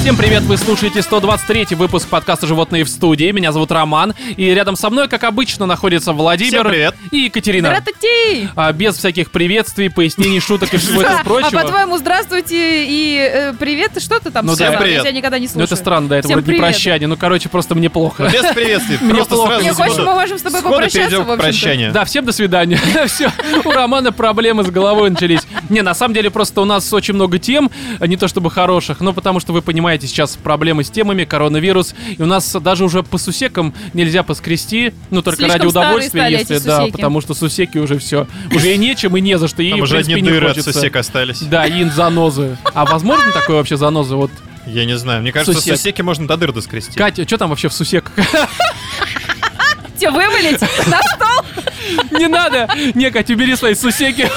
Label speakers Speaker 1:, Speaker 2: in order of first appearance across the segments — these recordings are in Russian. Speaker 1: Всем привет, вы слушаете 123 выпуск подкаста «Животные в студии». Меня зовут Роман, и рядом со мной, как обычно, находятся Владимир
Speaker 2: Всем привет.
Speaker 1: и Екатерина.
Speaker 3: Дрататей!
Speaker 1: А, без всяких приветствий, пояснений, шуток и всего этого
Speaker 3: А
Speaker 1: прочего.
Speaker 3: по-твоему, здравствуйте и э, привет, и что ты там
Speaker 1: Ну
Speaker 3: сказал?
Speaker 2: да. Всем привет.
Speaker 3: Я никогда не
Speaker 1: Ну
Speaker 3: слушаю.
Speaker 1: это странно, да, это
Speaker 3: Всем
Speaker 1: вроде не
Speaker 3: привет.
Speaker 1: прощание. Ну, короче, просто мне плохо.
Speaker 2: Без приветствий, просто
Speaker 1: плохо.
Speaker 2: сразу
Speaker 3: Не, хочешь,
Speaker 2: сходу-
Speaker 3: мы можем с тобой
Speaker 2: сходу
Speaker 3: попрощаться,
Speaker 2: перейдем
Speaker 3: в
Speaker 2: к
Speaker 3: общем-то?
Speaker 2: прощанию.
Speaker 1: Да, всем до свидания. Все, у Романа проблемы с головой начались. Не, на самом деле просто у нас очень много тем, а не то чтобы хороших, но потому что вы понимаете сейчас проблемы с темами, коронавирус, и у нас даже уже по сусекам нельзя поскрести, ну только
Speaker 3: Слишком
Speaker 1: ради удовольствия,
Speaker 3: старые стали
Speaker 1: если
Speaker 3: эти
Speaker 1: да,
Speaker 3: сусеки.
Speaker 1: потому что сусеки уже все, уже и нечем и не за что, и
Speaker 2: Там
Speaker 1: в
Speaker 2: уже
Speaker 1: принципе,
Speaker 2: одни
Speaker 1: не
Speaker 2: дыры от
Speaker 1: хочется.
Speaker 2: сосек остались.
Speaker 1: Да, ин занозы. А возможно такое вообще занозы? Вот,
Speaker 2: Я не знаю, мне кажется,
Speaker 1: Сусек.
Speaker 2: сосеки можно до дыр доскрести.
Speaker 1: Катя, что там вообще в сусеках?
Speaker 3: Тебя вывалить на стол?
Speaker 1: Не надо! Не, Катя, убери свои сусеки.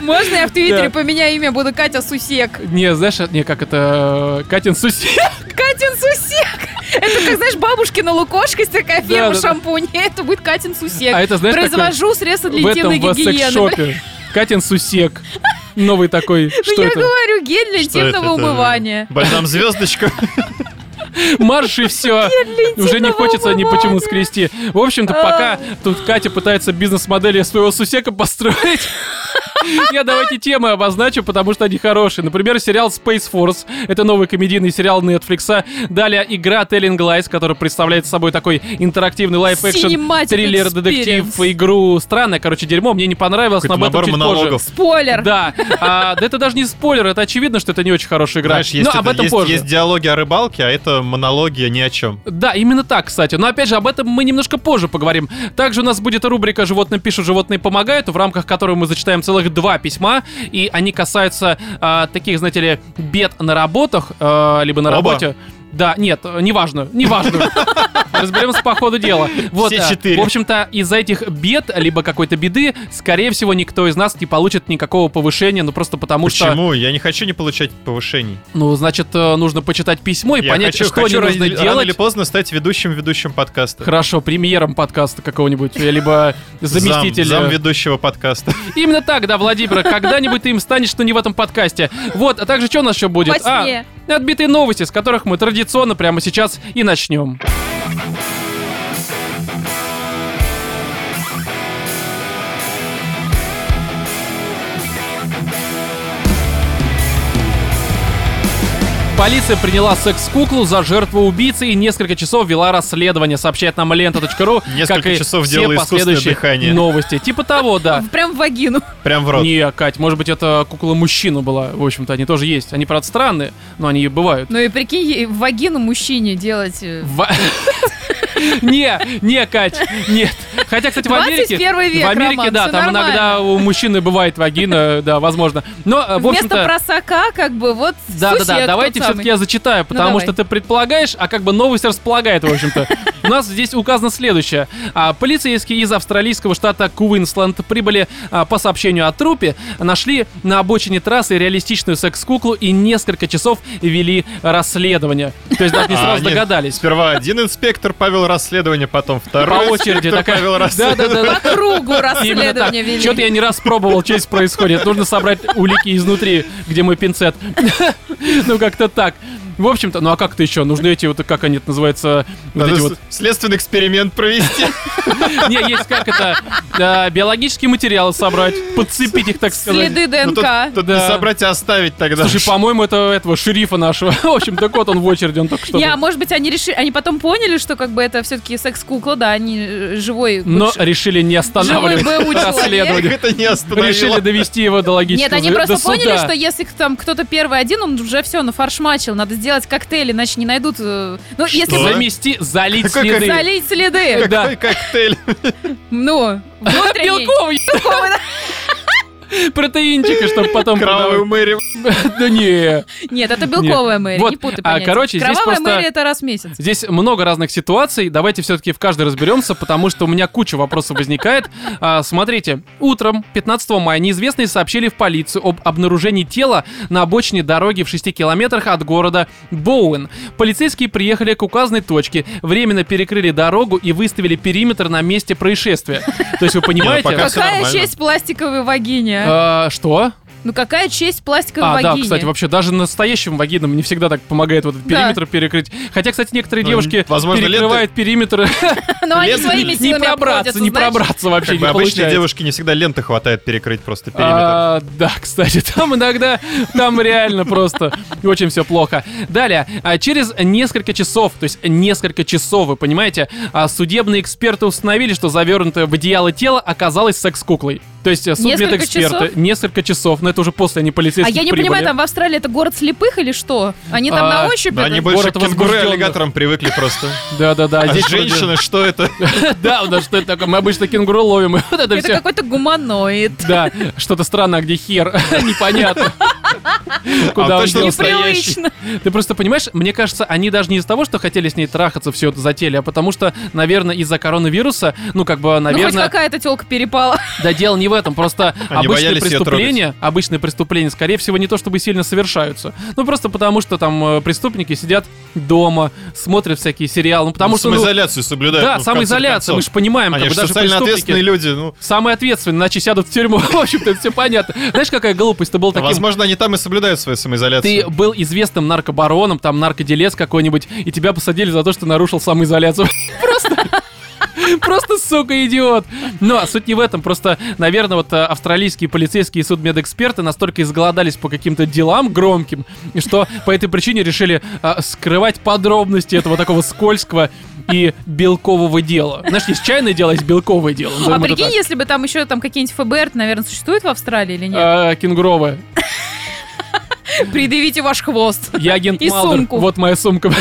Speaker 3: Можно я в
Speaker 1: Да.
Speaker 3: Твиттере поменяю имя, буду Катя Сусек?
Speaker 1: Не, знаешь, не, как это... э, Катин сусек.
Speaker 3: Катин Сусек! Это как, знаешь, бабушкина лукошка, такая фирма
Speaker 1: да, да.
Speaker 3: шампунь. Это будет Катин Сусек.
Speaker 1: А это, знаешь,
Speaker 3: Произвожу средства для
Speaker 1: в
Speaker 3: интимной
Speaker 1: этом в
Speaker 3: гигиены.
Speaker 1: секс-шопе. Катин сусек. Новый такой,
Speaker 3: Ну
Speaker 1: что
Speaker 3: я
Speaker 1: это?
Speaker 3: говорю, гель для
Speaker 2: Что это?
Speaker 3: интимного
Speaker 2: Это
Speaker 3: умывания.
Speaker 2: Бальзам э, звездочка.
Speaker 1: Марш и все. Уже не хочется ни почему скрести. В общем-то,
Speaker 3: А.
Speaker 1: пока тут Катя пытается бизнес-модель своего сусека построить. Я давайте темы обозначу, потому что они хорошие. Например, сериал Space Force. Это новый комедийный сериал Netflix. Далее игра Telling Lies, которая представляет собой такой интерактивный лайф-экшен,
Speaker 3: Cinematic
Speaker 1: триллер, детектив,
Speaker 3: experience.
Speaker 1: игру. Странное, короче, дерьмо. Мне не понравилось,
Speaker 2: Какой-то
Speaker 1: но об этом
Speaker 2: набор
Speaker 1: чуть позже.
Speaker 2: монологов.
Speaker 3: Спойлер.
Speaker 1: Да, а, да это даже не спойлер, это очевидно, что это не очень хорошая игра.
Speaker 2: Знаешь, есть,
Speaker 1: но об
Speaker 2: это-
Speaker 1: этом
Speaker 2: есть-
Speaker 1: ну, а позже.
Speaker 2: есть диалоги о рыбалке, а это монологи ни о чем.
Speaker 1: Да, именно так, кстати. Но опять же, об этом мы немножко позже поговорим. Также у нас будет рубрика «Животные пишут, животные помогают», в рамках которой мы зачитаем целых два письма, и они касаются а, таких, знаете ли, бед на работах, а, либо на
Speaker 2: Оба.
Speaker 1: работе. Да, нет, э, неважно, неважно. Разберемся по ходу дела. Вот,
Speaker 2: Все
Speaker 1: э,
Speaker 2: четыре.
Speaker 1: В общем-то, из-за этих бед, либо какой-то беды, скорее всего, никто из нас не получит никакого повышения, ну просто потому что...
Speaker 2: Почему? Я не хочу не получать повышений.
Speaker 1: Ну, значит, э, нужно почитать письмо и
Speaker 2: Я
Speaker 1: понять,
Speaker 2: хочу,
Speaker 1: что
Speaker 2: хочу
Speaker 1: не нужно
Speaker 2: рано- рано
Speaker 1: делать.
Speaker 2: или поздно стать ведущим-ведущим подкаста.
Speaker 1: Хорошо, премьером подкаста какого-нибудь, э, либо заместителем.
Speaker 2: Зам, зам ведущего подкаста.
Speaker 1: Именно так, да, Владимир, когда-нибудь ты им станешь, но не в этом подкасте. Вот, а также что у нас еще будет?
Speaker 3: Во сне.
Speaker 1: А, отбитые новости, с которых мы традиционно прямо сейчас и начнем. Полиция приняла секс-куклу за жертву убийцы и несколько часов вела расследование, сообщает нам лента.ру.
Speaker 2: Несколько
Speaker 1: как и
Speaker 2: часов
Speaker 1: все
Speaker 2: делала искусственное
Speaker 1: последующие
Speaker 2: дыхание.
Speaker 1: новости. Типа того, да.
Speaker 3: Прям в вагину.
Speaker 2: Прям в рот.
Speaker 1: Не, Кать, может быть, это кукла-мужчина была, в общем-то, они тоже есть. Они, правда, странные, но они и бывают.
Speaker 3: Ну и прикинь, ей в вагину мужчине делать... э,
Speaker 1: В- Не, не, Кать, нет. Хотя, кстати, в Америке...
Speaker 3: 21 век,
Speaker 1: в Америке,
Speaker 3: Роман,
Speaker 1: да,
Speaker 3: всё
Speaker 1: там
Speaker 3: нормально.
Speaker 1: иногда у мужчины бывает вагина, да, возможно. Но, э, в
Speaker 3: Вместо
Speaker 1: общем-то...
Speaker 3: просака, как бы, вот
Speaker 1: Да, да,
Speaker 3: сусек
Speaker 1: да,
Speaker 3: тот
Speaker 1: давайте
Speaker 3: самый. Ну,
Speaker 1: все-таки я зачитаю, потому
Speaker 3: давай.
Speaker 1: что ты предполагаешь, а как бы новость располагает, в общем-то. У нас здесь указано следующее. А, Полицейские из австралийского штата Куинсленд прибыли а, по сообщению о трупе, нашли на обочине трассы реалистичную секс-куклу и несколько часов вели расследование. То есть даже не
Speaker 2: А,
Speaker 1: сразу
Speaker 2: нет,
Speaker 1: догадались.
Speaker 2: Сперва один инспектор повел расследование, потом второй
Speaker 1: По очереди
Speaker 2: инспектор
Speaker 1: такая...
Speaker 2: повел
Speaker 1: Да, да,
Speaker 2: расследование.
Speaker 1: да, да.
Speaker 3: По кругу
Speaker 1: Именно так.
Speaker 3: расследование вели.
Speaker 1: Что-то я не раз пробовал, что здесь происходит. Нужно собрать улики изнутри, где мой пинцет. Ну, как-то так. В общем-то, ну а как то еще? Нужны эти вот, как они это называются, вот
Speaker 2: Надо
Speaker 1: эти
Speaker 2: с-
Speaker 1: вот...
Speaker 2: следственный эксперимент провести.
Speaker 1: Не, есть как это, э, биологические материалы собрать, подцепить их, так сказать.
Speaker 3: Следы
Speaker 2: Ну, тут-
Speaker 3: ДНК.
Speaker 2: Тут не
Speaker 1: Да.
Speaker 2: собрать, а оставить тогда.
Speaker 1: Слушай, по-моему, это этого шерифа нашего. В общем-то, кот он в очереди, он только что...
Speaker 3: Не, а
Speaker 1: был.
Speaker 3: может быть, они решили, они потом поняли, что как бы это все-таки секс-кукла, да, они э, живой.
Speaker 1: Но
Speaker 3: бывший-
Speaker 1: решили не останавливать
Speaker 3: Живой БУ человек.
Speaker 2: Как
Speaker 1: расследование.
Speaker 2: это не
Speaker 1: Решили
Speaker 2: остановило.
Speaker 1: довести его до логического
Speaker 3: Нет, они
Speaker 1: зв-
Speaker 3: просто
Speaker 1: до
Speaker 3: поняли,
Speaker 1: суда.
Speaker 3: что если к- там кто-то первый один, он уже все нафаршмачил. Надо сделать коктейль, иначе не найдут. э, Ну, если
Speaker 2: Что?
Speaker 3: бы
Speaker 1: Типа Замести, залить
Speaker 2: Какой
Speaker 1: следы.
Speaker 3: залить следы.
Speaker 1: да.
Speaker 2: Какой коктейль.
Speaker 3: Ну, внутренний.
Speaker 1: Белковый
Speaker 3: Белковый, да.
Speaker 1: протеинчика, чтобы потом
Speaker 2: Кровавую мэри.
Speaker 1: продавать. Да не.
Speaker 3: Нет, это белковая Мэри,
Speaker 1: Вот,
Speaker 3: не путай
Speaker 1: а,
Speaker 3: понятия.
Speaker 1: короче, здесь
Speaker 3: Кровавая
Speaker 1: просто-
Speaker 3: Мэри это раз в месяц.
Speaker 1: Здесь много разных ситуаций. Давайте все-таки в каждой разберемся, потому что у меня куча вопросов возникает. А, смотрите, утром 15 мая неизвестные сообщили в полицию об обнаружении тела на обочине дороги в 6 километрах от города Боуэн. Полицейские приехали к указанной точке, временно перекрыли дорогу и выставили периметр на месте происшествия. То есть вы
Speaker 2: пока
Speaker 1: понимаете?
Speaker 2: всё
Speaker 3: Какая
Speaker 2: нормально.
Speaker 3: честь пластиковой вагине? а?
Speaker 1: А, Что?
Speaker 3: Ну какая честь пластиковой
Speaker 1: А, да,
Speaker 3: вагине?
Speaker 1: кстати, вообще даже настоящим вагинам не всегда так помогает вот этот
Speaker 3: Да.
Speaker 1: периметр перекрыть. Хотя, кстати, некоторые
Speaker 2: Ну,
Speaker 1: девушки
Speaker 2: возможно, лет-
Speaker 1: перекрывают периметр,
Speaker 3: Но Ну, они
Speaker 2: лет
Speaker 3: своими
Speaker 1: не
Speaker 3: силами
Speaker 1: пробраться,
Speaker 3: обходятся,
Speaker 1: не
Speaker 3: знаешь.
Speaker 1: пробраться вообще не
Speaker 2: Как бы обычной
Speaker 1: получается.
Speaker 2: девушке не всегда ленты хватает перекрыть просто периметр.
Speaker 1: А, да, кстати, там иногда, там реально просто очень все плохо. Далее, а, через несколько часов, то есть несколько часов, вы понимаете, а, судебные эксперты установили, что завернутое в одеяло тело оказалось секс-куклой. То есть э,
Speaker 3: Несколько
Speaker 1: судмедэксперты
Speaker 3: часов?
Speaker 1: несколько часов, но это уже после они полицейские
Speaker 3: А я не понимаю, там в Австралии это город слепых или что? Они там
Speaker 1: А,
Speaker 3: на ощупь?
Speaker 2: Да,
Speaker 3: это-
Speaker 2: они больше
Speaker 1: город
Speaker 2: к кенгуру и
Speaker 1: возбуждённых.
Speaker 2: аллигаторам привыкли просто.
Speaker 1: Да-да-да.
Speaker 2: А
Speaker 1: здесь вроде-
Speaker 2: женщины, что это?
Speaker 1: Да, у нас что это такое? Мы обычно кенгуру ловим, и вот это
Speaker 3: Это
Speaker 1: все.
Speaker 3: какой-то гуманоид.
Speaker 1: Да, что-то странно, а где хер? Непонятно. Куда
Speaker 2: А
Speaker 1: он
Speaker 2: точно
Speaker 1: делся?
Speaker 2: настоящий.
Speaker 3: Непривычно.
Speaker 1: Ты просто понимаешь, мне кажется, они даже не из того, что хотели с ней трахаться все это затели, а потому что, наверное, из-за коронавируса, ну, как бы,
Speaker 3: Ну, хоть
Speaker 1: наверное,
Speaker 3: какая-то телка перепала.
Speaker 1: да дело не в этом, просто
Speaker 2: Они
Speaker 1: обычные
Speaker 2: боялись её
Speaker 1: преступления, обычные преступления, скорее всего, не то чтобы сильно совершаются. Ну, просто потому что там э, преступники сидят дома, смотрят всякие сериалы, ну, потому
Speaker 2: Ну,
Speaker 1: что, ну,
Speaker 2: самоизоляцию соблюдают.
Speaker 1: да,
Speaker 2: ну, в конце
Speaker 1: самоизоляция,
Speaker 2: концов.
Speaker 1: мы же понимаем, как
Speaker 2: Они
Speaker 1: бы
Speaker 2: же
Speaker 1: даже
Speaker 2: социально
Speaker 1: преступники...
Speaker 2: ответственные люди. Ну,
Speaker 1: Самые ответственные, иначе сядут в тюрьму. В общем-то, это все понятно. Знаешь, какая глупость? Ты был таким
Speaker 2: возможно, они там и соблюдают свою самоизоляцию.
Speaker 1: ты был известным наркобароном, там наркоделец какой-нибудь, и тебя посадили за то, что нарушил самоизоляцию. Просто... Просто, сука, идиот. Но суть не в этом. Просто, наверное, вот э, австралийские полицейские и судмедэксперты настолько изголодались по каким-то делам громким, и что по этой причине решили э, скрывать подробности этого такого скользкого и белкового дела. Знаешь, есть чайное дело, есть белковое дело.
Speaker 3: А
Speaker 1: назовем это
Speaker 3: прикинь,
Speaker 1: так.
Speaker 3: если бы там еще там какие-нибудь ФБР, наверное, существуют в Австралии или нет?
Speaker 1: Э, кенгуровое. А.
Speaker 3: Предъявите ваш хвост.
Speaker 1: Я агент
Speaker 3: И
Speaker 1: Малдер.
Speaker 3: сумку.
Speaker 1: Вот моя сумка.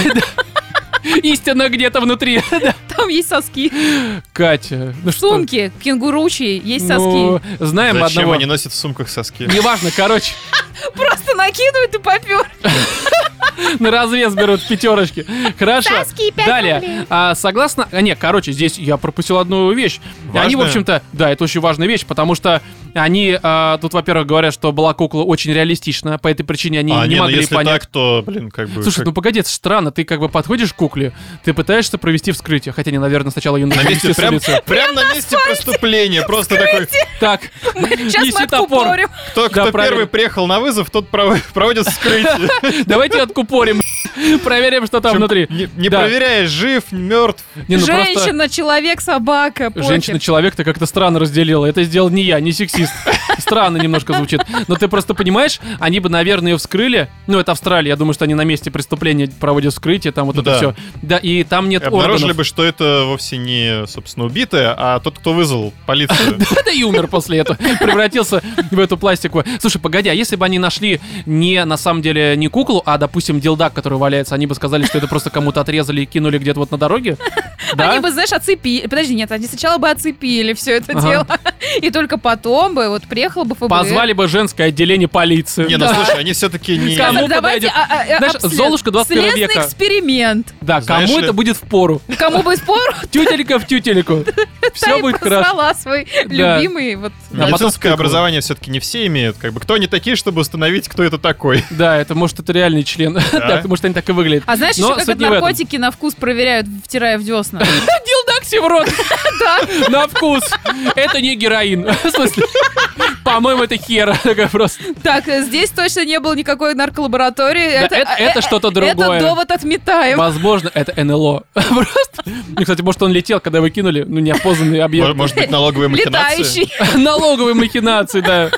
Speaker 1: Истина где-то внутри.
Speaker 3: Там есть соски.
Speaker 1: Катя, ну что?
Speaker 3: Сумки кенгуручьи, есть
Speaker 1: Ну,
Speaker 3: соски.
Speaker 1: знаем
Speaker 2: Зачем
Speaker 1: одного.
Speaker 2: они носят в сумках соски?
Speaker 1: Неважно, короче,
Speaker 3: Просто накидывают и попер.
Speaker 1: на развес берут пятерочки. Хорошо.
Speaker 4: Соски, пять
Speaker 1: Далее.
Speaker 4: рублей.
Speaker 1: а, согласно... А, нет, короче, здесь я пропустил одну вещь. Они, в
Speaker 2: Важную?
Speaker 1: общем-то... Да, это очень важная вещь, потому что они а, тут, во-первых, говорят, что была кукла очень реалистична, по этой причине они
Speaker 2: А,
Speaker 1: не
Speaker 2: не, ну
Speaker 1: могли
Speaker 2: если
Speaker 1: понять.
Speaker 2: так, то, блин, как бы...
Speaker 1: Слушай,
Speaker 2: как-
Speaker 1: ну погоди, это ж странно, ты как бы подходишь к кукле, ты пытаешься провести вскрытие, хотя они, наверное, сначала ее
Speaker 2: На
Speaker 1: нужно
Speaker 2: месте,
Speaker 1: провести с
Speaker 2: прям,
Speaker 1: улицы.
Speaker 2: прям на месте преступления. Просто такой,
Speaker 1: Так,
Speaker 3: Сейчас мы
Speaker 1: Неси топор.
Speaker 3: откупорим.
Speaker 2: кто,
Speaker 1: Да, правильно.
Speaker 2: кто первый приехал на вызов, тот пров- проводит вскрытие.
Speaker 1: давайте откупорим, проверим, что там
Speaker 2: Причем
Speaker 1: внутри.
Speaker 2: Не, не
Speaker 1: Да.
Speaker 2: проверяя, жив, мертв.
Speaker 1: Не, ну просто-
Speaker 3: Женщина, человек, собака, покер.
Speaker 1: Женщина-человек ты как-то странно разделила. Это сделал не я, не сексист. Странно немножко звучит. Но ты просто понимаешь, они бы, наверное, ее вскрыли. Ну, это Австралия, я думаю, что они на месте преступления проводят вскрытие, там вот
Speaker 2: Ну
Speaker 1: это
Speaker 2: да.
Speaker 1: все. Да, и там нет
Speaker 2: Обнаружили
Speaker 1: органов.
Speaker 2: бы, что это вовсе не, собственно, убитая, а тот, кто вызвал полицию.
Speaker 1: Да и умер после этого. Превратился в эту пластику. Слушай, погоди, а если бы они нашли не, на самом деле, не куклу, а, допустим, делдак, который валяется, они бы сказали, что это просто кому-то отрезали и кинули где-то вот на дороге? Да?
Speaker 3: Они бы, знаешь, оцепили. Подожди, нет, они сначала бы оцепили все это
Speaker 1: Ага.
Speaker 3: дело. И только потом бы, вот приехал бы ФБР.
Speaker 1: Позвали бы женское отделение полиции.
Speaker 2: Не, ну слушай, они все-таки не...
Speaker 1: Кому
Speaker 3: Сказали, давайте,
Speaker 1: подойдет?
Speaker 3: а, а, а,
Speaker 1: Знаешь,
Speaker 3: обслед-
Speaker 1: «Золушка» 21
Speaker 3: Следственный
Speaker 1: века.
Speaker 3: эксперимент.
Speaker 1: Да,
Speaker 2: Знаешь э,
Speaker 1: кому
Speaker 2: ли-
Speaker 1: это будет впору?
Speaker 3: Кому бы спор,
Speaker 1: Тютелька в тютельку.
Speaker 3: та
Speaker 1: Все
Speaker 3: и
Speaker 1: будет хорошо.
Speaker 3: просрала свой
Speaker 1: Да.
Speaker 3: любимый вот...
Speaker 1: Да, потом
Speaker 2: Медицинское
Speaker 1: вскрикнула.
Speaker 2: образование все-таки не все имеют. Как бы кто они такие, чтобы установить, кто это такой?
Speaker 1: Да, это может это реальный член. Так, может они так и выглядят.
Speaker 3: А знаешь
Speaker 1: Но
Speaker 3: еще, как
Speaker 1: суть не
Speaker 3: это
Speaker 1: в этом. А
Speaker 3: наркотики на вкус проверяют, втирая в десна?
Speaker 1: Дилдак себе в рот. На вкус. Это не героин. В смысле, по-моему, это хера. Такая просто.
Speaker 3: Так, э, здесь точно не было никакой нарколаборатории.
Speaker 1: Да, это-
Speaker 3: а,
Speaker 1: это
Speaker 3: э,
Speaker 1: что-то другое.
Speaker 3: Это довод отметаем.
Speaker 1: Возможно, это НЛО. Просто. Ну, кстати, может, он летел, когда его кинули. Ну, неопознанный
Speaker 2: Мож-
Speaker 1: объект.
Speaker 2: Может быть, налоговые махинации?
Speaker 3: Летающий.
Speaker 1: Налоговые махинации, да.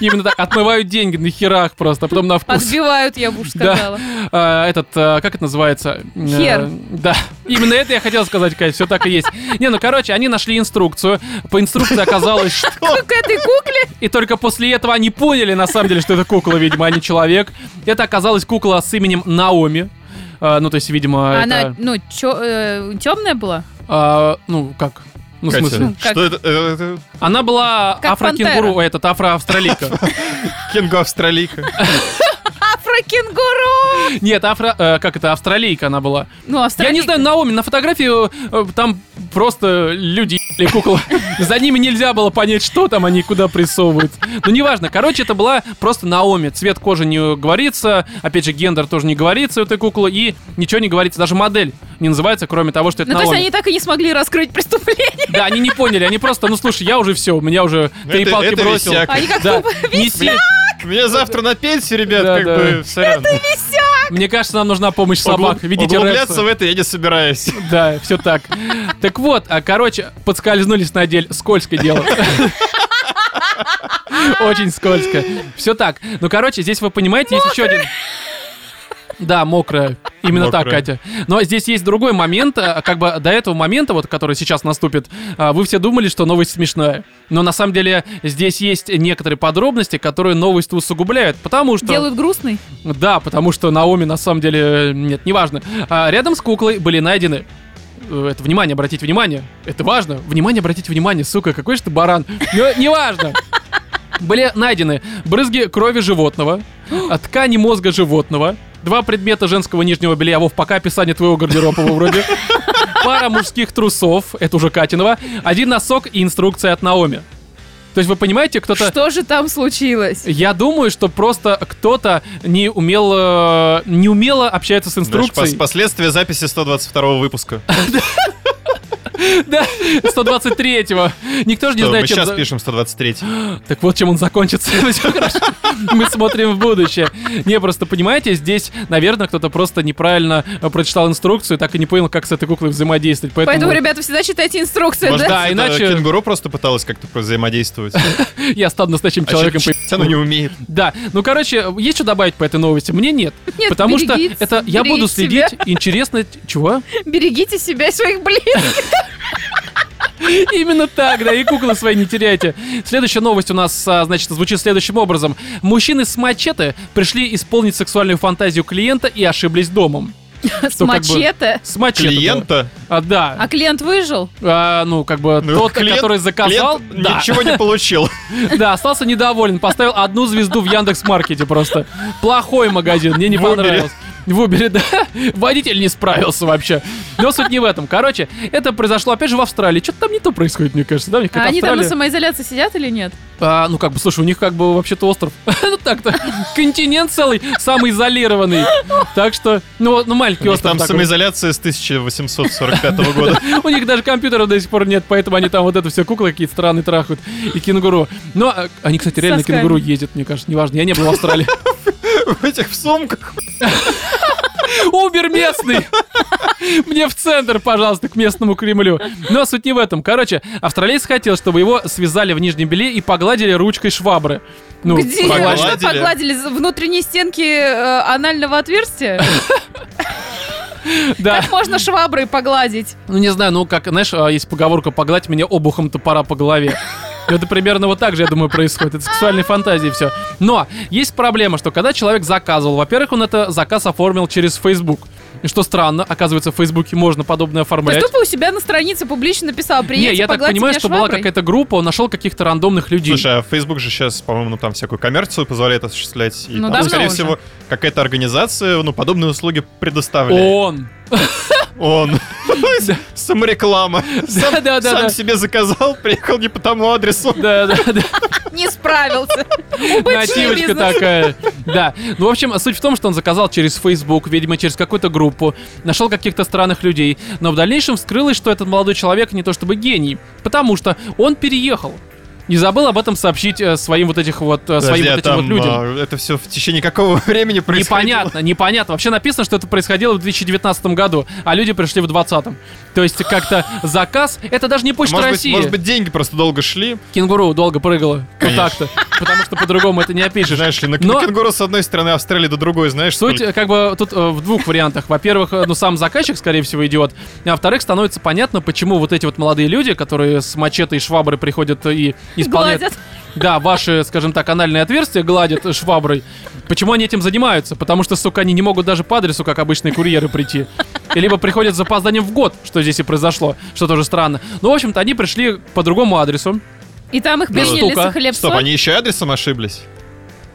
Speaker 1: Именно так. Отмывают деньги на херах просто, а потом на вкус.
Speaker 3: Отбивают, я бы уж
Speaker 1: Да.
Speaker 3: сказала. Ну,
Speaker 1: А, этот, а, как это называется? Э,
Speaker 3: Хер.
Speaker 1: Да. Именно это я хотел сказать, Катя, все так и есть. Не, ну короче, они нашли инструкцию. По инструкции оказалось, что...
Speaker 3: Ну, К этой кукле
Speaker 1: И только после этого они поняли, на самом деле, что это кукла, видимо, а не человек. Это оказалась кукла с именем Наоми. А, ну, то есть, видимо,
Speaker 3: она,
Speaker 1: это...
Speaker 3: ну, темная была?
Speaker 1: а, ну, как? Ну, в
Speaker 2: Катя,
Speaker 1: смысле?
Speaker 3: как-
Speaker 2: Что это? Э, это
Speaker 1: Она была
Speaker 3: Как
Speaker 1: афрокенгуру, ой, этот афроавстралийка.
Speaker 2: Кенгу австралийка.
Speaker 3: Афрокенгуру!
Speaker 1: Нет, афро... э, Как это? Австралийка она была.
Speaker 3: Ну,
Speaker 1: Я
Speaker 3: австралийка.
Speaker 1: не знаю, Наоми, на фотографии э, там просто люди ебали кукол. За ними нельзя было понять, что там они куда прессовывают. Ну, неважно. Короче, это была просто Наоми. Цвет кожи не говорится, опять же, гендер тоже не говорится у этой куклы, и ничего не говорится. Даже модель не называется, кроме того, что это
Speaker 3: Ну, то есть
Speaker 1: Наоми.
Speaker 3: они так и не смогли раскрыть преступление.
Speaker 1: Да, они не поняли. Они просто, ну, слушай, я уже все, у меня уже
Speaker 2: Ну,
Speaker 1: три
Speaker 2: это-
Speaker 1: палки
Speaker 2: это
Speaker 1: бросил.
Speaker 2: висяк.
Speaker 3: Они как
Speaker 1: Да,
Speaker 3: бы
Speaker 1: неси.
Speaker 2: Меня завтра на пенсию, ребят,
Speaker 1: Да,
Speaker 2: как
Speaker 1: да.
Speaker 2: бы, сорян.
Speaker 1: Мне кажется, нам нужна помощь собак.
Speaker 2: Углуб-
Speaker 1: Видите,
Speaker 2: Углубляться в это я не собираюсь.
Speaker 1: Да, все так. Так вот, а, короче, подскользнулись на деле. Скользкое дело. Очень скользко. Все так. Ну, короче, здесь вы понимаете, есть еще один... Да, мокрая. Именно так,
Speaker 2: Мокрая.
Speaker 1: Катя. Но здесь есть другой момент. а, Как бы до этого момента, вот, который сейчас наступит, а, вы все думали, что новость смешная. Но на самом деле здесь есть некоторые подробности, которые новость усугубляют. Потому что...
Speaker 3: Делают грустный.
Speaker 1: Да, потому что Наоми на самом деле... э, Нет, неважно. А, рядом с куклой были найдены... э, Это внимание, обратите внимание. Это важно. Внимание, обратите внимание, сука, какой же ты баран. Но неважно. Были найдены брызги крови животного, а, ткани мозга животного, два предмета женского нижнего белья, Вов, пока описание твоего гардероба Вов, вроде, пара мужских трусов, это уже Катинова, один носок и инструкция от Наоми. То есть вы понимаете, кто-то...
Speaker 3: Что же там случилось?
Speaker 1: Я думаю, что просто кто-то не умел, э, не умело общается с
Speaker 2: Знаешь, пос-
Speaker 1: инструкцией.
Speaker 2: Последствия записи 122 выпуска.
Speaker 1: Да, 123-го. Никто же не
Speaker 2: Что,
Speaker 1: знает,
Speaker 2: Мы
Speaker 1: чем...
Speaker 2: сейчас
Speaker 1: за-
Speaker 2: пишем 123.
Speaker 1: Так вот, чем он закончится. Всё хорошо. Мы смотрим в будущее. Не, просто понимаете, здесь, наверное, кто-то просто неправильно э, прочитал инструкцию, так и не понял, как с этой куклой взаимодействовать.
Speaker 3: Поэтому,
Speaker 1: Поэтому,
Speaker 3: ребята, всегда читайте инструкции,
Speaker 2: Может,
Speaker 1: да,
Speaker 2: это
Speaker 1: иначе-
Speaker 2: Кенгуру просто пыталась как-то взаимодействовать.
Speaker 1: я стану настоящим человеком.
Speaker 2: А Оно не умеет.
Speaker 1: Да, ну короче, есть что добавить по этой новости? Мне нет.
Speaker 3: Нет,
Speaker 1: потому что
Speaker 3: берегите-
Speaker 1: это я буду
Speaker 3: берегите
Speaker 1: следить. Интересно, чего?
Speaker 3: Берегите себя и своих близких.
Speaker 1: Именно так, да, и куклы свои не теряйте. Следующая новость у нас, а, значит, звучит следующим образом. Мужчины с мачете пришли исполнить сексуальную фантазию клиента и ошиблись домом.
Speaker 3: С
Speaker 1: Что как бы-
Speaker 3: мачете.
Speaker 1: С мачете. да.
Speaker 2: Клиента?
Speaker 1: А, да.
Speaker 3: А клиент выжил?
Speaker 1: А, ну, как бы
Speaker 2: Ну,
Speaker 1: тот,
Speaker 2: клиент-
Speaker 1: который заказал,
Speaker 2: клиент
Speaker 1: да,
Speaker 2: Ничего не получил.
Speaker 1: да, остался недоволен, поставил одну звезду в Яндекс.Маркете просто. Плохой магазин, мне не
Speaker 2: В Uber.
Speaker 1: понравилось. В Uber, да. Водитель не справился вообще. Но суть не в этом. Короче, это произошло опять же в Австралии. Что-то там не то происходит, мне кажется. Да, у них
Speaker 3: А
Speaker 1: какая-то
Speaker 3: они там на
Speaker 1: Австралия.
Speaker 3: самоизоляции сидят или нет?
Speaker 1: А, ну как бы, слушай, у них как бы вообще-то остров. Ну так-то, континент целый, самый изолированный. Так что, ну, вот, ну маленький
Speaker 2: У них
Speaker 1: остров
Speaker 2: Там
Speaker 1: такой.
Speaker 2: самоизоляция с 1845 года.
Speaker 1: У них даже компьютера до сих пор нет, поэтому они там вот это все куклы какие-то странные трахают и кенгуру. Но а, они, кстати, реально на
Speaker 3: Сосками.
Speaker 1: кенгуру ездят, мне кажется, неважно. Я не был в Австралии.
Speaker 2: В этих в сумках.
Speaker 1: Убер местный! Мне в центр, пожалуйста, к местному Кремлю. Но суть не в этом. Короче, австралиец хотел, чтобы его связали в нижнем белье и погладили ручкой швабры. Ну,
Speaker 3: Где?
Speaker 2: погладили.
Speaker 3: Что погладили? За Внутренние стенки э, анального отверстия?
Speaker 1: да.
Speaker 3: Как можно шваброй погладить?
Speaker 1: Ну, не знаю, ну, как, знаешь, а, есть поговорка «погладь меня обухом топора по голове». Ну, Это примерно вот так же, я думаю, происходит. Это сексуальные фантазии все. Но есть проблема, что когда человек заказывал, во-первых, он это заказ оформил через Facebook. И что странно, оказывается, в Фейсбуке можно подобное
Speaker 3: То
Speaker 1: оформлять.
Speaker 3: есть тупо у себя на странице публично писал,
Speaker 1: Не,
Speaker 3: приедьте,
Speaker 1: я так
Speaker 3: погладьте
Speaker 1: понимаю,
Speaker 3: меня
Speaker 1: что была
Speaker 3: шваброй».
Speaker 1: какая-то группа, он нашел каких-то рандомных людей.
Speaker 2: Слушай, а Facebook же сейчас, по-моему, ну, там всякую коммерцию позволяет осуществлять. И
Speaker 3: Ну,
Speaker 2: там,
Speaker 3: давно
Speaker 2: скорее
Speaker 3: уже.
Speaker 2: всего, какая-то организация, ну, подобные услуги предоставляет.
Speaker 1: он.
Speaker 2: Он. Самореклама. Сам-
Speaker 1: Да, да, да, да.
Speaker 2: Сам себе заказал, приехал не по тому адресу.
Speaker 1: Да, да, да.
Speaker 3: Не справился. Убыточный
Speaker 1: Нативочка
Speaker 3: бизнес.
Speaker 1: такая. Да. Ну, в общем, суть в том, что он заказал через Facebook, видимо, через какую-то группу, нашел каких-то странных людей, но в дальнейшем вскрылось, что этот молодой человек не то чтобы гений, потому что он переехал. Не забыл об этом сообщить э, своим вот этих вот, э, своим
Speaker 2: Подожди, а
Speaker 1: вот этим вот
Speaker 2: там,
Speaker 1: людям.
Speaker 2: а, Это все в течение какого времени происходило?
Speaker 1: Непонятно, непонятно. Вообще написано, что это происходило в 2019 году, а люди пришли в 2020. То есть как-то заказ... Это даже не
Speaker 2: А
Speaker 1: почта
Speaker 2: Может быть,
Speaker 1: России.
Speaker 2: может быть, деньги просто долго шли.
Speaker 1: Кенгуру долго прыгала. Вот
Speaker 2: Конечно.
Speaker 1: так-то. Потому что по-другому это не опишешь.
Speaker 2: Знаешь ли, на
Speaker 1: Но-
Speaker 2: на кенгуру с одной стороны, Австралии до другой, знаешь,
Speaker 1: Суть,
Speaker 2: сколько?
Speaker 1: э, как бы, тут э, в двух вариантах. Во-первых, э, ну, сам заказчик, скорее всего, идиот. А во-вторых, становится понятно, почему вот эти вот молодые люди, которые с мачете и шваброй приходят и исполняют...
Speaker 3: ну, Гладят.
Speaker 1: Да, ваши, скажем так, анальные отверстия гладят э, шваброй. Почему они этим занимаются? Потому что, сука, они не могут даже по адресу, как обычные курьеры, прийти. И либо приходят с запозданием в год, что здесь и произошло, что тоже странно. Ну, в общем-то, они пришли по другому адресу.
Speaker 3: И там их
Speaker 1: Да.
Speaker 3: приняли
Speaker 1: Ну, Штука.
Speaker 3: за хлеб
Speaker 2: Стоп,
Speaker 3: соль.
Speaker 2: они еще и адресом ошиблись?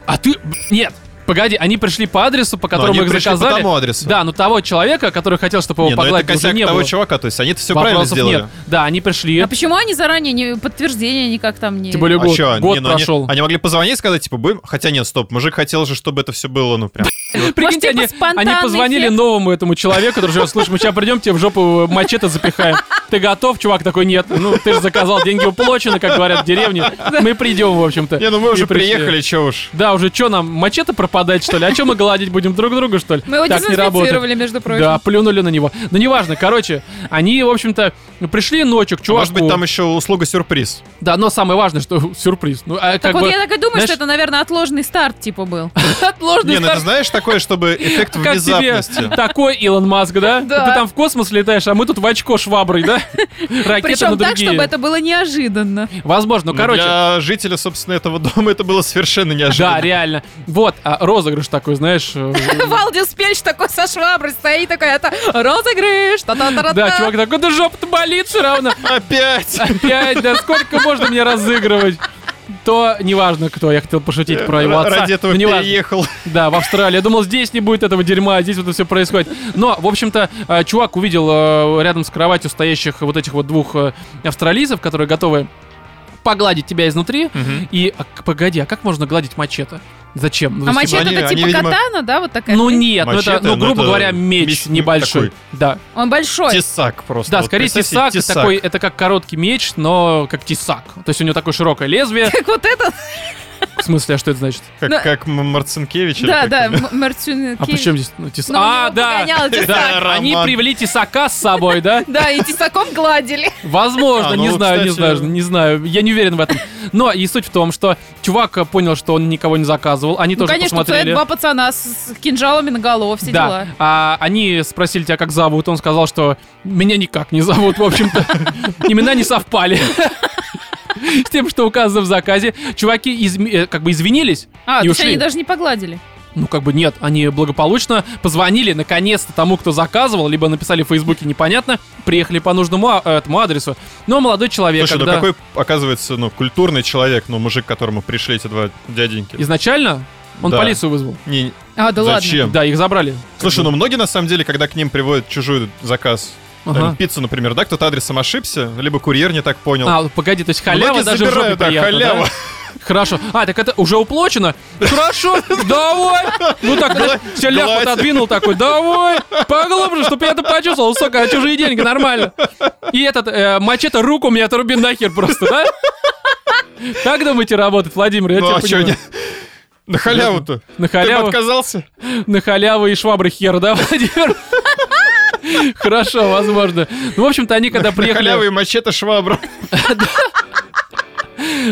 Speaker 1: А ты... Нет! Погоди, они пришли по адресу, по которому
Speaker 2: они
Speaker 1: их
Speaker 2: пришли по
Speaker 1: заказали.
Speaker 2: тому адресу.
Speaker 1: Да, но того человека, который хотел, чтобы его
Speaker 2: не, ну это
Speaker 1: погладили, уже
Speaker 2: косяк
Speaker 1: не
Speaker 2: того
Speaker 1: было.
Speaker 2: чувака, то есть они-то все правильно
Speaker 1: Вопросов
Speaker 2: сделали.
Speaker 1: нет. Да, они пришли.
Speaker 3: А почему они заранее не подтверждения никак там не...
Speaker 1: Тем более
Speaker 2: А
Speaker 1: год,
Speaker 2: чё,
Speaker 1: год
Speaker 2: не, ну они-
Speaker 1: прошел.
Speaker 2: Они, могли позвонить и сказать, типа, будем... Хотя нет, стоп, мужик хотел же, чтобы это все было, ну прям...
Speaker 1: Прикиньте,
Speaker 3: типа,
Speaker 1: они,
Speaker 3: спонтанный
Speaker 1: они позвонили
Speaker 3: эффект?
Speaker 1: новому этому человеку, который говорит, слушай, мы сейчас придем, тебе в жопу э, мачете запихаем. ты готов? Чувак такой, нет. Ну, ты же заказал, деньги уплочены, как говорят в деревне. Мы придем, в общем-то.
Speaker 2: Не, ну мы
Speaker 1: И
Speaker 2: уже
Speaker 1: пришли.
Speaker 2: приехали, че уж.
Speaker 1: Да, уже что нам, мачете пропадать, что ли? А что мы голодить будем друг друга, что ли?
Speaker 3: Мы его
Speaker 1: так не работает.
Speaker 3: дезинфицировали, между прочим.
Speaker 1: Да, плюнули на него. Ну, неважно, короче, они, в общем-то, пришли ночью к чуваку.
Speaker 2: А Может быть, там еще услуга сюрприз.
Speaker 1: Да, но самое важное, что сюрприз. Ну, а
Speaker 3: Так
Speaker 1: как
Speaker 3: вот,
Speaker 1: бы...
Speaker 3: я так и думаю,
Speaker 1: знаешь-
Speaker 3: что это, наверное, отложенный старт, типа, был.
Speaker 1: Отложенный
Speaker 2: Не, ну
Speaker 1: старт.
Speaker 2: ты знаешь такое, чтобы эффект
Speaker 1: Как тебе
Speaker 2: внезапности.
Speaker 1: такой Илон Маск, да?
Speaker 3: Да.
Speaker 1: Ты там в космос летаешь, а мы тут в очко шваброй, да? Ракеты на
Speaker 3: Причем так, чтобы
Speaker 1: другие.
Speaker 3: это было неожиданно.
Speaker 1: Возможно,
Speaker 2: Ну,
Speaker 1: короче.
Speaker 2: Для жителя, собственно, этого дома это было совершенно неожиданно.
Speaker 1: Да, реально. Вот, а розыгрыш такой, знаешь. э,
Speaker 3: Валдис Пельч такой со шваброй стоит, такой, это розыгрыш, та-та-та-та-та. А
Speaker 1: Да, чувак такой, да жопа-то болит все равно.
Speaker 2: Опять!
Speaker 1: Опять, да сколько можно мне разыгрывать? То неважно кто, я хотел пошутить про его
Speaker 2: Р-
Speaker 1: отца.
Speaker 2: Ради этого
Speaker 1: но неважно.
Speaker 2: переехал.
Speaker 1: Да, в Австралии. Я думал, здесь не будет этого дерьма, а здесь вот это все происходит. Но, в общем-то, э, чувак увидел э, рядом с кроватью стоящих вот этих вот двух э, австралийцев, которые готовы погладить тебя изнутри. И, а, к- погоди, а как можно гладить мачете? Зачем? Ну,
Speaker 3: А
Speaker 1: зачем?
Speaker 3: мачете
Speaker 2: они-
Speaker 3: это
Speaker 2: они,
Speaker 3: типа
Speaker 2: видимо,
Speaker 3: катана, да, вот такая?
Speaker 1: Ну нет, ну, это,
Speaker 2: Мачете,
Speaker 1: ну,
Speaker 2: ну,
Speaker 1: грубо
Speaker 2: это
Speaker 1: говоря, меч,
Speaker 2: меч, ну,
Speaker 1: небольшой.
Speaker 2: такой.
Speaker 1: Да.
Speaker 3: Он большой.
Speaker 2: Тесак просто.
Speaker 1: Да,
Speaker 2: Вот
Speaker 1: скорее
Speaker 2: представь себе
Speaker 1: тесак, такой, это как короткий меч, но как тесак. То есть у него такое широкое лезвие.
Speaker 3: Как вот это?
Speaker 1: В смысле, а что это значит?
Speaker 2: Как,
Speaker 3: Да.
Speaker 2: как М- Марцинкевич. или
Speaker 3: Да,
Speaker 2: как
Speaker 3: да,
Speaker 2: его?
Speaker 3: Мартюнин
Speaker 1: А при чем здесь ну, тесак?
Speaker 3: Ну, он
Speaker 1: а,
Speaker 3: его
Speaker 1: да,
Speaker 3: погонял, тесак.
Speaker 1: да, они
Speaker 2: Роман.
Speaker 1: привели тесака с собой, да?
Speaker 3: Да, и тесаком гладили.
Speaker 1: Возможно,
Speaker 2: А, ну,
Speaker 1: не знаю, не
Speaker 2: кстати,
Speaker 1: знаю, не знаю. Я не уверен в этом. Но и суть в том, что чувак э, понял, что он никого не заказывал. Они
Speaker 3: Ну,
Speaker 1: тоже
Speaker 3: конечно, тут стоят
Speaker 1: посмотрели.
Speaker 3: два пацана с с кинжалами на голову, все
Speaker 1: да.
Speaker 3: дела.
Speaker 1: А они спросили тебя, как зовут. Он сказал, что меня никак не зовут, в общем-то. Имена не совпали. С тем, что указано в заказе. Чуваки изм- э, как бы извинились.
Speaker 3: А,
Speaker 1: И
Speaker 3: то есть
Speaker 1: ушли.
Speaker 3: они даже не погладили.
Speaker 1: Ну, как бы нет, они благополучно позвонили наконец-то тому, кто заказывал, либо написали в Фейсбуке, непонятно, приехали по нужному а- этому адресу. Но молодой человек,
Speaker 2: Слушай, ну
Speaker 1: когда...
Speaker 2: какой, оказывается, ну, культурный человек, ну, мужик, к которому пришли эти два дяденьки.
Speaker 1: Изначально он
Speaker 2: Да.
Speaker 1: полицию вызвал.
Speaker 2: Не-
Speaker 3: А, да ладно.
Speaker 2: зачем?
Speaker 1: Да, их забрали.
Speaker 2: Слушай, ну многие, на самом деле, когда к ним приводят чужой заказ, там,
Speaker 1: Ага.
Speaker 2: пиццу, например, да, кто-то адресом ошибся, либо курьер не так понял.
Speaker 1: А, погоди, то есть халява
Speaker 2: Многие
Speaker 1: даже в жопе
Speaker 2: ну, забирают, да,
Speaker 1: приятно,
Speaker 2: халява.
Speaker 1: Хорошо. А, так это уже уплочено? Хорошо, давай. Ну так, знаешь, все ляп
Speaker 2: гладь.
Speaker 1: отодвинул такой, давай, поглубже, чтобы я это почувствовал, сука, а чужие деньги, нормально. И этот, э, мачете руку мне отруби нахер просто, да? Так думаете работать, Владимир? Я
Speaker 2: Ну,
Speaker 1: тебя
Speaker 2: а чё
Speaker 1: понимаю.
Speaker 2: не- На халяву-то.
Speaker 1: На
Speaker 2: Ты бы
Speaker 1: халяву,
Speaker 2: отказался?
Speaker 1: на халяву и швабры хер, да, Владимир? Хорошо, возможно. Ну, в общем-то, они когда
Speaker 2: На халяву
Speaker 1: приехали...
Speaker 2: и мачете швабра.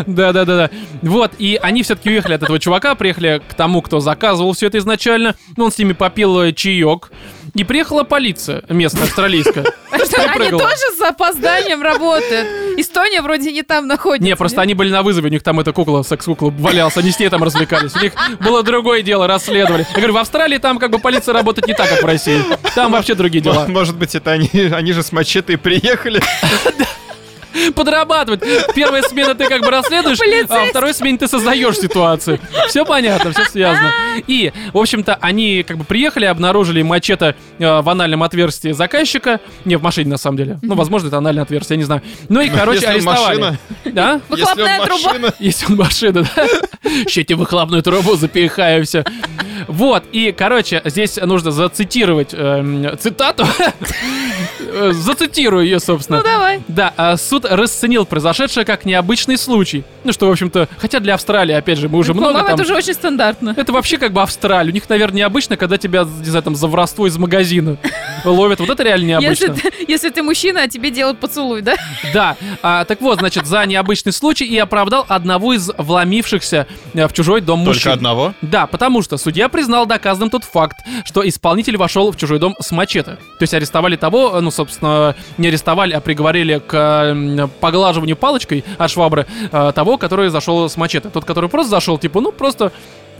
Speaker 1: Да-да-да-да. Вот, и они все-таки уехали от этого чувака, приехали к тому, кто заказывал все это изначально. Ну, он с ними попил э, чаек. И приехала полиция местная, австралийская. Что
Speaker 3: Они
Speaker 1: прыгала?
Speaker 3: тоже с опозданием работают. Эстония вроде не там находится.
Speaker 1: Не, просто они были на вызове, у них там эта кукла, секс-кукла валялась, они с ней там развлекались. У них было другое дело, расследовали. Я говорю, в Австралии там как бы полиция работает не так, как в России. Там вообще другие дела.
Speaker 2: Может быть, это они, они же с мачете и приехали.
Speaker 1: подрабатывать. Первая смена ты как бы расследуешь, а во
Speaker 3: Полицейский.
Speaker 1: второй смене ты создаешь ситуацию. Все понятно, все связано. И, в общем-то, они как бы приехали, обнаружили мачете э, в анальном отверстии заказчика. Не, в машине, на самом деле. Ну, возможно, это анальное отверстие, я не знаю. Ну и, короче,
Speaker 2: Если он
Speaker 1: арестовали.
Speaker 2: машина.
Speaker 1: Да?
Speaker 3: Выхлопная
Speaker 2: Если он
Speaker 3: труба.
Speaker 2: машина,
Speaker 1: Если он машина, да? Ща тебе выхлопную трубу запихаю все. Вот, и, короче, здесь нужно зацитировать эм, цитату. Э, Зацитирую ее, собственно.
Speaker 3: Ну давай.
Speaker 1: Да, а суд расценил произошедшее как необычный случай. Ну что, в общем-то, хотя для Австралии, опять же, мы уже много
Speaker 3: По-моему,
Speaker 1: там...
Speaker 3: Ну, это уже очень стандартно.
Speaker 1: Это вообще как бы Австралия. У них, наверное, необычно, когда тебя, не знаю, там, за воровство из магазина ловят. Вот это реально
Speaker 3: Если
Speaker 1: необычно.
Speaker 3: ты, если ты мужчина, а тебе делают поцелуй, да?
Speaker 1: Да. А, так вот, значит, за необычный случай и оправдал одного из вломившихся э, в чужой дом мужчин.
Speaker 2: Только одного.
Speaker 1: Да, потому что судья признал доказанным тот факт, что исполнитель вошел в чужой дом с мачете. То есть арестовали того, э, ну, собственно, не арестовали, а приговорили к э, м, поглаживанию палочкой от швабры э, того, который зашел с мачете. Тот, который просто зашел, типа, ну, просто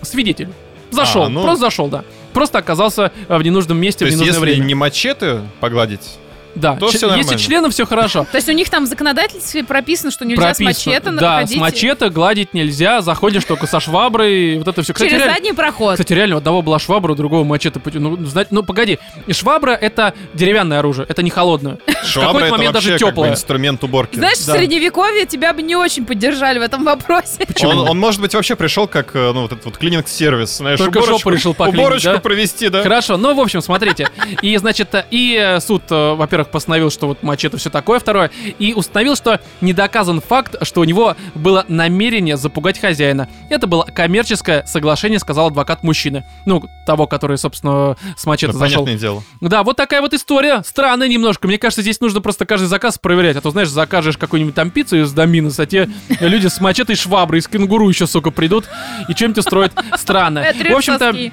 Speaker 1: свидетель. Зашел,
Speaker 2: А, ну.
Speaker 1: просто зашел, да. Просто оказался э, в ненужном месте
Speaker 2: То
Speaker 1: в
Speaker 2: есть,
Speaker 1: ненужное
Speaker 2: если
Speaker 1: время.
Speaker 2: не мачете погладить,
Speaker 1: Да,
Speaker 2: то
Speaker 1: Ч-
Speaker 2: всё
Speaker 1: если
Speaker 2: нормально.
Speaker 1: членом все хорошо.
Speaker 3: То есть у них там в законодательстве прописано, что нельзя
Speaker 1: Прописано.
Speaker 3: с
Speaker 1: Да,
Speaker 3: мачете
Speaker 1: с
Speaker 3: находить
Speaker 1: мачете гладить нельзя, заходишь только со шваброй, вот это все.
Speaker 3: через задний проход.
Speaker 1: Кстати, реально, у одного была швабра, у другого мачете. пути- Ну, знать, ну погоди, и швабра это деревянное оружие, это не холодное.
Speaker 2: швабра это
Speaker 1: момент даже
Speaker 2: вообще как бы
Speaker 1: тёплая.
Speaker 2: инструмент уборки.
Speaker 3: Знаешь,
Speaker 1: да.
Speaker 3: в средневековье тебя бы не очень поддержали в этом вопросе.
Speaker 1: Почему?
Speaker 2: Он, он, может быть, вообще пришел как, э, ну, вот этот вот клининг-сервис, знаешь,
Speaker 1: Только
Speaker 2: уборочку,
Speaker 1: жопу решил поклинить,
Speaker 2: уборочку
Speaker 1: да?
Speaker 2: провести, да?
Speaker 1: Хорошо, ну, в общем, смотрите. И, значит, э, и э, суд, э, во-первых, во-первых, постановил, что вот мачете все такое, второе, и установил, что не доказан факт, что у него было намерение запугать хозяина. Это было коммерческое соглашение, сказал адвокат мужчины. Ну, того, который, собственно, с мачете
Speaker 2: Да,
Speaker 1: зашел.
Speaker 2: Ну, понятное дело.
Speaker 1: Да, вот такая вот история. Странная немножко. Мне кажется, здесь нужно просто каждый заказ проверять. А то, знаешь, закажешь какую-нибудь там пиццу из Доминос, а те люди с мачетой швабры, из кенгуру еще, сука, придут и чем-то строят странное.
Speaker 3: Это
Speaker 1: В общем-то,
Speaker 3: рюкзаки.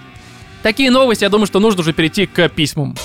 Speaker 1: такие новости, я думаю, что нужно уже перейти к письмам.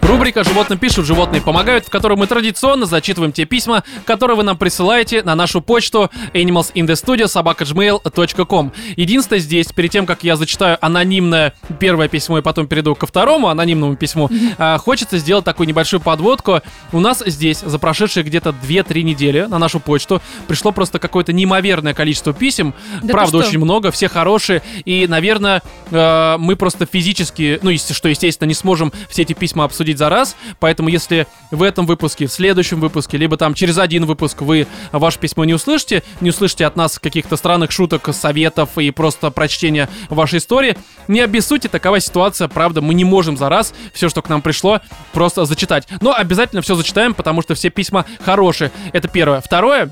Speaker 1: Рубрика «Животным пишут, животные помогают», в которой мы традиционно зачитываем те письма, которые вы нам присылаете на нашу почту animalsinthestudio.gmail.com Единственное здесь, перед тем, как я зачитаю анонимное первое письмо и потом перейду ко второму анонимному письму, а, хочется сделать такую небольшую подводку. У нас здесь за прошедшие где-то 2-3 недели на нашу почту пришло просто какое-то неимоверное количество писем.
Speaker 3: Да ты
Speaker 1: Правда,
Speaker 3: что?
Speaker 1: очень очень много, все хорошие. И, наверное, э, мы просто физически, ну, ес- что, естественно, не сможем все эти письма обсудить за раз. Поэтому, если в этом выпуске, в следующем выпуске, либо там через один выпуск вы ваше письмо не услышите, не услышите от нас каких-то странных шуток, советов и просто прочтения вашей истории, не обессудьте, такова ситуация. Правда, мы не можем за раз все, что к нам пришло, просто зачитать. Но обязательно все зачитаем, потому что все письма хорошие. Это первое. Второе,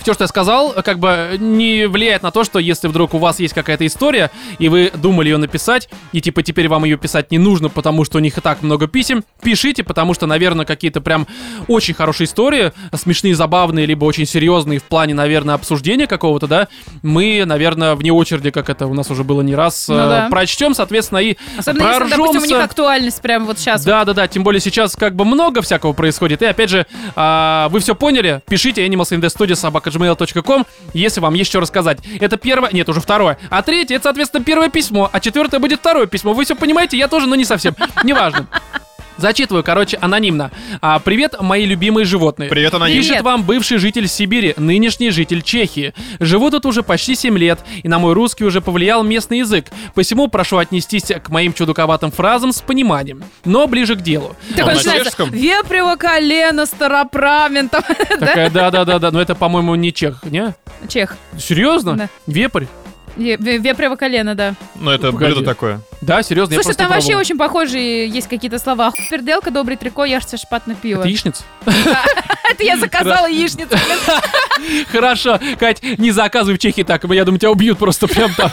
Speaker 1: все, что я сказал, как бы не влияет на то, что если вдруг у вас есть какая-то история, и вы думали ее написать, и типа теперь вам ее писать не нужно, потому что у них и так много писем, пишите, потому что, наверное, какие-то прям очень хорошие истории, смешные, забавные, либо очень серьезные в плане, наверное, обсуждения какого-то, да, мы, наверное, вне очереди, как это у нас уже было не раз,
Speaker 3: Ну
Speaker 1: э,
Speaker 3: да.
Speaker 1: прочтем, соответственно, и
Speaker 3: Особенно если, допустим, у них
Speaker 1: проржемся.
Speaker 3: актуальность прямо вот сейчас.
Speaker 1: Да, да, да. Тем более сейчас как бы много всякого происходит. И опять же, а, вы все поняли? Пишите animalsindestudiosobakagmail.com, если вам есть что рассказать. Это первое, нет, уже второе. А третье, это, соответственно, первое письмо. А четвертое будет второе письмо. Вы все понимаете? Я тоже, но не совсем. Неважно. Зачитываю, короче, анонимно. А, привет, мои любимые животные.
Speaker 2: Привет, аноним.
Speaker 1: Пишет
Speaker 3: Привет.
Speaker 1: вам бывший житель Сибири, нынешний житель Чехии. Живу тут уже почти 7 лет, и на мой русский уже повлиял местный язык, посему прошу отнестись к моим чудаковатым фразам с пониманием, но ближе к делу.
Speaker 3: Так
Speaker 2: А
Speaker 3: он
Speaker 2: на
Speaker 3: начинается,
Speaker 2: чешском?
Speaker 3: вепрево колено, староправен, там, да?
Speaker 1: Такая, да-да-да-да, но это, по-моему, не чех, не?
Speaker 3: Чех.
Speaker 1: Серьезно?
Speaker 3: Да.
Speaker 1: Вепрь?
Speaker 3: Ве- ве- Вепрево колено, да.
Speaker 2: Ну, это
Speaker 1: Погоди.
Speaker 2: блюдо такое.
Speaker 1: Да, серьезно, я
Speaker 3: Слушай,
Speaker 1: просто
Speaker 3: там
Speaker 1: не
Speaker 3: вообще
Speaker 1: пробовал.
Speaker 3: очень похожие есть какие-то слова. Хуй перделка, добрый трико, ешься шпат на пиво.
Speaker 1: Это яичница?
Speaker 3: Это я заказала яичницу.
Speaker 1: Хорошо, Кать, не заказывай в Чехии так, я думаю, тебя убьют просто прям там.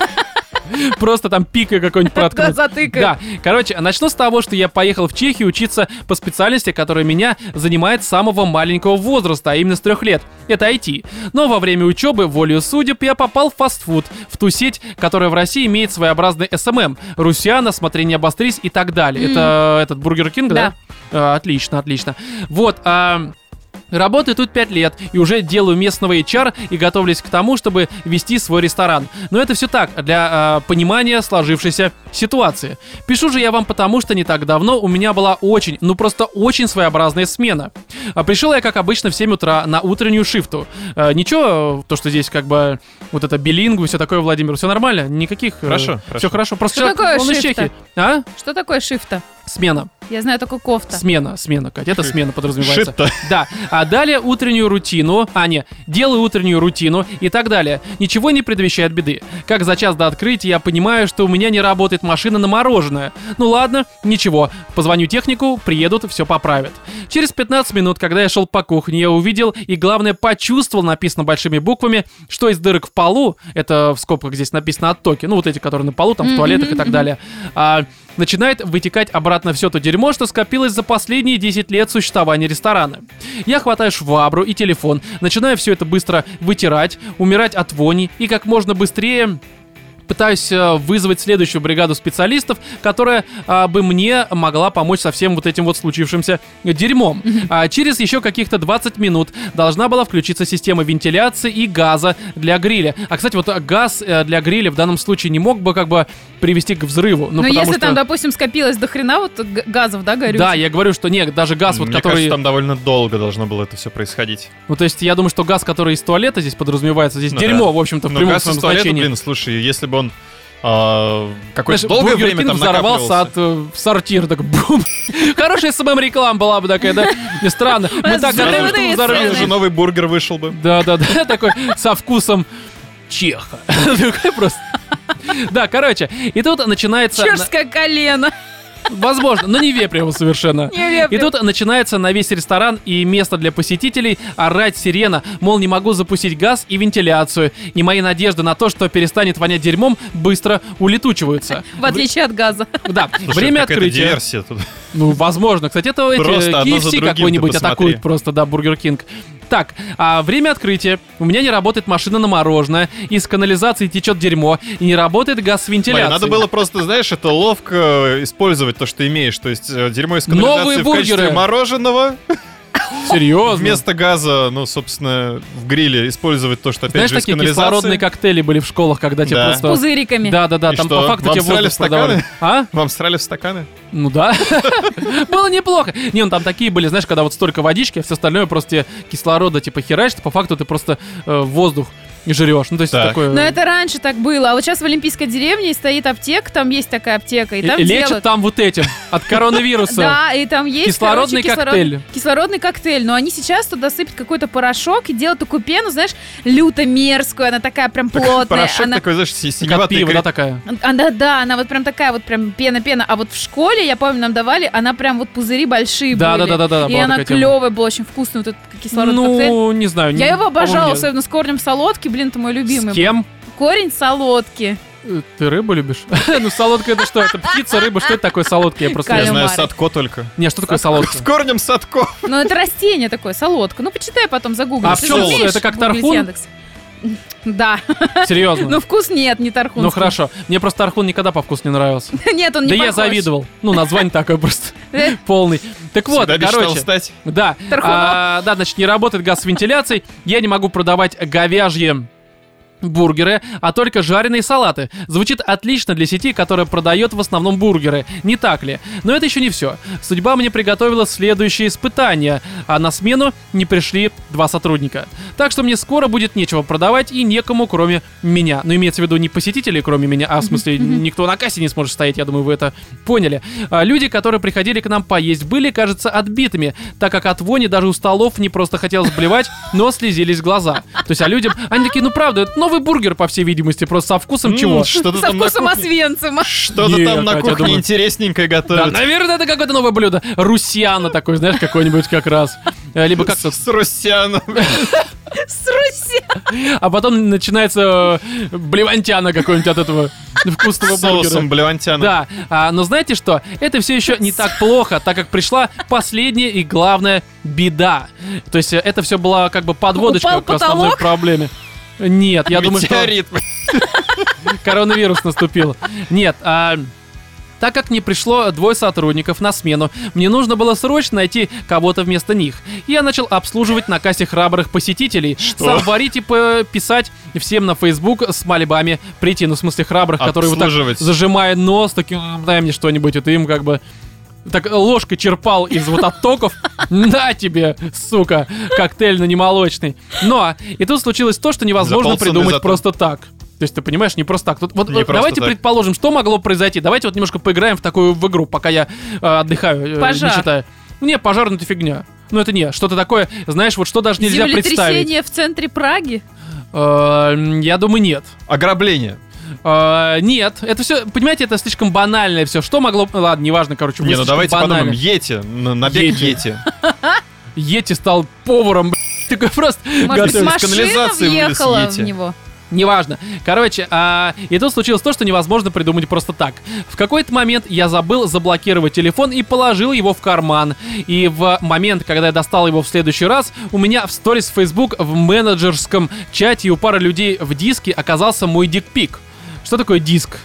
Speaker 1: Просто там пика какой-нибудь
Speaker 3: Да,
Speaker 1: проткнут.
Speaker 3: затыкаю.
Speaker 1: Да, короче, начну с того, что я поехал в Чехию учиться по специальности, которая меня занимает с самого маленького возраста, а именно с трех лет. Это IT. Но во время учебы, волею судеб, я попал в фастфуд, в ту сеть, которая в России имеет своеобразный СММ. Русиана, смотри, не обострись и так далее. Это э, этот Бургер Кинг, да? А, Отлично, отлично. Вот, а, Работаю тут 5 лет и уже делаю местного HR и готовлюсь к тому, чтобы вести свой ресторан. Но это все так, для э, понимания сложившейся ситуации. Пишу же я вам потому, что не так давно у меня была очень, ну просто очень своеобразная смена. А Пришел я, как обычно, в 7 утра на утреннюю шифту. Э, ничего, э, то, что здесь как бы вот это билингу и все такое, Владимир, все нормально? Никаких...
Speaker 2: Хорошо,
Speaker 1: Все
Speaker 2: хорошо.
Speaker 1: хорошо. Просто
Speaker 3: Что
Speaker 1: человек,
Speaker 3: такое
Speaker 1: он из
Speaker 3: шифта?
Speaker 1: Чехии. А?
Speaker 3: Что такое шифта?
Speaker 1: Смена.
Speaker 3: Я знаю только кофта.
Speaker 1: Смена, смена, Катя, это смена подразумевается.
Speaker 2: Шит-то.
Speaker 1: Да, а далее утреннюю рутину, а не, делаю утреннюю рутину и так далее. Ничего не предвещает беды. Как за час до открытия я понимаю, что у меня не работает машина на мороженое. Ну ладно, ничего, позвоню технику, приедут, все поправят. Через 15 минут, когда я шел по кухне, я увидел и, главное, почувствовал, написано большими буквами, что из дырок в полу, это в скобках здесь написано оттоки, ну вот эти, которые на полу, там в туалетах и так далее, а, начинает вытекать обратно все то дерьмо, что скопилось за последние 10 лет существования ресторана. Я хватаю швабру и телефон, начинаю все это быстро вытирать, умирать от вони и как можно быстрее пытаюсь э, вызвать следующую бригаду специалистов, которая а, бы мне могла помочь со всем вот этим вот случившимся дерьмом. А через еще каких-то 20 минут должна была включиться система вентиляции и газа для гриля. А, кстати, вот э, газ э, для гриля в данном случае не мог бы как бы привести к взрыву. Ну,
Speaker 3: Но
Speaker 1: потому
Speaker 3: если
Speaker 1: что...
Speaker 3: там, допустим, скопилось до хрена вот г- газов, да, горю?
Speaker 1: Да, я говорю, что нет, даже газ, вот
Speaker 2: Мне
Speaker 1: который...
Speaker 2: кажется, там довольно долго должно было это все происходить.
Speaker 1: Ну, то есть, я думаю, что газ, который из туалета здесь подразумевается, здесь
Speaker 2: Ну
Speaker 1: дерьмо,
Speaker 2: да.
Speaker 1: в общем-то, в
Speaker 2: Но
Speaker 1: прямом
Speaker 2: газ из
Speaker 1: своем
Speaker 2: туалета,
Speaker 1: значении.
Speaker 2: блин, слушай, если бы он а, какое-то
Speaker 1: Знаешь,
Speaker 2: долгое
Speaker 1: Бургер
Speaker 2: время
Speaker 1: Кинг
Speaker 2: там
Speaker 1: взорвался от
Speaker 2: накапливался.
Speaker 1: э, сортира, так бум. Хорошая СММ реклама была бы такая, да? Не странно. Мы так готовы, что
Speaker 3: Взрывные
Speaker 2: Сразу же
Speaker 1: взорвем.
Speaker 2: новый бургер вышел бы.
Speaker 1: Да, да, да, такой со вкусом чеха. Такой просто. Да, короче, и тут начинается...
Speaker 3: Чешское колено.
Speaker 1: Возможно, но не вепрево совершенно.
Speaker 3: Не вепрь.
Speaker 1: И тут начинается на весь ресторан и место для посетителей орать сирена, мол, не могу запустить газ и вентиляцию, и мои надежды на то, что перестанет вонять дерьмом, быстро улетучиваются.
Speaker 3: В отличие от газа.
Speaker 1: Да,
Speaker 2: Слушай,
Speaker 1: время
Speaker 2: какая-то
Speaker 1: открытия.
Speaker 2: диверсия тут.
Speaker 1: Ну, возможно. Кстати, это эти
Speaker 2: Просто одно за
Speaker 1: KFC
Speaker 2: другим,
Speaker 1: какой-нибудь
Speaker 2: ты посмотри.
Speaker 1: атакуют просто, да, Бургер Кинг. Так, а время открытия. У меня не работает машина на мороженое, из канализации течет дерьмо, и не работает газ с вентиляцией.
Speaker 2: Блин, надо было просто, знаешь, это ловко э, использовать то, что имеешь. То есть э, дерьмо из канализации
Speaker 1: Новые
Speaker 2: в качестве
Speaker 1: бургеры.
Speaker 2: мороженого,
Speaker 1: Серьезно.
Speaker 2: вместо газа, ну, собственно, в гриле использовать то, что опять
Speaker 1: Знаешь,
Speaker 2: же из
Speaker 1: такие
Speaker 2: канализации.
Speaker 1: кислородные коктейли были в школах, когда тебе
Speaker 2: Да.
Speaker 1: просто...
Speaker 3: Пузыриками.
Speaker 1: Да, да, да,
Speaker 2: И
Speaker 1: там
Speaker 2: что,
Speaker 1: по факту
Speaker 2: вам
Speaker 1: тебе
Speaker 2: срали
Speaker 1: воздух
Speaker 2: в стаканы?
Speaker 1: продавали. А?
Speaker 2: Вам срали в стаканы?
Speaker 1: Ну да. Было неплохо. Не, ну там такие были, знаешь, когда вот столько водички, а все остальное просто тебе кислорода типа херачит, по факту ты просто э, воздух и жрешь. Ну то есть
Speaker 2: Так.
Speaker 1: такое...
Speaker 3: Но это раньше так было. А вот сейчас в Олимпийской деревне стоит аптека, там есть такая аптека, и
Speaker 1: И-
Speaker 3: там
Speaker 1: и э, лечат
Speaker 3: делают...
Speaker 1: там вот этим, от коронавируса.
Speaker 3: Да, и там есть
Speaker 1: Кислородный
Speaker 3: короче, кислород-
Speaker 1: коктейль.
Speaker 3: Кислородный коктейль. Но они сейчас туда сыпят какой-то порошок и делают такую пену, знаешь, люто мерзкую. Она такая прям плотная.
Speaker 2: Порошок
Speaker 3: э, она...
Speaker 2: такой, знаешь,
Speaker 1: Как от
Speaker 2: синеватый.
Speaker 1: пива, да,
Speaker 2: крем.
Speaker 1: такая?
Speaker 3: Она, да, она вот прям такая вот прям пена-пена. А вот в школе, я помню, нам давали, она прям вот пузыри большие
Speaker 1: Да,
Speaker 3: были.
Speaker 1: да, да, да, да,
Speaker 3: И
Speaker 1: была
Speaker 3: она
Speaker 1: такая тема.
Speaker 3: клевая была, очень вкусная вот этот кислородный коктейль.
Speaker 1: Ну, не знаю. не-
Speaker 3: Я его обожала,
Speaker 1: по-моему, не-
Speaker 3: особенно с корнем солодки. Блин, это мой любимый.
Speaker 1: С кем?
Speaker 3: Корень солодки.
Speaker 1: Э, Ты рыбу любишь? Ну, солодка это что? Это птица, рыба, что это такое солодка? Я просто...
Speaker 2: Я
Speaker 1: не
Speaker 3: Кальмар.
Speaker 1: знаю.
Speaker 2: знаю,
Speaker 3: Кальмары.
Speaker 2: садко только.
Speaker 1: Не, что такое солодка?
Speaker 2: С корнем садко.
Speaker 3: Ну, это растение такое, солодка. Ну, почитай потом, загугли.
Speaker 1: А
Speaker 3: Ты
Speaker 1: пчёлы,
Speaker 3: же умеешь
Speaker 1: это как
Speaker 3: гуглить
Speaker 1: тархун?
Speaker 3: Яндекс. Да.
Speaker 1: Серьезно?
Speaker 3: Ну, вкус нет, не тархун.
Speaker 1: Ну хорошо, мне просто Тархун никогда по вкусу не нравился.
Speaker 3: Нет, он не
Speaker 1: да я
Speaker 3: похож.
Speaker 1: завидовал. Ну, название такое просто
Speaker 3: Э,
Speaker 1: полный. Так вот,
Speaker 2: Всегда мечтал
Speaker 1: короче,
Speaker 2: стать.
Speaker 1: да,
Speaker 3: Тархуном.
Speaker 1: а, да, значит, не работает газ с вентиляцией, я не могу продавать говяжье бургеры, а только жареные салаты. Звучит отлично для сети, которая продает в основном бургеры, не так ли? Но это еще не все. Судьба мне приготовила следующее испытание, а на смену не пришли два сотрудника. Так что мне скоро будет нечего продавать и некому, кроме меня. Но А, ну, имеется в виду не посетителей, кроме меня, а в смысле никто на кассе не сможет стоять, я думаю, вы это поняли. А, Люди, которые приходили к нам поесть, были, кажется, отбитыми, так как от вони даже у столов не просто хотелось блевать, но слезились глаза. То есть, а людям, они такие, ну правда, это новый бургер, по всей видимости, просто со вкусом
Speaker 2: М,
Speaker 1: чего?
Speaker 2: Что-то
Speaker 3: Со
Speaker 2: там на
Speaker 3: вкусом А
Speaker 2: кухне.
Speaker 3: Освенцима.
Speaker 2: Что-то
Speaker 1: Нет,
Speaker 2: там
Speaker 1: Катя,
Speaker 2: на
Speaker 1: я
Speaker 2: кухне
Speaker 1: думаю-
Speaker 2: интересненькое
Speaker 1: Да,
Speaker 2: готовят.
Speaker 1: наверное, это какое-то новое блюдо. Русиана такой, знаешь, какой-нибудь как раз. Э, Либо как-то...
Speaker 2: С Русяном.
Speaker 3: С Руси.
Speaker 1: А потом начинается э, блевантяна какой-нибудь от этого вкусного бургера.
Speaker 2: Соусом блевантяном.
Speaker 1: Да, а, но знаете что? Это все еще не так плохо, так как пришла последняя и главная беда. То есть э, это все была как бы подводочка
Speaker 3: Упал
Speaker 1: к основной
Speaker 3: потолок?
Speaker 1: проблеме. Нет, я думаю, что
Speaker 2: Метеорит.
Speaker 1: коронавирус наступил. Нет, а... Так как не пришло двое сотрудников на смену, мне нужно было срочно найти кого-то вместо них. Я начал обслуживать на кассе храбрых посетителей. Сам варить и п- писать всем на Facebook с мольбами прийти. Ну, в смысле, храбрых, которые вот так
Speaker 2: Обслуживать.
Speaker 1: зажимая нос, таким, «М, дай мне что-нибудь, и ты им как бы так ложкой черпал из вот оттоков. На тебе, сука, коктейль на немолочный. Но и тут случилось то, что невозможно
Speaker 2: Заполненный
Speaker 1: придумать
Speaker 2: затылок.
Speaker 1: просто так. То есть ты понимаешь, не просто так. Тут, вот,
Speaker 2: Не
Speaker 1: вот
Speaker 2: просто
Speaker 1: давайте
Speaker 2: так.
Speaker 1: предположим, что могло произойти. Давайте вот немножко поиграем в такую в игру, пока я э, отдыхаю, э,
Speaker 3: Пожар.
Speaker 1: не считаю. Не, пожар, ну это фигня. Ну это не, что-то такое, знаешь, вот что даже нельзя представить.
Speaker 3: Землетрясение в центре Праги.
Speaker 1: Э, м, я думаю, нет.
Speaker 2: Ограбление.
Speaker 1: Э, нет, это все, понимаете, это слишком банальное все. Что могло... Ладно, неважно, короче.
Speaker 2: Не,
Speaker 1: будет
Speaker 2: ну
Speaker 1: слишком
Speaker 2: давайте
Speaker 1: банально.
Speaker 2: подумаем. Йети. Н- Набег
Speaker 1: Йети.
Speaker 2: Йети.
Speaker 1: Йети стал поваром, б***ь. Такой просто
Speaker 3: Может быть,
Speaker 1: готовит.
Speaker 2: Готовились.
Speaker 3: машина
Speaker 2: Канализации вылез
Speaker 3: въехала в
Speaker 2: Йети.
Speaker 3: него.
Speaker 1: Неважно. Короче, а, и тут случилось то, что невозможно придумать просто так. В какой-то момент я забыл заблокировать телефон и положил его в карман. И в момент, когда я достал его в следующий раз, у меня в сторис Facebook в менеджерском чате и у пары людей в диске оказался мой дикпик. Что такое диск?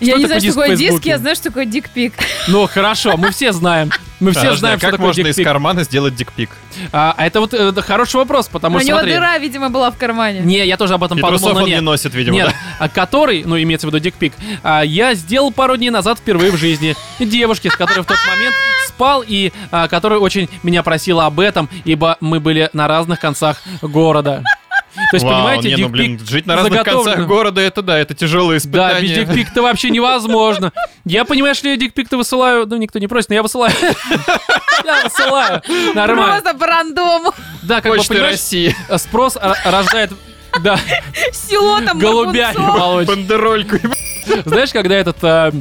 Speaker 3: я не
Speaker 1: такое
Speaker 3: знаю, что
Speaker 1: диск в
Speaker 3: такое диск,
Speaker 1: Фейсбуке?
Speaker 3: я знаю, что такое дикпик.
Speaker 1: Ну, хорошо, мы все знаем. Мы Ну, все
Speaker 2: Подожди, а
Speaker 1: знаем, что
Speaker 2: как
Speaker 1: такое
Speaker 2: можно из
Speaker 1: дикпик.
Speaker 2: кармана сделать дикпик?
Speaker 1: А а это вот э, хороший вопрос, потому
Speaker 3: У
Speaker 1: что,
Speaker 3: него
Speaker 1: смотри...
Speaker 3: дыра, видимо, была в кармане.
Speaker 1: Не, я тоже об этом
Speaker 2: И
Speaker 1: подумал,
Speaker 2: трусов
Speaker 1: но
Speaker 2: он не
Speaker 1: ну, нет.
Speaker 2: носит, видимо,
Speaker 1: Нет,
Speaker 2: да?
Speaker 1: а который, ну имеется в виду дикпик, а, я сделал пару дней назад впервые в жизни девушке, с которой в тот момент спал и а, которая очень меня просила об этом, ибо мы были на разных концах города. То есть,
Speaker 2: Вау,
Speaker 1: понимаете,
Speaker 2: не, ну,
Speaker 1: дикпик
Speaker 2: блин, жить на разных
Speaker 1: заготовлен.
Speaker 2: концах города, это да, это тяжелое
Speaker 1: Да, без
Speaker 2: испытание.
Speaker 1: дикпик-то вообще невозможно. Я, понимаешь ли, дикпик-то высылаю, ну, никто не просит, но я высылаю. Я высылаю. Нормально.
Speaker 3: Просто по рандому.
Speaker 1: Да, как бы,
Speaker 2: Почты
Speaker 1: понимаешь,
Speaker 2: России.
Speaker 1: спрос ро- рождает... Да,
Speaker 3: Село там
Speaker 1: голубями,
Speaker 3: Голубя.
Speaker 1: Володь.
Speaker 2: Бандерольку.
Speaker 1: Знаешь, когда этот э,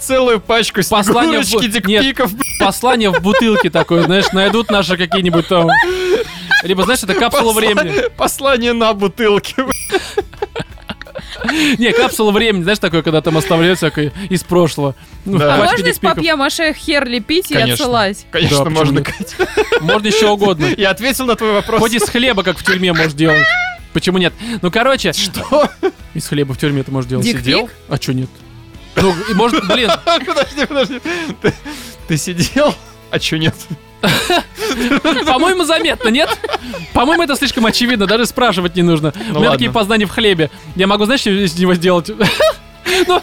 Speaker 2: Целую пачку
Speaker 1: Послание в-
Speaker 2: снегурочки,
Speaker 1: Нет.
Speaker 2: дикпиков.
Speaker 1: послание в бутылке такое, знаешь, найдут наши какие-нибудь там... Либо, знаешь, это капсула
Speaker 2: Посла-
Speaker 1: времени.
Speaker 2: Послание на бутылке.
Speaker 1: Не, капсула времени, знаешь, такое, когда там оставляют всякое из прошлого. Ну,
Speaker 2: Да.
Speaker 1: пачки
Speaker 3: Можно из
Speaker 1: дикпиков.
Speaker 3: папье-маше хер лепить и
Speaker 2: Конечно.
Speaker 3: отсылать?
Speaker 1: Да,
Speaker 2: Конечно,
Speaker 1: почему
Speaker 2: можно.
Speaker 1: нет? Можно еще угодно.
Speaker 2: Я ответил на твой вопрос.
Speaker 1: Хоть из хлеба, как в тюрьме, можешь делать. Почему нет? Ну, короче... Что? Из хлеба в тюрьме ты можешь делать.
Speaker 3: Дикпик?
Speaker 1: Сидел? А что нет? Ну, и может, блин,
Speaker 2: Подожди, подожди. Ты- Ты сидел? А чё нет?
Speaker 1: по-моему, заметно, нет? По-моему, это слишком очевидно, даже спрашивать не нужно. У меня
Speaker 2: Ну ладно.
Speaker 1: такие познания в хлебе. Я могу, знаешь, что из него сделать? Ну,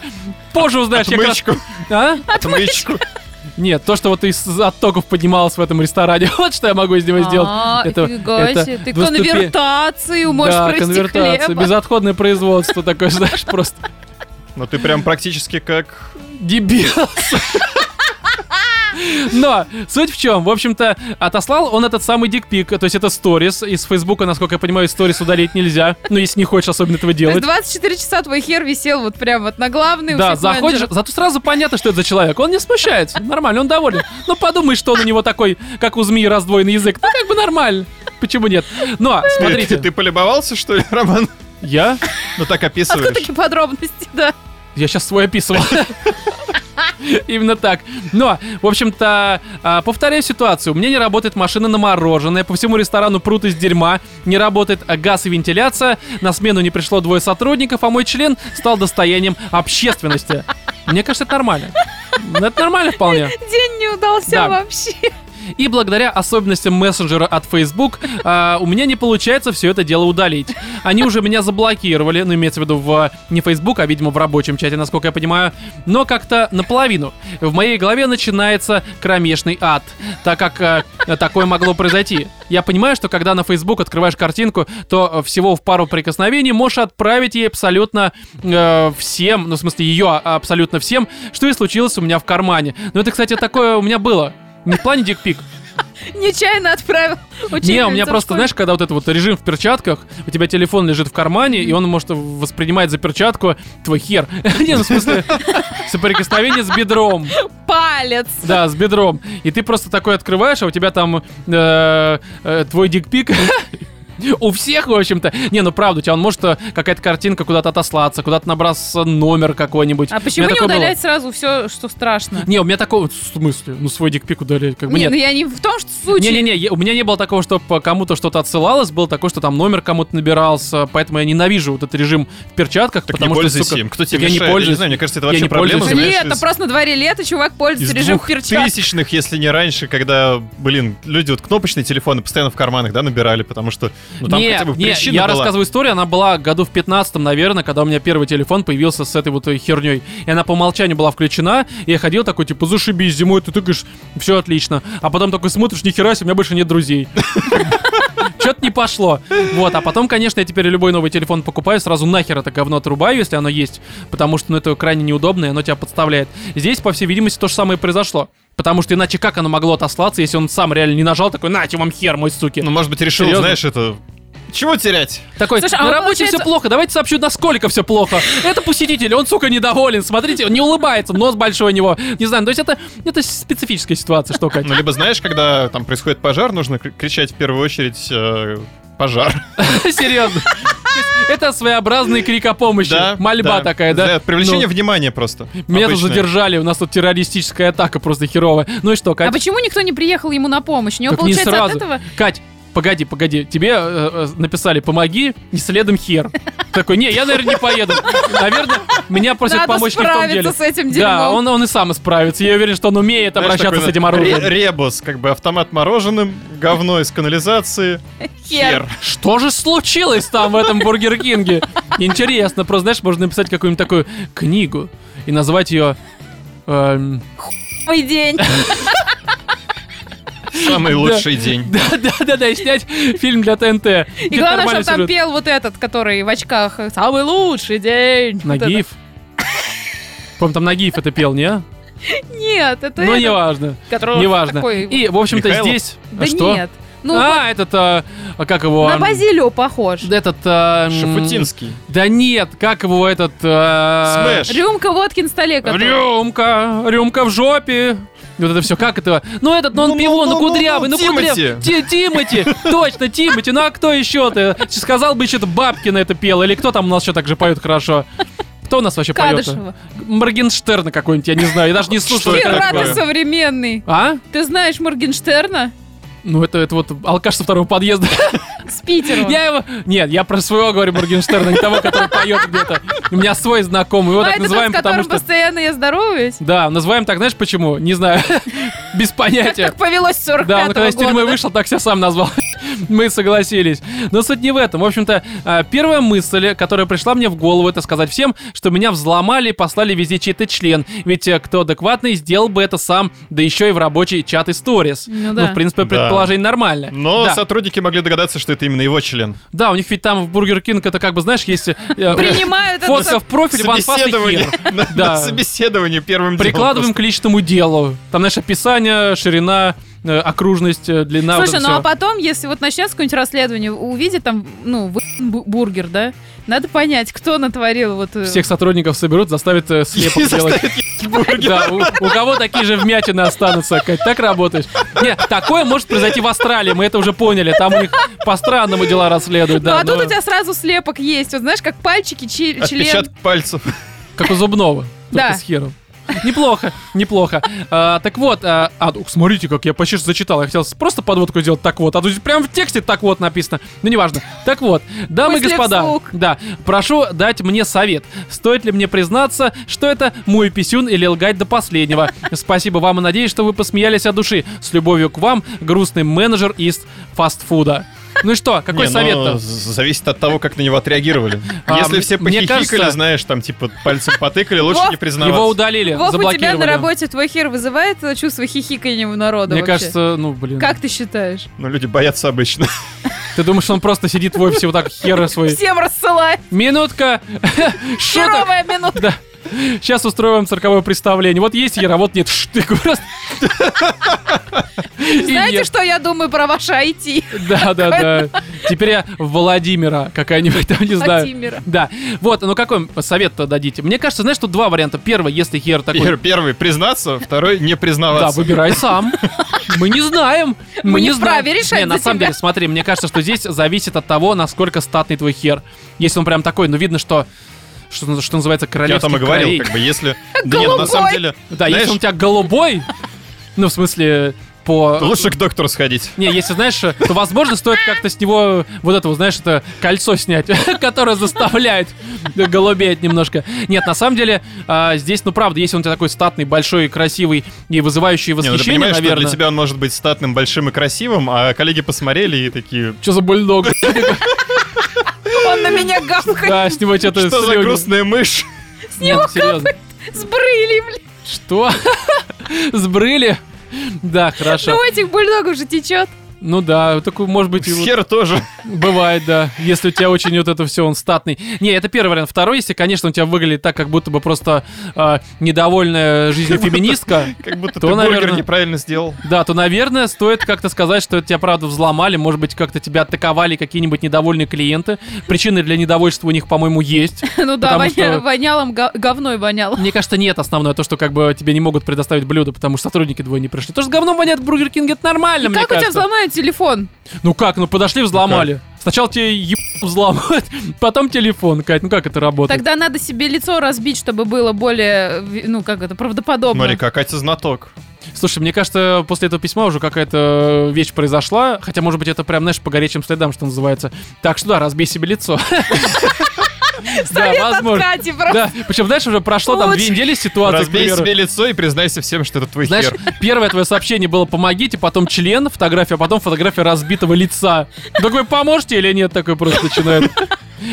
Speaker 1: позже узнаешь. я как раз-
Speaker 2: Отмычку.
Speaker 1: А?
Speaker 2: Отмычку.
Speaker 1: Нет, то, что вот из оттоков поднималось в этом ресторане, вот что я могу из него сделать.
Speaker 3: А,
Speaker 1: Это-
Speaker 3: нифига
Speaker 1: это
Speaker 3: себе, Ты
Speaker 1: двуступе-
Speaker 3: конвертацию можешь
Speaker 1: да,
Speaker 3: провести
Speaker 1: конвертация,
Speaker 3: хлеба.
Speaker 1: безотходное производство такое, знаешь, просто
Speaker 2: Ну ты прям практически как...
Speaker 1: дебил. Но суть в чем, в общем-то, отослал он этот самый дикпик, то есть это сторис, из Фейсбука, насколько я понимаю, сторис удалить нельзя, ну, если не хочешь особенно этого
Speaker 3: То есть
Speaker 1: делать.
Speaker 3: 24 часа твой хер висел вот прям вот на главной у
Speaker 1: Да,
Speaker 3: всех
Speaker 1: заходишь,
Speaker 3: менеджеров.
Speaker 1: зато сразу понятно, что это за человек. Он не смущается, нормально, он доволен. Ну, подумай, что он у него такой, как у змеи раздвоенный язык. Ну, как бы нормально. Почему нет? Но,
Speaker 2: Ты-
Speaker 1: смотрите, А
Speaker 2: Ты, ты полюбовался, что ли, Роман?
Speaker 1: я
Speaker 2: Ну так
Speaker 3: Откуда
Speaker 2: описываешь.
Speaker 3: такие подробности, да?
Speaker 1: Я сейчас свой описывал. Именно так. Но, в общем-то, а, повторяю ситуацию. У меня не работает машина на мороженое, по всему ресторану прут из дерьма, не работает а, газ и вентиляция, на смену не пришло двое сотрудников, а мой член стал достоянием общественности. Мне кажется, это нормально. Ну, Это нормально вполне.
Speaker 3: День не удался
Speaker 1: Да.
Speaker 3: вообще.
Speaker 1: И благодаря особенностям мессенджера от Facebook а, у меня не получается все это дело удалить. Они уже меня заблокировали, ну имеется в виду в не Facebook, а видимо в рабочем чате, насколько я понимаю, но как-то наполовину. В моей голове начинается кромешный ад, так как а, такое могло произойти. Я понимаю, что когда на Facebook открываешь картинку, то э, всего в пару прикосновений можешь отправить ей абсолютно э, всем, ну в смысле ее а, абсолютно всем, что и случилось у меня в кармане. Но это, кстати, такое у меня было. Не в плане дикпик,
Speaker 3: Нечаянно отправил
Speaker 1: не, у
Speaker 3: учительницу
Speaker 1: меня
Speaker 3: в
Speaker 1: просто,
Speaker 3: школе.
Speaker 1: знаешь, когда вот этот вот режим в перчатках, у тебя телефон лежит в кармане, и он может воспринимать за перчатку твой хер. Не, ну в смысле, соприкосновение с бедром.
Speaker 3: Палец.
Speaker 1: Да, с бедром. И ты просто такой открываешь, а у тебя там э, э, твой дикпик. У всех, в общем-то. Не, ну правда, у тебя он может э, какая-то картинка куда-то отослаться, куда-то набраться номер какой-нибудь.
Speaker 3: А
Speaker 1: У меня
Speaker 3: почему не
Speaker 1: такое было.
Speaker 3: удалять сразу все, что страшно?
Speaker 1: Не, у меня такого... В смысле? Ну свой дикпик удалять, как бы
Speaker 3: Не,
Speaker 1: нет.
Speaker 3: ну я не в том, что случай.
Speaker 1: Не-не-не, я- у меня не было такого, что по кому-то что-то отсылалось, было такое, что там номер кому-то набирался, поэтому я ненавижу вот этот режим в перчатках,
Speaker 2: Так не
Speaker 1: потому что,
Speaker 2: пользуйся
Speaker 1: сука,
Speaker 2: им. Кто тебе
Speaker 1: я не
Speaker 2: мешает? Я не
Speaker 1: пользуюсь.
Speaker 2: знаю, мне кажется, это
Speaker 1: Я
Speaker 2: вообще
Speaker 1: не
Speaker 2: проблема.
Speaker 1: пользуюсь.
Speaker 2: знаешь,
Speaker 3: Лето,
Speaker 2: из-
Speaker 3: просто на дворе лето, чувак
Speaker 2: Из
Speaker 3: пользуется режим
Speaker 2: двух
Speaker 3: перчаток. А
Speaker 2: тысячных, если не раньше, когда, блин, люди вот кнопочные телефоны постоянно в карманах, да, набирали, потому что, ну, там
Speaker 1: не,
Speaker 2: хотя бы
Speaker 1: не,
Speaker 2: причина
Speaker 1: я
Speaker 2: была.
Speaker 1: рассказываю историю, она была году в 15 наверное, когда у меня первый телефон появился с этой вот э, херней. И она по умолчанию была включена, и я ходил такой, типа, зашибись, зимой ты тыкаешь, все отлично. А потом такой смотришь, нихера себе, у меня больше нет друзей. Что-то не пошло. Вот, а потом, конечно, я теперь любой новый телефон покупаю, сразу нахер это говно отрубаю, если оно есть, потому что, ну, это крайне неудобно, и оно тебя подставляет. Здесь, по всей видимости, то же самое и произошло. Потому что иначе как оно могло отослаться, если он сам реально не нажал, такой, нате вам хер, мой суки.
Speaker 2: Ну, может быть, решил,
Speaker 1: Серьезно?
Speaker 2: знаешь, это... Чего терять?
Speaker 1: Такой,
Speaker 3: Слушай, а
Speaker 1: на
Speaker 3: вот
Speaker 1: работе
Speaker 3: получается-
Speaker 1: все плохо, давайте сообщу, насколько все плохо. Это посетитель, он, сука, недоволен, смотрите, он не улыбается, нос большой у него. Не знаю, ну, то есть это, это специфическая ситуация, что, Кать.
Speaker 2: Ну, либо, знаешь, когда там происходит пожар, нужно кр- кричать в первую очередь э, пожар.
Speaker 1: Серьезно. То есть Это своеобразный крик о помощи.
Speaker 2: Да,
Speaker 1: Мольба
Speaker 2: да.
Speaker 1: такая, да?
Speaker 2: Да, Привлечение
Speaker 1: Ну,
Speaker 2: внимания просто.
Speaker 1: Меня тут
Speaker 2: Обычное.
Speaker 1: задержали, у нас тут террористическая атака просто херовая. Ну и что,
Speaker 3: А
Speaker 1: Кать?
Speaker 3: почему никто не приехал ему на помощь? У него,
Speaker 1: Так не
Speaker 3: получается, от
Speaker 1: сразу.
Speaker 3: этого...
Speaker 1: Кать, погоди, погоди, тебе э, э, написали «помоги» и следом хер. Такой, не, я, наверное, не поеду. Наверное, меня просят
Speaker 3: Надо
Speaker 1: помочь не в том деле.
Speaker 3: справиться с этим дерьмом.
Speaker 1: Да, он, он и сам справится. Я уверен, что он умеет
Speaker 2: Знаешь,
Speaker 1: обращаться
Speaker 2: такой,
Speaker 1: с этим
Speaker 2: да,
Speaker 1: оружием.
Speaker 2: ре- Ребус, как бы автомат мороженым, говно из канализации, хер.
Speaker 1: Что же случилось там в этом Бургер Кинге? Интересно, просто, знаешь, можно написать какую-нибудь такую книгу и назвать ее... эм,
Speaker 3: Мой день.
Speaker 2: Самый лучший день.
Speaker 1: Да, да, да, да, и снять фильм для ТНТ.
Speaker 3: И главное, чтобы там пел вот этот, который в очках. Самый лучший день. Вот это.
Speaker 1: Нагиев. По-моему, там Нагиев это пел, не?
Speaker 3: Нет, это
Speaker 1: Ну,
Speaker 3: этот,
Speaker 1: неважно.
Speaker 3: который
Speaker 1: Неважно.
Speaker 3: такой вот.
Speaker 1: И, в общем-то,
Speaker 2: Михайлов?
Speaker 1: здесь...
Speaker 3: Да
Speaker 1: что?
Speaker 3: нет. Ну,
Speaker 1: а, этот, а, а как его?
Speaker 3: вот на
Speaker 1: ам,
Speaker 3: Базилио похож.
Speaker 1: Этот... а, м,
Speaker 2: Шафутинский.
Speaker 1: Да нет, как его этот... а,
Speaker 2: Смэш.
Speaker 3: Рюмка водки на столе, который.
Speaker 1: Рюмка, рюмка в жопе. Вот это все, как это? Ну этот, ну он
Speaker 2: Ну,
Speaker 1: пивон,
Speaker 2: ну,
Speaker 1: ну
Speaker 2: ну, ну,
Speaker 1: кудрявый, ну
Speaker 2: ну,
Speaker 1: кудрявый.
Speaker 2: Тимати.
Speaker 1: Ти- Тимати, точно, Тимати. Ну а кто еще-то? Сказал бы, что-то Бабкина это пела, или кто там у нас еще так же поет хорошо? Кто у нас вообще поет?
Speaker 3: Кадышева.
Speaker 1: Моргенштерна какой-нибудь, я не знаю, я даже не слушал.
Speaker 2: Что это
Speaker 3: Пираты
Speaker 2: такое?
Speaker 3: современный.
Speaker 1: А?
Speaker 3: Ты знаешь Моргенштерна
Speaker 1: Ну это, это вот алкаш со второго подъезда.
Speaker 3: с Питером?
Speaker 1: Я его... Нет, я про своего говорю Моргенштерна, не того, который поет где-то. У меня свой знакомый, его
Speaker 3: а
Speaker 1: так
Speaker 3: это
Speaker 1: называем,
Speaker 3: тот, с
Speaker 1: потому
Speaker 3: которым
Speaker 1: что...
Speaker 3: постоянно я здороваюсь?
Speaker 1: Да, называем так, знаешь почему? Не знаю. Без понятия.
Speaker 3: Как повелось с 45
Speaker 1: Да, он когда из тюрьмы
Speaker 3: года.
Speaker 1: вышел, так себя сам назвал. Мы согласились. Но суть не в этом. В общем-то, а, первая мысль, которая пришла мне в голову, это сказать всем, что меня взломали и послали везде чей-то член. Ведь э, кто адекватный, сделал бы это сам, да еще и в рабочий чат и сторис.
Speaker 3: Ну да.
Speaker 1: в принципе,
Speaker 2: Да.
Speaker 1: предположение нормально.
Speaker 2: Но
Speaker 1: да.
Speaker 2: сотрудники могли догадаться, что это именно его член.
Speaker 1: Да, у них ведь там в Бургер Кинг это как бы, знаешь, есть... э, э,
Speaker 3: Принимают это
Speaker 1: Фотка в профиль, ванфас и
Speaker 2: Собеседование.
Speaker 1: хер.
Speaker 2: На-
Speaker 1: Да.
Speaker 2: на Собеседование первым делом.
Speaker 1: Прикладываем
Speaker 2: просто.
Speaker 1: к личному делу. Там, знаешь, описание, ширина, э, окружность, э, длина. вот
Speaker 3: Слушай,
Speaker 1: это
Speaker 3: ну а
Speaker 1: всё.
Speaker 3: потом, если вот начнется какое-нибудь расследование, увидит там, ну, вы- бу- бургер, да? Надо понять, кто натворил вот... э,
Speaker 1: Всех сотрудников соберут, заставят э, слепок
Speaker 2: И
Speaker 1: делать.
Speaker 2: заставят ебать бургер.
Speaker 1: Да, у, у кого такие же вмятины останутся, Кать, так работаешь. Нет, такое может произойти в Австралии, мы это уже поняли. Там у них по-странному дела расследуют,
Speaker 3: Ну
Speaker 1: да.
Speaker 3: а тут
Speaker 1: но
Speaker 3: у тебя сразу слепок есть, вот знаешь, как пальчики, чи- член.
Speaker 2: Отпечаток пальцев.
Speaker 1: Как у зубного. Только
Speaker 3: Да.
Speaker 1: с хером. Неплохо, неплохо. А, так вот, а, а, ух, смотрите, как я почти что зачитал. Я хотел с- просто подводку сделать так вот, а тут прям в тексте так вот написано. Ну, неважно. Так вот, дамы и
Speaker 3: Мысли
Speaker 1: господа,
Speaker 3: вслух.
Speaker 1: да, прошу дать мне совет. Стоит ли мне признаться, что это мой писюн или лгать до последнего? Спасибо вам и надеюсь, что вы посмеялись от души. С любовью к вам, грустный менеджер из фастфуда. Ну и что, какой
Speaker 2: Не, ну,
Speaker 1: совет-то?
Speaker 2: з- Зависит от того, как на него отреагировали.
Speaker 1: А,
Speaker 2: Если
Speaker 1: м-
Speaker 2: все
Speaker 1: мне
Speaker 2: похихикали,
Speaker 1: кажется-
Speaker 2: знаешь, там типа пальцем потыкали, лучше
Speaker 3: Вов,
Speaker 2: не
Speaker 1: Его
Speaker 2: признаваться.
Speaker 1: удалили,
Speaker 3: Вов, у тебя
Speaker 1: заблокировали.
Speaker 3: на работе твой хер вызывает э, чувство хихикания у народа
Speaker 1: Мне
Speaker 3: вообще?
Speaker 1: кажется, ну блин.
Speaker 3: Как ты считаешь?
Speaker 2: Ну, люди боятся обычно.
Speaker 1: Ты думаешь, он просто сидит в офисе вот так херы свои?
Speaker 3: Всем рассылай.
Speaker 1: Минутка! Шуток!
Speaker 3: Херовая минута.
Speaker 1: Да. Сейчас устроим цирковое представление. Вот есть Ера, вот нет. Шш, Ты просто... И
Speaker 3: Знаете,
Speaker 1: нет.
Speaker 3: что я думаю про ваше IT?
Speaker 1: Да, да, да. Теперь я Владимира какая-нибудь, там не знаю.
Speaker 3: Владимира.
Speaker 1: Да. Вот, ну какой совет-то дадите? Мне кажется, знаешь, тут два варианта. Первый, если хер такой...
Speaker 2: Пер- Первый признаться, второй не
Speaker 1: Да,
Speaker 2: признаваться.
Speaker 1: выбирай сам. Мы не знаем.
Speaker 3: Мы не
Speaker 1: знаем.
Speaker 3: вправе решать
Speaker 1: Не, на
Speaker 3: за
Speaker 1: самом
Speaker 3: тебя.
Speaker 1: деле, смотри, мне кажется, что здесь зависит от того, насколько статный твой хер. Если он прям такой, ну видно, что что, что называется
Speaker 2: Я
Speaker 1: королевский
Speaker 2: там и говорил,
Speaker 1: королей.
Speaker 2: как бы, если... Да нет, на самом
Speaker 3: Голубой.
Speaker 2: деле,
Speaker 1: Да,
Speaker 2: знаешь,
Speaker 1: если он у тебя голубой, ну, в смысле, по...
Speaker 2: лучше к доктору сходить. ну,
Speaker 1: Не, если знаешь, то, возможно, стоит как-то с него вот это, вот, знаешь, это кольцо снять, которое заставляет голубеть немножко. Нет, на самом деле, а, здесь, ну, правда, если он у тебя такой статный, большой, красивый и вызывающий
Speaker 2: Не, ну, ты
Speaker 1: восхищение,
Speaker 2: понимаешь, что
Speaker 1: наверное...
Speaker 2: для тебя он может быть статным, большим и красивым, а коллеги посмотрели и такие...
Speaker 1: Что за бульдог?
Speaker 3: Он на меня гавкает
Speaker 1: Да, с него что-то
Speaker 2: Что за
Speaker 1: слюни.
Speaker 2: грустная мышь?
Speaker 1: С него серьезно.
Speaker 3: с брылей, блин.
Speaker 1: ну Что? Сбрыли? Да, хорошо.
Speaker 3: Ну, у этих бульдогов же течет.
Speaker 1: Ну да, такой, может быть, и вот-
Speaker 2: Хер тоже.
Speaker 1: Бывает, да. Если у тебя очень вот это все, он статный. Не, это первый вариант. Второй, если, конечно, у тебя выглядит так, как будто бы просто а, недовольная жизнью феминистка.
Speaker 2: Как будто
Speaker 1: То,
Speaker 2: ты бургер
Speaker 1: наверное.
Speaker 2: неправильно сделал.
Speaker 1: Да, то, наверное, стоит как-то сказать, что это тебя, правда, взломали, может быть, как-то тебя атаковали какие-нибудь недовольные клиенты. Причины для недовольства у них, по-моему, есть.
Speaker 3: Ну да,
Speaker 1: Потому
Speaker 3: воня-
Speaker 1: что-
Speaker 3: вонялом, га- говной воняло.
Speaker 1: Мне кажется, нет основное, то, что как бы тебе не могут предоставить блюдо, потому что сотрудники двое не пришли. То, что с говном вонят в Бургер Кинг, это нормально, мне
Speaker 3: Как у тебя
Speaker 1: кажется.
Speaker 3: взломают телефон?
Speaker 1: Ну как, ну подошли, взломали. Сначала тебе еб взломают, потом телефон, Кать, ну как это работает?
Speaker 3: Тогда надо себе лицо разбить, чтобы было более, ви- ну как это, правдоподобно.
Speaker 2: Смотри, как Катя знаток.
Speaker 1: Слушай, мне кажется, после этого письма уже какая-то вещь произошла. Хотя, может быть, это прям, знаешь, по горячим следам, что называется. Так что да, разбей себе лицо. Да, возможно.
Speaker 3: Кати, просто.
Speaker 1: Да, причем, знаешь, уже прошло там две
Speaker 3: Лучше.
Speaker 1: недели ситуации, к
Speaker 2: Разбей
Speaker 1: примеру.
Speaker 2: себе лицо и признайся всем, что это твой
Speaker 1: Знаешь,
Speaker 2: хер.
Speaker 1: первое твое сообщение было «помогите», потом член, фотография, а потом фотография разбитого лица. Так вы поможете или нет? Такой просто начинает.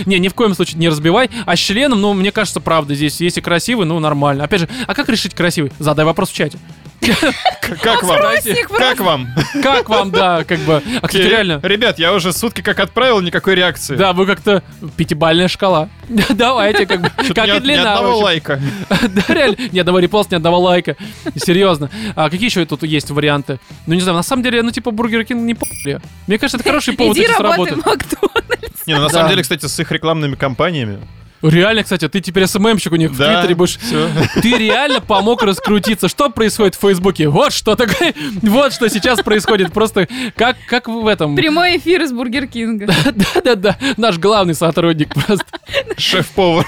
Speaker 1: Не, ни в коем случае не разбивай. А с членом, ну, мне кажется, правда, здесь, если красивый, ну, нормально. Опять же, а как решить красивый? Задай вопрос в чате.
Speaker 2: Как как вам?
Speaker 1: Знаете,
Speaker 2: Как вам?
Speaker 1: Как вам, да, как бы. А, кстати, реально,
Speaker 2: Ребят, я уже сутки как отправил, никакой реакции.
Speaker 1: да, вы как-то пятибальная шкала. Давайте, как бы,
Speaker 2: Чё-то
Speaker 1: как
Speaker 2: ни,
Speaker 1: и
Speaker 2: од- ни
Speaker 1: длина. в
Speaker 2: одного
Speaker 1: общем.
Speaker 2: лайка.
Speaker 1: Да, реально. Ни одного репоста, ни одного лайка. Серьезно. А какие еще тут есть варианты? Ну, не знаю, на самом деле, ну, типа, Бургер Кинг не похуй. Мне кажется, это хороший повод
Speaker 3: Иди
Speaker 1: идти с
Speaker 3: работай,
Speaker 1: работы.
Speaker 3: в Макдональдс.
Speaker 2: Не, ну на
Speaker 1: Да.
Speaker 2: самом деле, кстати, с их рекламными кампаниями.
Speaker 1: Реально, кстати, ты теперь СММщик у них в
Speaker 2: Да,
Speaker 1: Твиттере будешь.
Speaker 2: всё.
Speaker 1: Ты реально помог раскрутиться. Что происходит в Фейсбуке? Вот что такое. Вот что сейчас происходит. Просто как, как в этом.
Speaker 3: Прямой эфир из Бургер Кинга.
Speaker 1: Да-да-да. Наш главный сотрудник просто.
Speaker 2: Шеф-повар.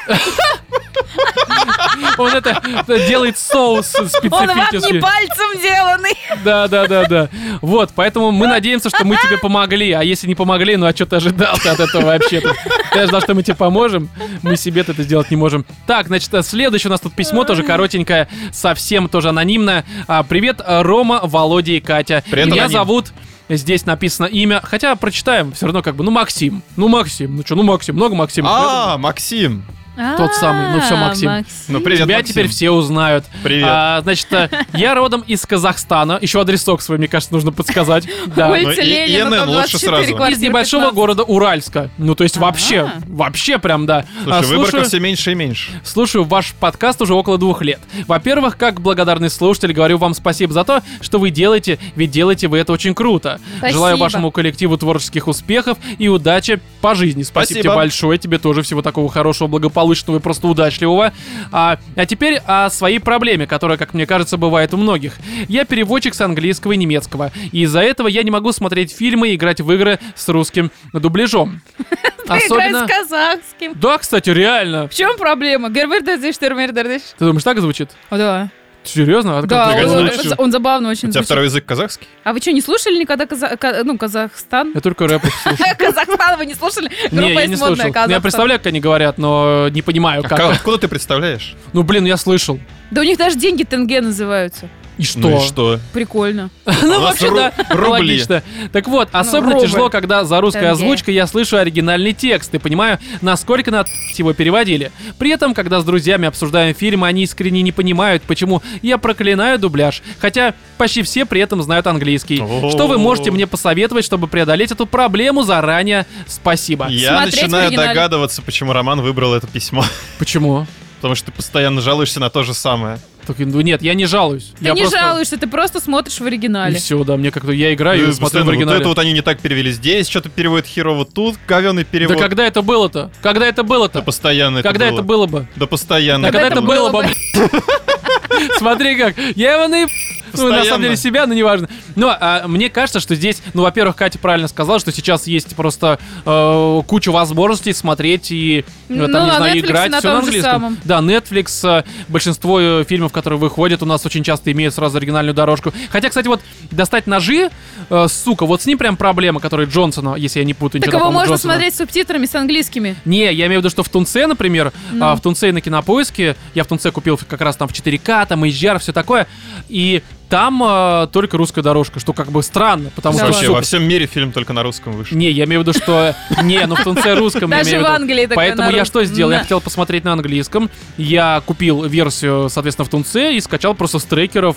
Speaker 1: Он это делает соус
Speaker 3: Он вам не
Speaker 1: специфический.
Speaker 3: пальцем деланный.
Speaker 1: Да, да, да, да. Вот, поэтому мы надеемся, что мы тебе помогли. А если не помогли, ну а что ты ожидал от этого вообще? -то? Ты ожидал, что мы тебе поможем. Мы себе это сделать не можем. Так, значит, а, следующее у нас тут письмо тоже коротенькое, совсем тоже анонимное. А, привет, а, Рома, Володя и Катя.
Speaker 2: Привет,
Speaker 1: Меня
Speaker 2: аноним.
Speaker 1: зовут. Здесь написано имя, хотя прочитаем, все равно как бы, ну Максим, ну Максим, ну что, ну Максим, много Максима.
Speaker 2: А, Максим.
Speaker 3: А,
Speaker 1: Тот самый. Ну всё, Максим.
Speaker 2: Ну, привет,
Speaker 1: Тебя
Speaker 2: Максим.
Speaker 1: теперь все узнают.
Speaker 2: Привет.
Speaker 1: А, значит, э, я родом из Казахстана. Еще адресок свой, мне кажется, нужно подсказать. Да.
Speaker 2: Ну,
Speaker 3: Улица
Speaker 2: и-
Speaker 3: Ленина,
Speaker 2: ИНН
Speaker 3: дом
Speaker 2: лучше
Speaker 3: 24,
Speaker 2: сразу.
Speaker 1: Из
Speaker 3: квартира
Speaker 1: небольшого
Speaker 3: 15.
Speaker 1: города Уральска. Ну, то есть вообще,
Speaker 3: А.
Speaker 1: вообще прям, да.
Speaker 2: Слушай,
Speaker 1: А,
Speaker 2: выборка все меньше и меньше.
Speaker 1: слушаю ваш подкаст уже около двух лет. Во-первых, как благодарный слушатель, говорю вам спасибо за то, что вы делаете, ведь делаете вы это очень круто.
Speaker 3: Спасибо.
Speaker 1: Желаю вашему коллективу творческих успехов и удачи по жизни. Спасибо,
Speaker 2: Спасибо.
Speaker 1: тебе большое, тебе тоже всего такого хорошего, благополучного и просто удачливого. А, а теперь о своей проблеме, которая, как мне кажется, бывает у многих. Я переводчик с английского и немецкого, и из-за этого я не могу смотреть фильмы и играть в игры с русским дубляжом.
Speaker 3: Ты играешь с казахским.
Speaker 1: Да, кстати, реально.
Speaker 3: В чем проблема? Гербер Дердыш, Термер Дердыш.
Speaker 1: Ты думаешь, так звучит?
Speaker 3: Да.
Speaker 1: Серьезно? А
Speaker 3: Да,
Speaker 1: как ты
Speaker 2: это
Speaker 3: он,
Speaker 1: знаешь?
Speaker 2: звучит?
Speaker 3: он забавно очень
Speaker 2: У тебя
Speaker 3: звучит.
Speaker 2: второй язык казахский?
Speaker 3: А вы что, не слушали никогда Каза- Ка- ну, Казахстан?
Speaker 1: Я только рэп слушаю.
Speaker 3: Казахстан вы не слушали?
Speaker 1: Не,
Speaker 3: Группа
Speaker 1: я не
Speaker 3: есть
Speaker 1: слышал.
Speaker 3: модная
Speaker 1: Ну, Я
Speaker 3: Казахстан.
Speaker 1: представляю, как они говорят, но не понимаю,
Speaker 2: А ка-
Speaker 1: как.
Speaker 2: Откуда ты представляешь?
Speaker 1: Ну, блин, я слышал.
Speaker 3: Да у них даже деньги тенге называются.
Speaker 1: И
Speaker 2: Ну и
Speaker 1: что?
Speaker 2: что?
Speaker 3: Прикольно.
Speaker 1: Ну,
Speaker 2: У нас
Speaker 1: вообще,
Speaker 2: ру-
Speaker 1: да,
Speaker 2: рубли.
Speaker 1: логично. Так вот, особенно
Speaker 3: Ну, рубль.
Speaker 1: тяжело, когда за русской
Speaker 3: Тенге.
Speaker 1: озвучкой я слышу оригинальный текст и понимаю, насколько на его переводили. При этом, когда с друзьями обсуждаем фильм, они искренне не понимают, почему я проклинаю дубляж, хотя почти все при этом знают английский.
Speaker 2: О.
Speaker 1: Что вы можете мне посоветовать, чтобы преодолеть эту проблему заранее? Спасибо.
Speaker 2: Я
Speaker 3: Смотреть в
Speaker 2: начинаю
Speaker 3: оригинале.
Speaker 2: догадываться, почему Роман выбрал это письмо.
Speaker 1: Почему?
Speaker 2: Потому что ты постоянно жалуешься на то же самое.
Speaker 1: Так, ну, нет, я не жалуюсь.
Speaker 3: Ты
Speaker 1: я
Speaker 3: не
Speaker 1: просто...
Speaker 3: жалуешься, ты просто смотришь в
Speaker 1: И
Speaker 3: оригинале.
Speaker 1: все, да, мне как-то я играю и
Speaker 2: Ну,
Speaker 1: смотрю
Speaker 2: постоянно
Speaker 1: в
Speaker 2: Вот
Speaker 1: оригинале.
Speaker 2: это вот они не так перевели. Здесь что-то переводят херово, тут говёный
Speaker 1: Да
Speaker 2: перевод.
Speaker 1: когда это было-то? Когда это
Speaker 2: Да
Speaker 1: было-то?
Speaker 2: постоянно это
Speaker 1: Когда
Speaker 2: было.
Speaker 1: это было бы?
Speaker 2: Да постоянно
Speaker 1: Да когда это
Speaker 3: это
Speaker 1: было
Speaker 3: было
Speaker 1: бы?
Speaker 3: бы?
Speaker 1: блядь? Смотри как, я его наеб... Ну, на самом
Speaker 2: Постоянно.
Speaker 1: деле себя, но неважно. Но а, мне кажется, что здесь, ну, во-первых, Катя правильно сказала, что сейчас есть просто э, куча возможностей смотреть и, ну,
Speaker 3: Ну,
Speaker 1: там, не
Speaker 3: на
Speaker 1: знаю,
Speaker 3: Netflix
Speaker 1: играть
Speaker 3: на
Speaker 1: все на
Speaker 3: том же
Speaker 1: английском.
Speaker 3: самом.
Speaker 1: Да, Netflix, э, большинство э, фильмов, которые выходят, у нас очень часто имеют сразу оригинальную дорожку. Хотя, кстати, вот достать ножи, э, сука, вот с ним прям проблема, которая Джонсона, если я не путаю,
Speaker 3: Так
Speaker 1: ничего
Speaker 3: его
Speaker 1: такого
Speaker 3: можно
Speaker 1: Джонсона.
Speaker 3: смотреть с субтитрами, с английскими.
Speaker 1: Не, я имею в виду, что в Тунце, например,
Speaker 3: Ну.
Speaker 1: а, в Тунце и на Кинопоиске, я в Тунце купил как раз там в 4К, там HDR, все такое, и там а, только русская дорожка, что как бы странно, потому
Speaker 3: Да
Speaker 1: что...
Speaker 2: Вообще,
Speaker 1: сука,
Speaker 2: во всем мире фильм только на русском вышел.
Speaker 1: Не, я имею в виду, что... Не, ну в Тунце русском я
Speaker 3: Даже
Speaker 1: имею в
Speaker 3: в
Speaker 1: виду.
Speaker 3: Англии такая
Speaker 1: Поэтому я
Speaker 3: народ-
Speaker 1: что сделал? Я
Speaker 3: На.
Speaker 1: хотел посмотреть на английском. Я купил версию, соответственно, в Тунце и скачал просто с трекеров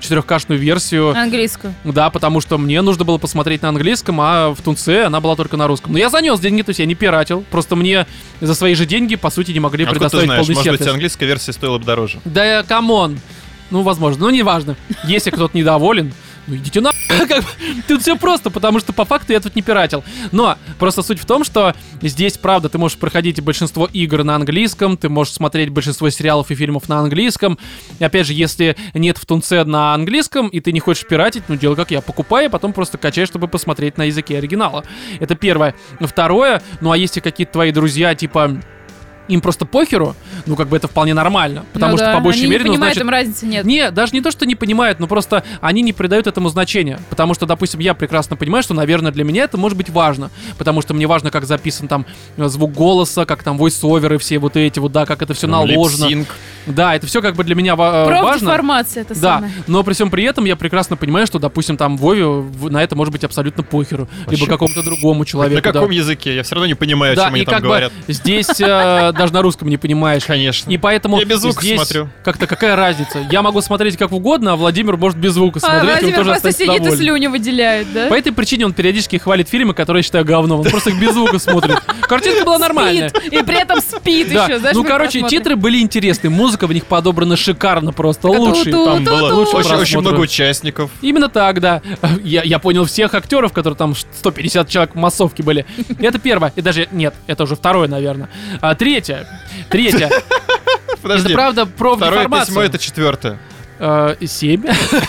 Speaker 1: 4К-шную версию.
Speaker 3: Английскую.
Speaker 1: Да, потому что мне нужно было посмотреть на английском, а в Тунце она была только на русском. Но я занес деньги, то есть я не пиратил. Просто мне за свои же деньги, по сути, не могли
Speaker 2: А откуда ты
Speaker 1: предоставить
Speaker 2: знаешь?
Speaker 1: полный
Speaker 2: Может
Speaker 1: сервис.
Speaker 2: быть, английская версия стоила бы дороже.
Speaker 1: Да, э, камон. Ну, возможно. Ну, неважно. Если кто-то недоволен, ну идите на... Как бы, тут все просто, потому что по факту я тут не пиратил. Но просто суть в том, что здесь, правда, ты можешь проходить большинство игр на английском, ты можешь смотреть большинство сериалов и фильмов на английском. И опять же, если нет в Тунце на английском, и ты не хочешь пиратить, ну, дело как я, покупай, а потом просто качай, чтобы посмотреть на языке оригинала. Это первое. Второе, ну, а если какие-то твои друзья, типа, им просто похеру, ну, как бы это вполне нормально. Потому
Speaker 3: Ну
Speaker 1: что,
Speaker 3: да.
Speaker 1: по большей
Speaker 3: Они
Speaker 1: мере,
Speaker 3: не
Speaker 1: ну,
Speaker 3: понимают,
Speaker 1: значит,
Speaker 3: им разницы нет.
Speaker 1: не, даже не то, что не понимают, но просто они не придают этому значения. Потому что, допустим, я прекрасно понимаю, что, наверное, для меня это может быть важно. Потому что мне важно, как записан там э, звук голоса, как там войс-оверы, все вот эти вот, да, как это все
Speaker 2: Там
Speaker 1: наложено.
Speaker 2: липсинг.
Speaker 1: Да, это все как бы для меня ва- э, важно.
Speaker 3: Профдеформация это
Speaker 1: Да,
Speaker 3: самое.
Speaker 1: но при всем при этом я прекрасно понимаю, что, допустим, там Вове в- на это может быть абсолютно похеру, либо
Speaker 2: Вообще.
Speaker 1: какому-то другому
Speaker 2: На
Speaker 1: человеку. да.
Speaker 2: каком языке? Я все равно не понимаю, о
Speaker 1: Да,
Speaker 2: чем они
Speaker 1: и как
Speaker 2: там
Speaker 1: бы
Speaker 2: говорят.
Speaker 1: здесь э, даже на русском не понимаешь.
Speaker 2: Конечно.
Speaker 1: И поэтому
Speaker 2: Я без звука
Speaker 1: здесь
Speaker 2: смотрю.
Speaker 1: как-то какая разница? Я могу смотреть как угодно, а Владимир может без звука
Speaker 3: А,
Speaker 1: смотреть. и он
Speaker 3: Владимир
Speaker 1: тоже
Speaker 3: просто
Speaker 1: остается
Speaker 3: сидит и
Speaker 1: доволен.
Speaker 3: слюни выделяет, да?
Speaker 1: По этой причине он периодически хвалит фильмы, которые я считаю говном. Он просто их без звука смотрит. Картинка была нормальная.
Speaker 3: Спит. И при этом спит
Speaker 1: Да.
Speaker 3: еще, знаешь,
Speaker 1: ну,
Speaker 3: при
Speaker 1: короче,
Speaker 3: просмотре.
Speaker 1: титры были интересны, музыка в них подобрана шикарно просто,
Speaker 3: Ту-ту-ту.
Speaker 1: лучше.
Speaker 2: Там
Speaker 3: Ту-ту-ту.
Speaker 2: было
Speaker 1: Лучше
Speaker 2: очень, очень
Speaker 1: просмотра.
Speaker 2: много участников.
Speaker 1: Именно так, да. Я, я понял всех актеров, которые там 150 человек в массовке были. Это первое. И даже, нет, это уже второе, наверное. А, третье. Третье. Это
Speaker 2: Подожди.
Speaker 1: правда про
Speaker 2: Второе
Speaker 1: информацию.
Speaker 2: письмо это четвертое.
Speaker 1: Э, и семь.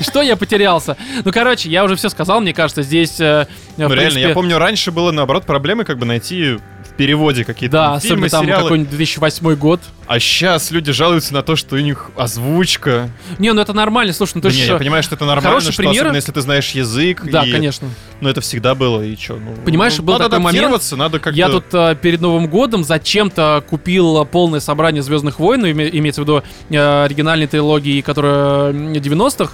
Speaker 1: Что я потерялся? Ну, короче, я уже все сказал, мне кажется, здесь... э,
Speaker 2: Ну
Speaker 1: в
Speaker 2: реально,
Speaker 1: принципе,
Speaker 2: я помню, раньше было наоборот проблемы как бы найти в переводе какие-то
Speaker 1: Да,
Speaker 2: там
Speaker 1: особенно
Speaker 2: фильмы,
Speaker 1: там
Speaker 2: сериалы.
Speaker 1: какой-нибудь 2008 год.
Speaker 2: А сейчас люди жалуются на то, что у них озвучка.
Speaker 1: Не, ну это нормально, слушай, ну
Speaker 2: Да
Speaker 1: ты
Speaker 2: не,
Speaker 1: ж,
Speaker 2: я
Speaker 1: э,
Speaker 2: понимаю, что это нормально,
Speaker 1: хороший
Speaker 2: что
Speaker 1: пример-
Speaker 2: особенно если ты знаешь язык.
Speaker 1: Да,
Speaker 2: и-
Speaker 1: конечно.
Speaker 2: Но это всегда было, и что? Ну,
Speaker 1: Понимаешь,
Speaker 2: ну,
Speaker 1: был
Speaker 2: надо
Speaker 1: такой момент.
Speaker 2: адаптироваться, надо как-то...
Speaker 1: Я тут э, перед Новым годом зачем-то купил э, полное собрание Звездных войн, име- имеется в виду э, оригинальной трилогии, которая м, 90-х,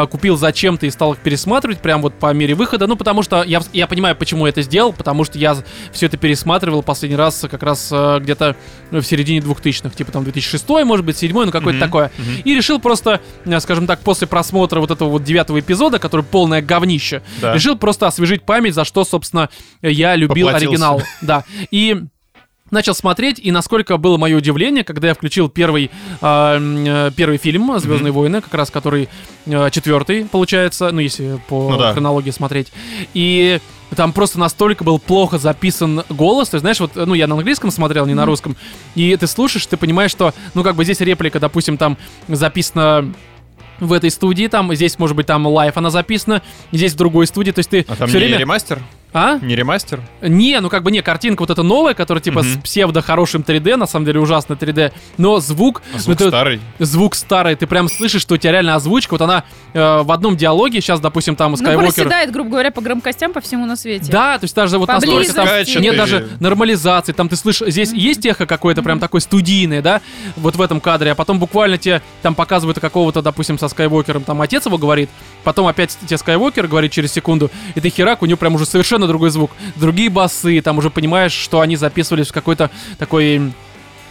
Speaker 1: э, купил зачем-то и стал их пересматривать прям вот по мере выхода. Ну, потому что я, вс- я понимаю, почему я это сделал, потому что я все это пересматривал последний раз э, как раз э, где-то э, в середине 2000-х, типа там 2006, может быть, 2007, ну какое-то
Speaker 2: Мгм,
Speaker 1: такое.
Speaker 2: мгм.
Speaker 1: И решил просто, э, скажем так, после просмотра вот этого вот девятого эпизода, который полное говнище,
Speaker 2: Да.
Speaker 1: решил просто освежить память, за что, собственно, я любил
Speaker 2: Поплатился.
Speaker 1: оригинал. Да. И начал смотреть, и насколько было мое удивление, когда я включил первый, а, м, э, первый фильм «Звездные войны», как раз который э, четвертый, получается, ну, если по
Speaker 2: Ну да.
Speaker 1: хронологии смотреть. И там просто настолько был плохо записан голос, то есть, знаешь, вот, э, ну, я на английском смотрел, не на русском, и ты слушаешь, ты понимаешь, что, ну, как бы здесь реплика, допустим, там записана в этой студии, там, здесь, может быть, там лайф она записана, здесь в другой студии, то есть ты
Speaker 2: А там
Speaker 1: все
Speaker 2: не
Speaker 1: время...
Speaker 2: ремастер?
Speaker 1: А?
Speaker 2: Не ремастер?
Speaker 1: Не, ну как бы не, картинка вот эта новая, которая типа с
Speaker 2: Мгм.
Speaker 1: псевдо хорошим 3D, на самом деле ужасно 3D, но звук,
Speaker 2: А звук
Speaker 1: ну, это
Speaker 2: старый.
Speaker 1: звук старый, ты прям слышишь, что у тебя реально озвучка, вот она э, в одном диалоге, сейчас, допустим, там
Speaker 3: Ну,
Speaker 1: Skywalker...
Speaker 3: проседает, грубо говоря, по громкостям по всему на свете.
Speaker 1: Да, то есть даже вот настолько
Speaker 3: Поблизости.
Speaker 1: там
Speaker 2: Скачет
Speaker 1: нет
Speaker 2: или-
Speaker 1: даже нормализации, там ты слышишь, здесь есть эхо какое-то прям такое студийное, да, вот в этом кадре, а потом буквально тебе там показывают какого-то, допустим, со Скайуокером, там отец его говорит, потом опять тебе Скайуокер говорит через секунду, и ты херак, у него прям уже совершенно другой звук, другие басы, там уже понимаешь, что они записывались в какой-то такой м,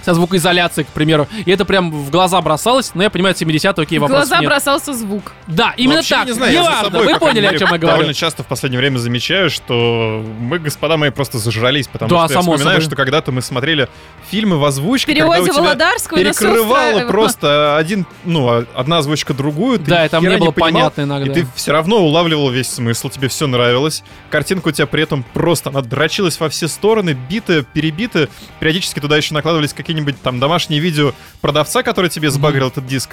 Speaker 1: со звукоизоляцией, к примеру. И это прям в глаза бросалось, но я понимаю, 70 окей,
Speaker 3: В
Speaker 1: вопрос.
Speaker 3: глаза бросался звук.
Speaker 1: Да, именно
Speaker 2: Вообще,
Speaker 1: так.
Speaker 2: Не знаю, я за
Speaker 1: Неважно,
Speaker 2: собой,
Speaker 1: вы
Speaker 2: по крайней
Speaker 1: поняли, о
Speaker 2: мере,
Speaker 1: чем я говорю.
Speaker 2: Довольно часто в последнее время замечаю, что мы, господа мои, просто зажрались, потому
Speaker 1: Да,
Speaker 2: что я
Speaker 1: само собой.
Speaker 2: вспоминаю, что когда-то мы смотрели фильмы в
Speaker 3: В
Speaker 2: озвучке, когда у
Speaker 3: переводе
Speaker 2: тебя
Speaker 3: Володарского на всё
Speaker 2: перекрывала
Speaker 3: устраивало.
Speaker 2: просто один, ну, а- одна озвучка другую, ты
Speaker 1: Да, и там
Speaker 2: ни
Speaker 1: не
Speaker 2: хера
Speaker 1: было
Speaker 2: понимал,
Speaker 1: понятно иногда.
Speaker 2: И ты все равно улавливал весь смысл, тебе все нравилось. Картинка у тебя при этом просто, она дрочилась во все стороны, бита, перебита. Периодически туда еще накладывались какие-нибудь там домашние видео продавца, который тебе сбагрил этот диск.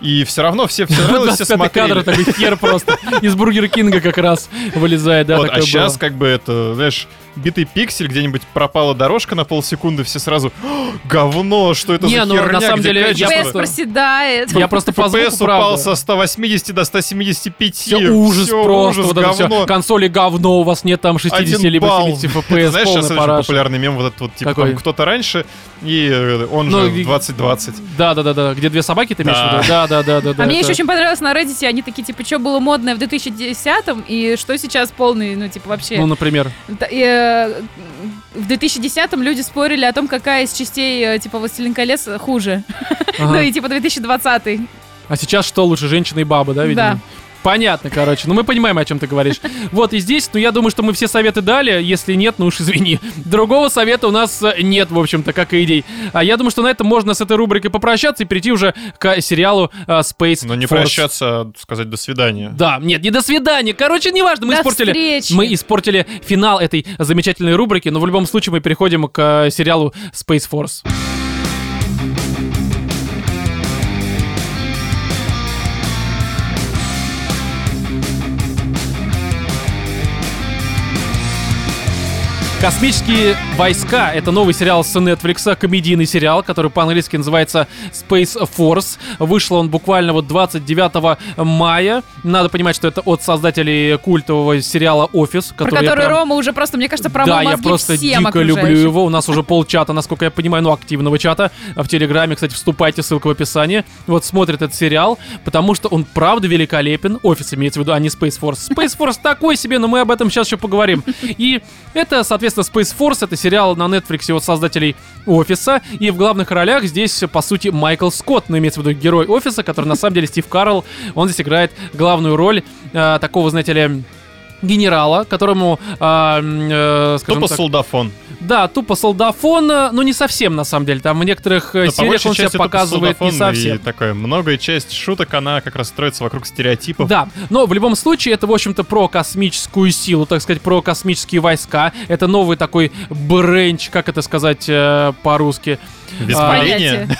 Speaker 2: И все равно все все нравилось, все
Speaker 1: 25 кадр
Speaker 2: смотрели.
Speaker 1: такой хер просто из Бургер Кинга как раз вылезает, да,
Speaker 2: вот,
Speaker 1: такое
Speaker 2: а сейчас
Speaker 1: было.
Speaker 2: как бы это, знаешь, битый пиксель, где-нибудь пропала дорожка на полсекунды, все сразу «О, говно, что это
Speaker 1: Не,
Speaker 2: за
Speaker 1: ну,
Speaker 2: херня,
Speaker 1: на самом
Speaker 2: где
Speaker 1: деле, я
Speaker 2: качество?»
Speaker 3: ПС проседает.
Speaker 1: Я просто по звуку,
Speaker 2: FPS упал
Speaker 1: правда.
Speaker 2: со 180 до 175.
Speaker 1: Все ужас
Speaker 2: всё
Speaker 1: просто,
Speaker 2: ужас,
Speaker 1: вот это
Speaker 2: говно.
Speaker 1: все. Консоли говно, у вас нет там 60
Speaker 2: Один
Speaker 1: либо
Speaker 2: балл.
Speaker 1: 70
Speaker 2: Ты
Speaker 1: FPS,
Speaker 2: знаешь, сейчас
Speaker 1: полный
Speaker 2: очень
Speaker 1: параш.
Speaker 2: популярный мем вот этот вот, типа,
Speaker 1: Какой?
Speaker 2: там кто-то раньше, и э, он
Speaker 1: Ну,
Speaker 2: же
Speaker 1: и-
Speaker 2: в 2020.
Speaker 1: Да, да, да, да. Где две собаки ты имеешь в
Speaker 2: Да.
Speaker 1: виду? Да, да, да, да. да,
Speaker 3: А мне
Speaker 1: это-
Speaker 3: еще очень понравилось на Reddit, они такие, типа, что было модное в 2010-м, и что сейчас полный, ну, типа, вообще...
Speaker 1: Ну, например.
Speaker 3: Да, и, э, В 2010-м люди спорили о том, какая из частей, э, типа, «Властелин колец» хуже.
Speaker 1: Ага.
Speaker 3: Ну, и, типа, 2020
Speaker 1: А сейчас что лучше, женщины и бабы, да, видимо?
Speaker 3: Да.
Speaker 1: Понятно, короче. Ну, мы понимаем, о чем ты говоришь. Вот и здесь, ну, я думаю, что мы все советы дали. Если нет, ну уж извини. Другого совета у нас э, нет, в общем-то, как и идей. А я думаю, что на этом можно с этой рубрикой попрощаться и перейти уже к сериалу э, Space
Speaker 2: Но Ну, не
Speaker 1: Force.
Speaker 2: прощаться, а сказать до свидания.
Speaker 1: Да, нет, не до свидания. Короче, неважно, мы
Speaker 3: До
Speaker 1: испортили.
Speaker 3: встречи.
Speaker 1: Мы испортили финал этой замечательной рубрики, но в любом случае мы переходим к э, сериалу Space Force. Космические войска — это новый сериал с Netflix, комедийный сериал, который по-английски называется Space Force. Вышел он буквально вот 29 мая. Надо понимать, что это от создателей культового сериала «Офис»,
Speaker 3: Про
Speaker 1: я
Speaker 3: который
Speaker 1: прям-
Speaker 3: Рома уже просто, мне кажется, промыл
Speaker 1: да, я
Speaker 3: мозги
Speaker 1: просто
Speaker 3: всем
Speaker 1: дико
Speaker 3: окружающим.
Speaker 1: люблю его. У нас уже полчата, насколько я понимаю, ну, активного чата. В Телеграме, кстати, вступайте, ссылка в описании. Вот смотрит этот сериал, потому что он правда великолепен. Офис имеется в виду, а не Space Force. Space Force такой себе, но мы об этом сейчас еще поговорим. И это, соответственно, Space Force. Это сериал на Netflix от создателей Офиса. И в главных ролях здесь, по сути, Майкл Скотт, но имеется в виду герой Офиса, который на самом деле Стив Карл. Он здесь играет главную роль э, такого, знаете ли, генерала, которому, а, м, э, скажем
Speaker 2: Тупо
Speaker 1: так,
Speaker 2: солдафон.
Speaker 1: да, тупо солдафон, э, но не совсем на самом деле. Там в некоторых э,
Speaker 2: Да, по
Speaker 1: сериях
Speaker 2: большей
Speaker 1: он себя
Speaker 2: части это
Speaker 1: показывает не
Speaker 2: солдафон, И
Speaker 1: совсем.
Speaker 2: такое, многое часть шуток, она как раз строится вокруг стереотипов.
Speaker 1: Да, но в любом случае это, в общем-то, про космическую силу, так сказать, про космические войска. Это новый такой бренч, как это сказать э, по-русски.
Speaker 2: Воспаление.
Speaker 3: Понятие.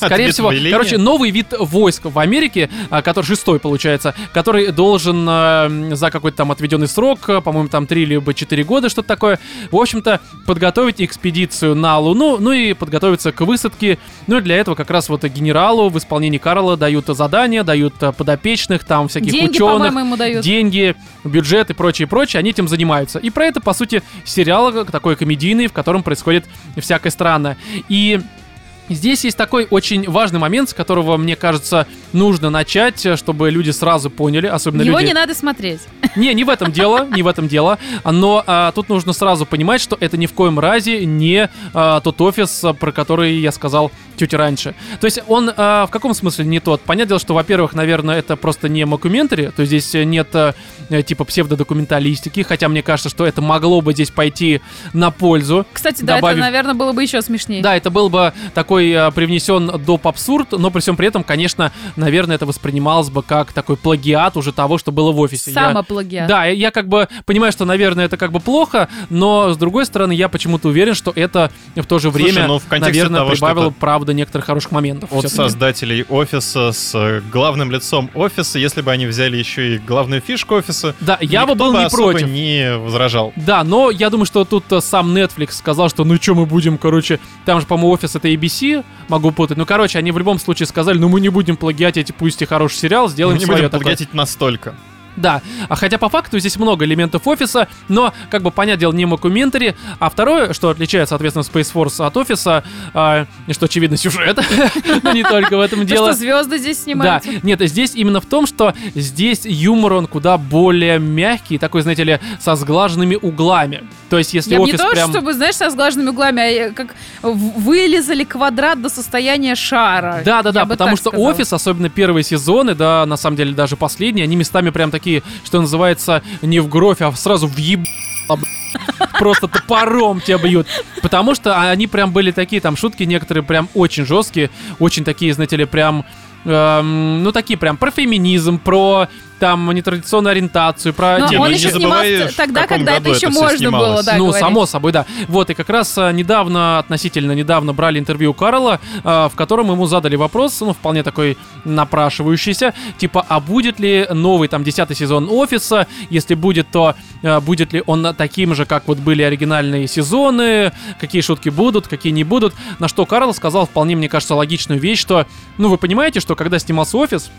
Speaker 1: А. Скорее всего,
Speaker 2: Ответвление.
Speaker 1: короче, ну, новый вид войск в Америке, а, который шестой получается, который должен э, за какой-то там отведенный срок, э, по-моему, там три либо четыре года, что-то такое, в общем-то, подготовить экспедицию на Луну, ну и подготовиться к высадке. Ну и для этого как раз вот и генералу в исполнении Карла дают задания, дают э, подопечных, там всяких
Speaker 3: Деньги,
Speaker 1: ученых.
Speaker 3: по-моему, ему дают.
Speaker 1: Деньги, бюджет и прочее, прочее, они этим занимаются. И про это, по сути, сериал э, такой комедийный, в котором происходит всякое странное. И Здесь есть такой очень важный момент, с которого, мне кажется, нужно начать, э, чтобы люди сразу поняли, особенно
Speaker 3: Его
Speaker 1: люди...
Speaker 3: не надо смотреть.
Speaker 1: Не, не в этом дело, не в этом дело. Но а, тут нужно сразу понимать, что это ни в коем разе не а, тот офис, а, про который я сказал чуть раньше. То есть он а, в каком смысле не тот? Понятное дело, что, во-первых, наверное, это просто не мокументари, то есть здесь э, нет э, э, типа псевдодокументалистики, хотя мне кажется, что это могло бы здесь пойти на пользу.
Speaker 3: Кстати, да,
Speaker 1: Добавив-
Speaker 3: это, наверное, было бы еще смешнее.
Speaker 1: Да, это был бы такой э, привнесен доп. абсурд, но при всем при этом, конечно, наверное, это воспринималось бы как такой плагиат уже того, что было в офисе. Я-
Speaker 3: Самоплагиат.
Speaker 1: да, я как бы понимаю, что, наверное, это как бы плохо, но с другой стороны, я почему-то уверен, что это в то же
Speaker 2: Слушай,
Speaker 1: время,
Speaker 2: ну, в контексте
Speaker 1: наверное,
Speaker 2: того, что
Speaker 1: прибавило,
Speaker 2: это-
Speaker 1: правда, некоторых хороших моментов.
Speaker 2: от
Speaker 1: всё-таки.
Speaker 2: создателей офиса с э, главным лицом офиса, если бы они взяли еще и главную фишку офиса,
Speaker 1: Да, я бы
Speaker 2: никто
Speaker 1: был не
Speaker 2: особо
Speaker 1: против.
Speaker 2: не возражал.
Speaker 1: Да, но я думаю, что тут э, сам Netflix сказал, что ну что мы будем, короче, там же, по-моему, офис это ABC, могу путать. Ну, короче, они в любом случае сказали, ну мы не будем плагиатить, пусть и хороший сериал, сделаем
Speaker 2: Мы не
Speaker 1: свое
Speaker 2: будем
Speaker 1: такое.
Speaker 2: плагиатить настолько.
Speaker 1: Да, а хотя по факту здесь много элементов офиса, но, как бы, понятное дело, не мокументари. А второе, что отличает, соответственно, Space Force от офиса, а, и что, очевидно, сюжет, но не только в этом
Speaker 3: Вы
Speaker 1: дело.
Speaker 3: что, звезды здесь
Speaker 1: Да,
Speaker 3: снимаются?
Speaker 1: нет, здесь именно в том, что здесь юмор, он куда более мягкий, такой, знаете ли, со сглаженными углами. То есть, если
Speaker 3: Я бы не
Speaker 1: офис
Speaker 3: то,
Speaker 1: прям...
Speaker 3: чтобы, знаешь, со сглаженными углами, а я как в- вылезали квадрат до состояния шара.
Speaker 1: Да, да,
Speaker 3: Я
Speaker 1: да,
Speaker 3: бы
Speaker 1: потому
Speaker 3: так
Speaker 1: что
Speaker 3: сказала.
Speaker 1: офис, особенно первые сезоны, да, на самом деле даже последние, они местами прям такие, что называется, не в гровь, а сразу в еб... Просто топором тебя бьют. Потому что они прям были такие, там шутки некоторые прям очень жесткие, очень такие, знаете ли, прям эм, ну, такие прям про феминизм, про там нетрадиционную ориентацию, про
Speaker 3: Но
Speaker 2: Не,
Speaker 1: дев-
Speaker 2: ну
Speaker 3: он
Speaker 2: не
Speaker 3: еще
Speaker 2: забывай,
Speaker 3: снимался
Speaker 2: в
Speaker 3: тогда,
Speaker 2: каком
Speaker 3: когда это
Speaker 2: году
Speaker 3: еще
Speaker 2: это всё
Speaker 3: можно было,
Speaker 2: снималось.
Speaker 3: да,
Speaker 1: ну,
Speaker 3: говорить.
Speaker 1: само собой, да. Вот, и как раз а, недавно, относительно недавно брали интервью у Карла, а, в котором ему задали вопрос, ну, вполне такой напрашивающийся, типа, а будет ли новый, там, десятый сезон «Офиса», если будет, то а, будет ли он таким же, как вот были оригинальные сезоны, какие шутки будут, какие не будут, на что Карл сказал вполне, мне кажется, логичную вещь, что, ну, вы понимаете, что когда снимался «Офис»,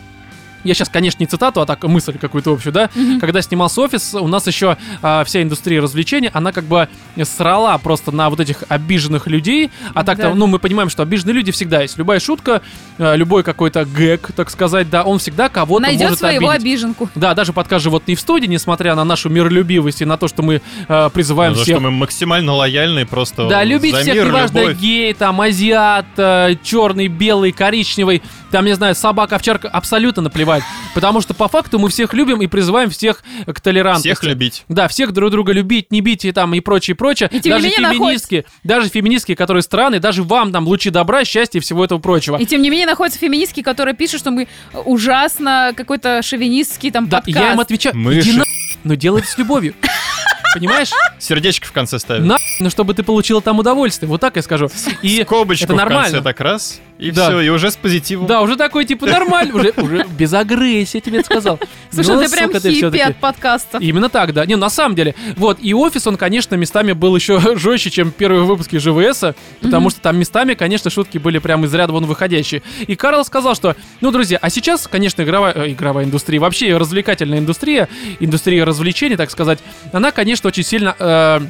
Speaker 1: я сейчас, конечно, не цитату, а так мысль какую-то общую, да. Когда снимался офис, у нас еще а, вся индустрия развлечений, она как бы срала просто на вот этих обиженных людей. А так-то,
Speaker 3: Да.
Speaker 1: ну, мы понимаем, что обиженные люди всегда есть. Любая шутка, э, любой какой-то гэг, так сказать, да, он всегда кого-то
Speaker 3: Найдет
Speaker 1: может
Speaker 3: своего
Speaker 1: обидеть.
Speaker 3: обиженку.
Speaker 1: Да, даже подкаст «Животные в студии», несмотря на нашу миролюбивость и на то, что мы э, призываем
Speaker 2: Потому
Speaker 1: всех
Speaker 2: Ну, что мы максимально лояльны просто
Speaker 1: да,
Speaker 2: Э, за
Speaker 1: любить всех,
Speaker 2: мир,
Speaker 1: неважно,
Speaker 2: любовь.
Speaker 1: гей, там, азиат, э, черный, белый, коричневый, там, не знаю, собака, овчарка, абсолютно наплевать. Потому что по факту мы всех любим и призываем всех к толерантности.
Speaker 2: Всех любить.
Speaker 1: Да, всех друг друга любить, не бить и там и прочее, прочее.
Speaker 3: И тем не
Speaker 1: даже
Speaker 3: менее
Speaker 1: феминистки, даже феминистки, которые страны, даже вам там лучи добра, счастья и всего этого прочего.
Speaker 3: И тем не менее находятся феминистки, которые пишут, что мы ужасно какой-то шовинистский там
Speaker 1: да, и
Speaker 3: подкаст.
Speaker 1: я им отвечаю,
Speaker 2: Мы
Speaker 1: иди
Speaker 2: же-
Speaker 1: на... но делай это с любовью. Понимаешь?
Speaker 2: Сердечко в конце ставим.
Speaker 1: На но чтобы ты получила там удовольствие. Вот так я скажу. Ну И
Speaker 2: Скобочку
Speaker 1: это
Speaker 2: в
Speaker 1: нормально.
Speaker 2: конце так раз, и
Speaker 1: Да.
Speaker 2: все, и уже с позитивом.
Speaker 1: Да, уже такой, типа, нормально, уже, уже без агрессии, я тебе это сказал.
Speaker 3: Слушай,
Speaker 1: Но,
Speaker 3: ты
Speaker 1: Ну,
Speaker 3: прям
Speaker 1: сука, ты
Speaker 3: хиппи
Speaker 1: всё-таки-
Speaker 3: от подкаста.
Speaker 1: Именно так, да. Не, на самом деле. Вот, и офис, он, конечно, местами был еще жестче, чем первые выпуски ЖВСа, потому что там местами, конечно, шутки были прям из ряда вон выходящие. И Карл сказал, что, ну, друзья, а сейчас, конечно, игровая, э, игровая индустрия, вообще развлекательная индустрия, индустрия развлечений, так сказать, она, конечно, очень сильно...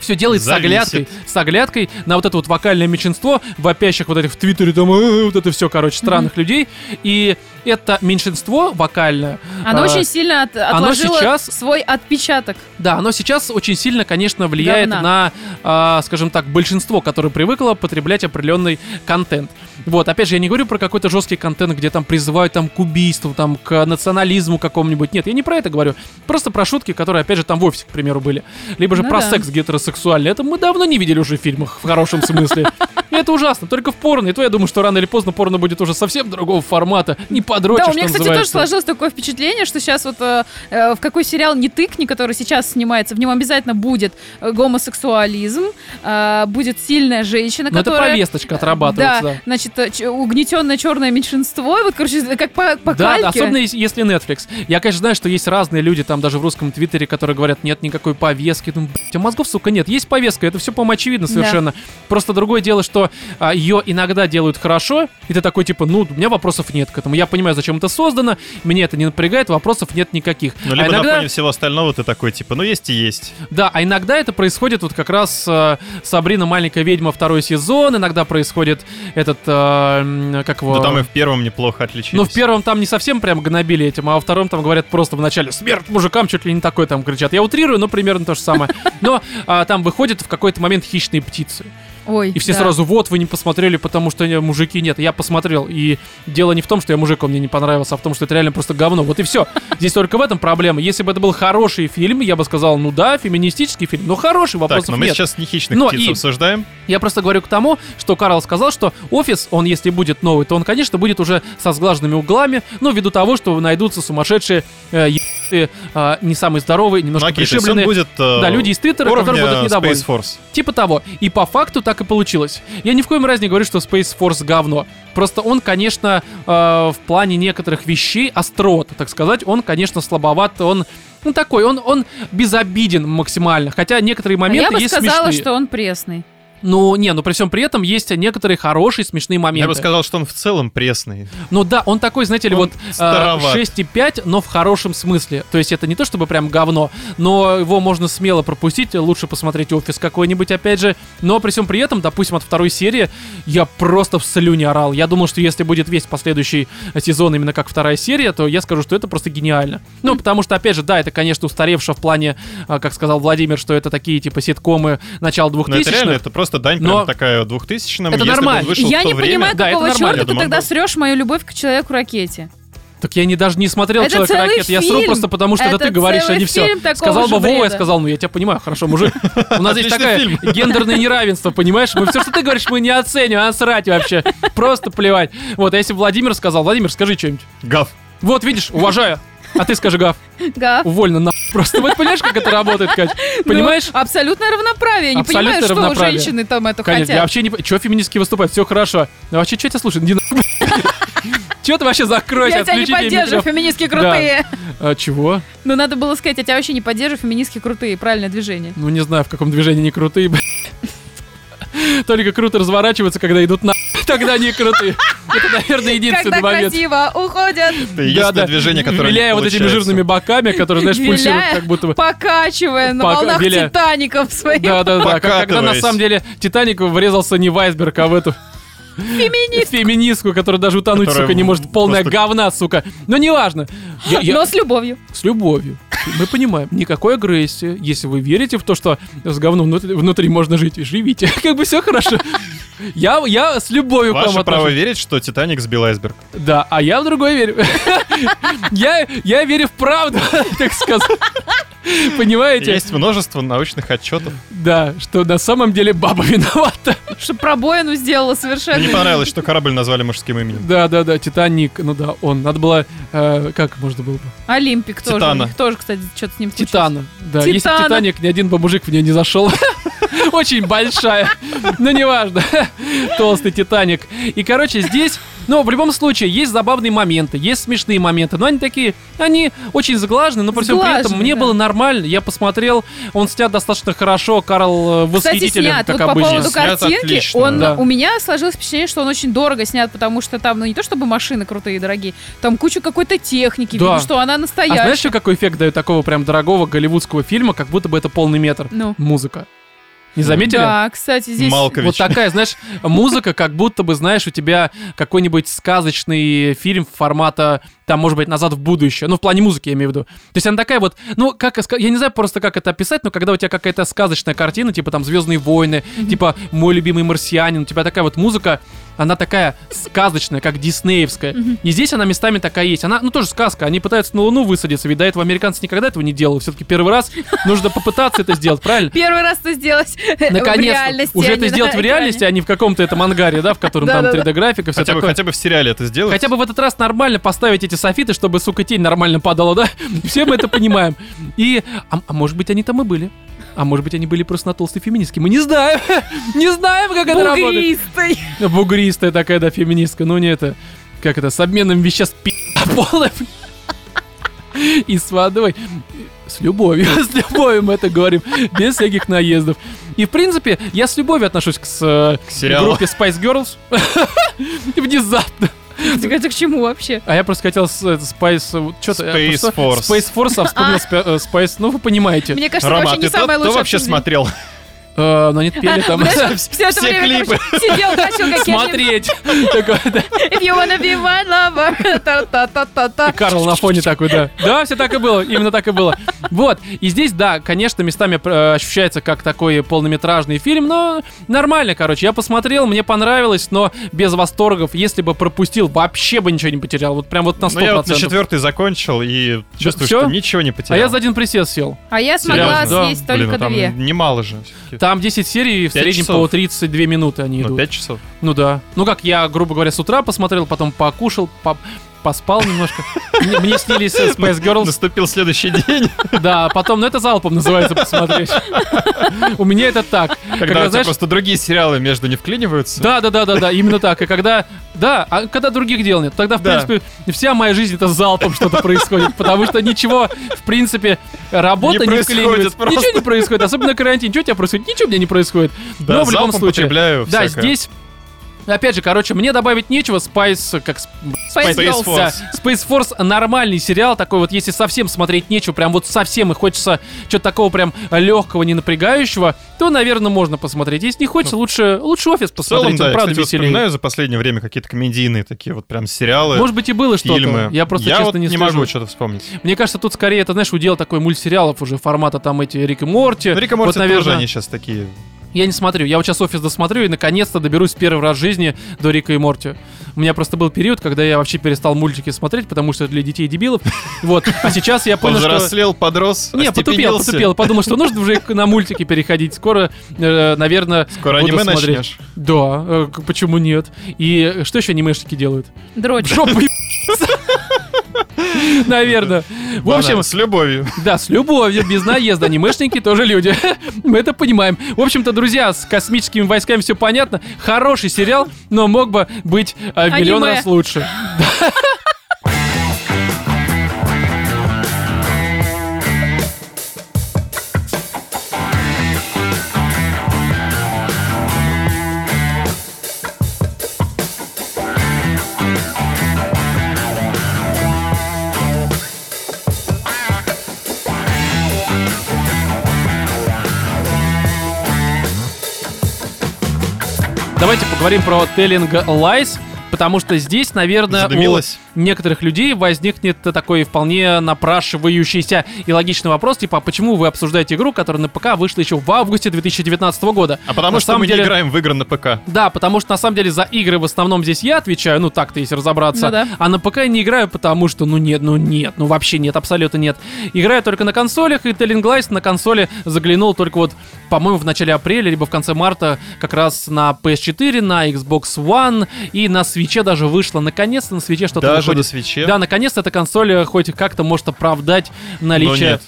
Speaker 1: все делает
Speaker 2: Зависит.
Speaker 1: с оглядкой, с оглядкой на вот это вот вокальное меньшинство, вопящих вот этих в Твиттере, там, «Э, вот это все, короче, странных людей. И это меньшинство вокальное,
Speaker 3: Оно
Speaker 1: а,
Speaker 3: очень сильно от- отложило
Speaker 1: сейчас-
Speaker 3: свой отпечаток.
Speaker 1: да, оно сейчас очень сильно, конечно, влияет
Speaker 3: Говна.
Speaker 1: на, а, скажем так, большинство, которое привыкло потреблять определенный контент. Вот, опять же, я не говорю про какой-то жесткий контент, где там призывают там к убийству, там к национализму какому-нибудь. Нет, я не про это говорю. Просто про шутки, которые, опять же, там в офисе, к примеру, были. Либо же
Speaker 3: Ну
Speaker 1: про
Speaker 3: да.
Speaker 1: секс гетеросексуальный. Это мы давно не видели уже в фильмах в хорошем смысле. И Это ужасно, только в порно. И то я думаю, что рано или поздно порно будет уже совсем другого формата. Не подрочишь,
Speaker 3: да, у меня,
Speaker 1: что
Speaker 3: кстати, тоже
Speaker 1: называется.
Speaker 3: сложилось такое впечатление, что сейчас вот э, э, в какой сериал не тыкни, который сейчас снимается, в нем обязательно будет э, гомосексуализм, э, будет сильная женщина,
Speaker 1: Но Ну, это
Speaker 3: которая...
Speaker 1: повесточка отрабатывается, да.
Speaker 3: значит, э, ч- угнетенное черное меньшинство, и вот, короче, как по, по
Speaker 1: да,
Speaker 3: кальке.
Speaker 1: да, особенно ес- если Netflix. Я, конечно, знаю, что есть разные люди там даже в русском твиттере, которые говорят, нет никакой повестки. Ну, блядь, а мозгов, сука, нет. Есть повестка, это все, по-моему, очевидно совершенно. Просто другое дело, что ее иногда делают хорошо, и ты такой, типа, ну, у меня вопросов нет к этому. Я понимаю, зачем это создано, меня это не напрягает, вопросов нет никаких.
Speaker 2: Ну,
Speaker 1: А
Speaker 2: либо
Speaker 1: иногда-
Speaker 2: на фоне всего остального ты такой, типа, ну есть и есть.
Speaker 1: да, а иногда это происходит вот как раз э, Сабрина маленькая ведьма второй сезон, иногда происходит этот э, м, как его
Speaker 2: Да там и в первом неплохо отличились.
Speaker 1: Ну, в первом там не совсем прям гнобили этим, а во втором там говорят просто в начале «Смерть мужикам!» чуть ли не такое там кричат. Я утрирую, но примерно то же самое. Но а, там выходят в какой-то момент хищные птицы.
Speaker 3: Ой,
Speaker 1: И все
Speaker 3: да.
Speaker 1: сразу «Вот, вы не посмотрели, потому что не- мужики нет». Я посмотрел, и дело не в том, что я мужик, он мне не понравился, а в том, что это реально просто говно. Вот и все. Здесь только в этом проблема. Если бы это был хороший фильм, я бы сказал, ну да, феминистический фильм, но хороший,
Speaker 2: Так,
Speaker 1: вопросов
Speaker 2: но мы
Speaker 1: нет.
Speaker 2: сейчас не хищных
Speaker 1: Но
Speaker 2: птиц
Speaker 1: и- ну,
Speaker 2: обсуждаем.
Speaker 1: Я просто говорю к тому, что Карл сказал, что офис, он если будет новый, то он, конечно, будет уже со сглаженными углами, но ввиду того, что найдутся сумасшедшие, э, ебанутые, э, не самые здоровые,
Speaker 2: Ну,
Speaker 1: немножко
Speaker 2: окей, то есть он
Speaker 1: пришибленные.
Speaker 2: будет... э,
Speaker 1: Да, люди из Твиттера, которые
Speaker 2: уровня
Speaker 1: будут недовольны.
Speaker 2: Space Force.
Speaker 1: Типа того. И по факту так и получилось. Я ни в коем разе не говорю, что Space Force говно. Просто он, конечно, э, в плане некоторых вещей, острот, так сказать, он, конечно, слабоват, он... Ну такой, он, он безобиден максимально. Хотя некоторые
Speaker 3: А
Speaker 1: моменты
Speaker 3: я бы
Speaker 1: есть
Speaker 3: сказала,
Speaker 1: смешные.
Speaker 3: что он пресный.
Speaker 1: Ну, не, ну при всем при этом есть некоторые хорошие смешные моменты.
Speaker 2: Я бы сказал, что он в целом пресный.
Speaker 1: Ну да, он такой, знаете ли,
Speaker 2: Он
Speaker 1: вот э,
Speaker 2: староват.
Speaker 1: 6,5, но в хорошем смысле. То есть это не то чтобы прям говно, но его можно смело пропустить, лучше посмотреть офис какой-нибудь, опять же. Но при всем при этом, допустим, от второй серии я просто в слюне орал. Я думал, что если будет весь последующий сезон именно как вторая серия, то я скажу, что это просто гениально. Ну, потому что, опять же, да, это, конечно, устаревшее в плане, э, как сказал Владимир, что это такие типа ситкомы начала
Speaker 2: Но это
Speaker 1: 2000-х.
Speaker 2: реально, это просто дань
Speaker 1: Но-
Speaker 2: прям такая двухтысячным.
Speaker 1: Это
Speaker 2: Если бы он
Speaker 1: нормально.
Speaker 2: вышел в
Speaker 3: я
Speaker 2: то
Speaker 3: не
Speaker 2: время-
Speaker 3: понимаю,
Speaker 1: Да, это
Speaker 3: какого
Speaker 1: нормально,
Speaker 3: черта
Speaker 2: я
Speaker 3: ты
Speaker 2: думаю,
Speaker 3: тогда
Speaker 2: был.
Speaker 3: срешь мою любовь к человеку-ракете.
Speaker 1: Так я не, даже не смотрел
Speaker 3: Это
Speaker 1: человек
Speaker 3: целый
Speaker 1: ракет. Я сру
Speaker 3: фильм.
Speaker 1: просто потому, что это,
Speaker 3: Это
Speaker 1: ты говоришь, а
Speaker 3: целый
Speaker 1: не все.
Speaker 3: фильм такого
Speaker 1: Сказал
Speaker 3: же
Speaker 1: бы Вова, я
Speaker 3: бреда.
Speaker 1: сказал, ну я тебя понимаю, хорошо, мужик. У нас здесь
Speaker 2: Отличный
Speaker 1: такое
Speaker 2: фильм.
Speaker 1: гендерное неравенство, понимаешь? Мы все, что ты говоришь, мы не оценим, а срать вообще. Просто плевать. Вот, а если бы Владимир сказал, Владимир, скажи что-нибудь.
Speaker 2: Гав.
Speaker 1: Вот, видишь, уважаю. А ты скажи, Гав,
Speaker 3: Гав.
Speaker 1: увольно на просто. Вот понимаешь, как это работает, Кать? Понимаешь?
Speaker 3: Ну, абсолютное равноправие. Я не
Speaker 1: Абсолютное
Speaker 3: понимаю, что
Speaker 1: равноправие.
Speaker 3: женщины там это
Speaker 1: Конечно, я
Speaker 3: хотят.
Speaker 1: вообще не... по- Чё феминистки выступают? Все хорошо. Ну вообще, что тебя слушать? Иди нахуй. Чё ты вообще закройся?
Speaker 3: Я тебя не
Speaker 1: отключи мне
Speaker 3: поддерживаю,
Speaker 1: микрофон.
Speaker 3: феминистки крутые.
Speaker 1: А, чего?
Speaker 3: Ну, надо было сказать, я тебя вообще не поддерживаю, феминистки крутые. Правильное движение.
Speaker 1: Ну, не знаю, в каком движении не крутые, блядь. Только круто разворачиваются, когда идут на... Тогда не крутые. Это, наверное, единственный
Speaker 3: Когда
Speaker 1: момент.
Speaker 3: красиво уходят,
Speaker 2: Это единственное движение, которое не
Speaker 1: Виляя вот этими
Speaker 2: получается.
Speaker 1: жирными боками, которые, знаешь, пульсируют,
Speaker 3: Виляя,
Speaker 1: как будто бы...
Speaker 3: покачивая на
Speaker 1: Пока-
Speaker 3: волнах
Speaker 1: Виля.
Speaker 3: Титаников своих.
Speaker 1: Да, да, да. Когда на
Speaker 2: Покатываясь.
Speaker 1: самом деле Титаник врезался не в айсберг, а в эту
Speaker 3: Феминист.
Speaker 1: феминистку, которая даже утонуть,
Speaker 2: Которая
Speaker 1: сука, не может. Полная
Speaker 2: просто-
Speaker 1: говна, сука. Но неважно. Я- я-
Speaker 3: Но с любовью.
Speaker 1: С любовью. Мы понимаем, никакой агрессии. Если вы верите в то, что с говном внутри, внутри можно жить, живите. Как бы все хорошо. Я, я с любовью к вам
Speaker 2: Ваше право
Speaker 1: отношусь.
Speaker 2: верить, что Титаник сбил айсберг.
Speaker 1: Да, а я в другой верю. Я, я верю в правду, так сказать. Понимаете?
Speaker 2: Есть множество научных отчетов.
Speaker 1: Да, что на самом деле баба виновата.
Speaker 3: Чтобы пробоину сделала
Speaker 1: Э,
Speaker 2: Мне не
Speaker 3: совершенно.
Speaker 2: понравилось, что корабль назвали мужским именем.
Speaker 1: Да, да, да, Титаник. Ну да, он. Надо было... э, как можно было бы?
Speaker 3: Олимпик тоже.
Speaker 2: Титана.
Speaker 3: У них тоже, кстати, что-то с ним случилось.
Speaker 1: Титана. Да, если бы
Speaker 3: Титана.
Speaker 1: Титаник, ни один бы мужик в нее не зашел. Очень большая. Но неважно. Толстый Титаник. И, короче, здесь, ну, в любом случае, есть забавные моменты, есть смешные моменты, но они такие, они очень сглажены, но при всем при этом
Speaker 3: Сглажены,
Speaker 1: мне
Speaker 3: да.
Speaker 1: было нормально. Я посмотрел, он снят достаточно хорошо, Карл э,
Speaker 3: Кстати,
Speaker 1: восхитителен,
Speaker 3: снят.
Speaker 1: как
Speaker 3: вот по
Speaker 1: обычно.
Speaker 3: поводу
Speaker 2: Снят
Speaker 3: картинки,
Speaker 2: отлично,
Speaker 3: он
Speaker 1: да.
Speaker 3: у меня сложилось впечатление, что он очень дорого снят, потому что там, ну не то чтобы машины крутые и дорогие, там куча какой-то техники,
Speaker 1: Да.
Speaker 3: видно, что она
Speaker 1: А
Speaker 3: настоящая.
Speaker 1: знаешь, еще какой эффект дает такого прям дорогого голливудского фильма, как будто бы это полный метр?
Speaker 3: Ну.
Speaker 1: Музыка. Не заметили?
Speaker 3: Да, кстати, здесь...
Speaker 2: Малкович.
Speaker 1: Вот такая, знаешь, музыка, как будто бы, знаешь, у тебя какой-нибудь сказочный фильм формата, там, может быть, «Назад в будущее». Ну, в плане музыки, я имею в виду. То есть она такая вот, ну, как, ска- я не знаю просто, как это описать, но когда у тебя какая-то сказочная картина, типа там «Звездные войны», типа «Мой любимый марсианин», у тебя такая вот музыка, она такая сказочная, как диснеевская. И здесь она местами такая есть. Она, ну, тоже сказка. Они пытаются на Луну высадиться, ведь до этого американцы никогда этого не делали. Все-таки первый раз нужно попытаться это сделать, правильно?
Speaker 3: Первый раз это сделать в
Speaker 1: Наконец,
Speaker 3: реальности.
Speaker 1: уже
Speaker 3: а
Speaker 1: это
Speaker 3: не
Speaker 1: сделать
Speaker 3: на
Speaker 1: в реальности, а не в каком-то этом ангаре, да, в котором там
Speaker 3: Да-да-да.
Speaker 1: 3D-графика, все
Speaker 2: Хотя бы,
Speaker 1: такое.
Speaker 2: хотя бы в сериале это сделать.
Speaker 1: Хотя бы в этот раз нормально поставить эти софиты, чтобы, сука, тень нормально падала, да? Все мы это понимаем. И, а, а может быть, они там и были. А может быть, они были просто на толстой феминистке. Мы не знаем. Не знаем, как это
Speaker 3: экране.
Speaker 1: работает.
Speaker 3: Бугристый.
Speaker 1: Бугристая такая, да, феминистка. Ну, не это... Как это? С обменом веществ пи***полым. И с водой. С любовью. С любовью мы это говорим. Без всяких наездов. И, в принципе, я с любовью отношусь к, с, э,
Speaker 2: К сериалу.
Speaker 1: группе Spice Girls. Внезапно.
Speaker 3: Это к чему вообще?
Speaker 1: А я просто хотел с, это, Spice... э, вот чё-то, я
Speaker 2: Space
Speaker 1: просто-
Speaker 2: Force.
Speaker 1: Space Force, а вспомнил спя- э, Spice... Ну, вы понимаете.
Speaker 3: Мне кажется, это
Speaker 2: Рома, а
Speaker 3: вообще не
Speaker 2: ты
Speaker 3: самое
Speaker 2: тот, кто
Speaker 3: лучшее.
Speaker 2: вообще
Speaker 3: обсуждение.
Speaker 2: смотрел?
Speaker 1: Э, но они пели там...
Speaker 3: А, Знаешь, Все это
Speaker 2: все
Speaker 3: время
Speaker 2: клипы.
Speaker 3: короче, сидел, начал какие-то-
Speaker 1: Смотреть. Такое, да.
Speaker 3: If you wanna be my lover.
Speaker 1: И
Speaker 3: Та-та-та-та-та.
Speaker 1: Карл на фоне такой, да. Да, все так и было, именно так и было. Вот, и здесь, да, конечно, местами э, ощущается как такой полнометражный фильм, но нормально, короче. Я посмотрел, мне понравилось, но без восторгов. Если бы пропустил, вообще бы ничего не потерял. Вот прям вот на 100%.
Speaker 2: Ну, я вот на четвертый закончил и чувствую,
Speaker 1: всё?
Speaker 2: что ничего не
Speaker 1: а
Speaker 2: потерял.
Speaker 1: я за один присес сел.
Speaker 3: А я смогла
Speaker 2: Серьезно?
Speaker 1: Да, а
Speaker 3: съесть
Speaker 2: Блин,
Speaker 3: только
Speaker 2: ну там
Speaker 3: две.
Speaker 2: немало же. всё-таки.
Speaker 1: Там 10 серий, и в
Speaker 2: Пять
Speaker 1: среднем
Speaker 2: часов.
Speaker 1: по 32 минуты они
Speaker 2: Ну,
Speaker 1: идут.
Speaker 2: пять часов.
Speaker 1: Ну да. Ну как, я, грубо говоря, с утра посмотрел, потом покушал, по- поспал немножко. Мне мне снились э, Space Girls.
Speaker 2: Наступил следующий день,
Speaker 1: Да, потом, ну это залпом называется посмотреть. У меня это так.
Speaker 2: когда у тебя
Speaker 1: знаешь,
Speaker 2: просто другие сериалы между не вклиниваются.
Speaker 1: да, да, да, да, да, именно так. И когда, да, а когда других дел нет, тогда, в
Speaker 2: Да.
Speaker 1: принципе, вся моя жизнь это залпом что-то происходит, потому что ничего, в принципе, работа не,
Speaker 2: Не происходит
Speaker 1: вклинивается,
Speaker 2: просто.
Speaker 1: ничего не происходит, особенно карантин, что у тебя происходит, ничего у меня не происходит.
Speaker 2: Да,
Speaker 1: Но ну, в любом
Speaker 2: залпом
Speaker 1: случае,
Speaker 2: потребляю
Speaker 1: да,
Speaker 2: типа, всякое.
Speaker 1: здесь, опять же, короче, мне добавить нечего, Спайс, как с-
Speaker 3: Spice
Speaker 2: Space
Speaker 3: Girls.
Speaker 2: Force.
Speaker 1: да, Space Force нормальный сериал, такой вот, если совсем смотреть нечего, прям вот совсем и хочется чего-то такого прям легкого, не напрягающего, то, наверное, можно посмотреть. Если не хочется, лучше, лучше офис
Speaker 2: Ну. В целом,
Speaker 1: посмотреть,
Speaker 2: да,
Speaker 1: он
Speaker 2: я,
Speaker 1: правда
Speaker 2: кстати, вот
Speaker 1: веселее.
Speaker 2: вспоминаю за последнее время какие-то комедийные такие вот прям сериалы,
Speaker 1: Может быть и было что-то.
Speaker 2: фильмы.
Speaker 1: Я просто честно
Speaker 2: вот
Speaker 1: не, слежу.
Speaker 2: могу что-то вспомнить.
Speaker 1: Мне кажется, тут скорее это, знаешь, удел такой мультсериалов уже формата там эти Рик и Морти.
Speaker 2: Ну, Рик и
Speaker 1: Вот,
Speaker 2: Морти тоже,
Speaker 1: наверное,
Speaker 2: они сейчас такие.
Speaker 1: Я не смотрю. Я вот сейчас офис досмотрю и наконец-то доберусь первый раз в жизни до Рика и Морти. У меня просто был период, когда я вообще перестал мультики смотреть, потому что это для детей и дебилов. Вот. А сейчас я понял, что...
Speaker 2: Повзрослел, подрос,
Speaker 1: Не, потупел,
Speaker 2: остепенился.
Speaker 1: потупел. Подумал, что нужно уже на мультики переходить. Скоро, э, наверное,
Speaker 2: Скоро
Speaker 1: буду
Speaker 2: аниме
Speaker 1: смотреть.
Speaker 2: начнешь.
Speaker 1: Да, э, к- почему нет? И э, что еще анимешники делают? В
Speaker 3: Дрочь.
Speaker 1: жопу ебаться. Наверное. В общем,
Speaker 2: Банально, с любовью.
Speaker 1: да, с любовью, без наезда. Анимешники тоже люди. Мы это понимаем. В общем-то, друзья, с космическими войсками все понятно. Хороший сериал, но мог бы быть э, в миллион
Speaker 3: Аниме.
Speaker 1: раз лучше. Давайте поговорим про Telling Lies, потому что здесь, наверное, у
Speaker 2: Задумилась.
Speaker 1: некоторых людей возникнет такой вполне напрашивающийся и логичный вопрос, типа, а почему вы обсуждаете игру, которая на ПК вышла еще в августе 2019 года?
Speaker 2: А потому
Speaker 1: На
Speaker 2: что
Speaker 1: самом
Speaker 2: мы
Speaker 1: деле-
Speaker 2: не играем в игры на ПК.
Speaker 1: Да, потому что на самом деле за игры в основном здесь я отвечаю, ну так-то если разобраться.
Speaker 3: Ну да.
Speaker 1: А на ПК я не играю, потому что ну нет, ну нет, ну вообще нет, абсолютно нет. Играю только на консолях, и Telling Lies на консоли заглянул только вот, по-моему, в начале апреля, либо в конце марта, как раз на PS4, на Xbox One и на Switch даже вышло. Наконец-то на Switch что-то
Speaker 2: Даже на
Speaker 1: выходит.
Speaker 2: свече.
Speaker 1: Да, наконец-то эта консоль э, хоть как-то может оправдать наличие
Speaker 2: нет.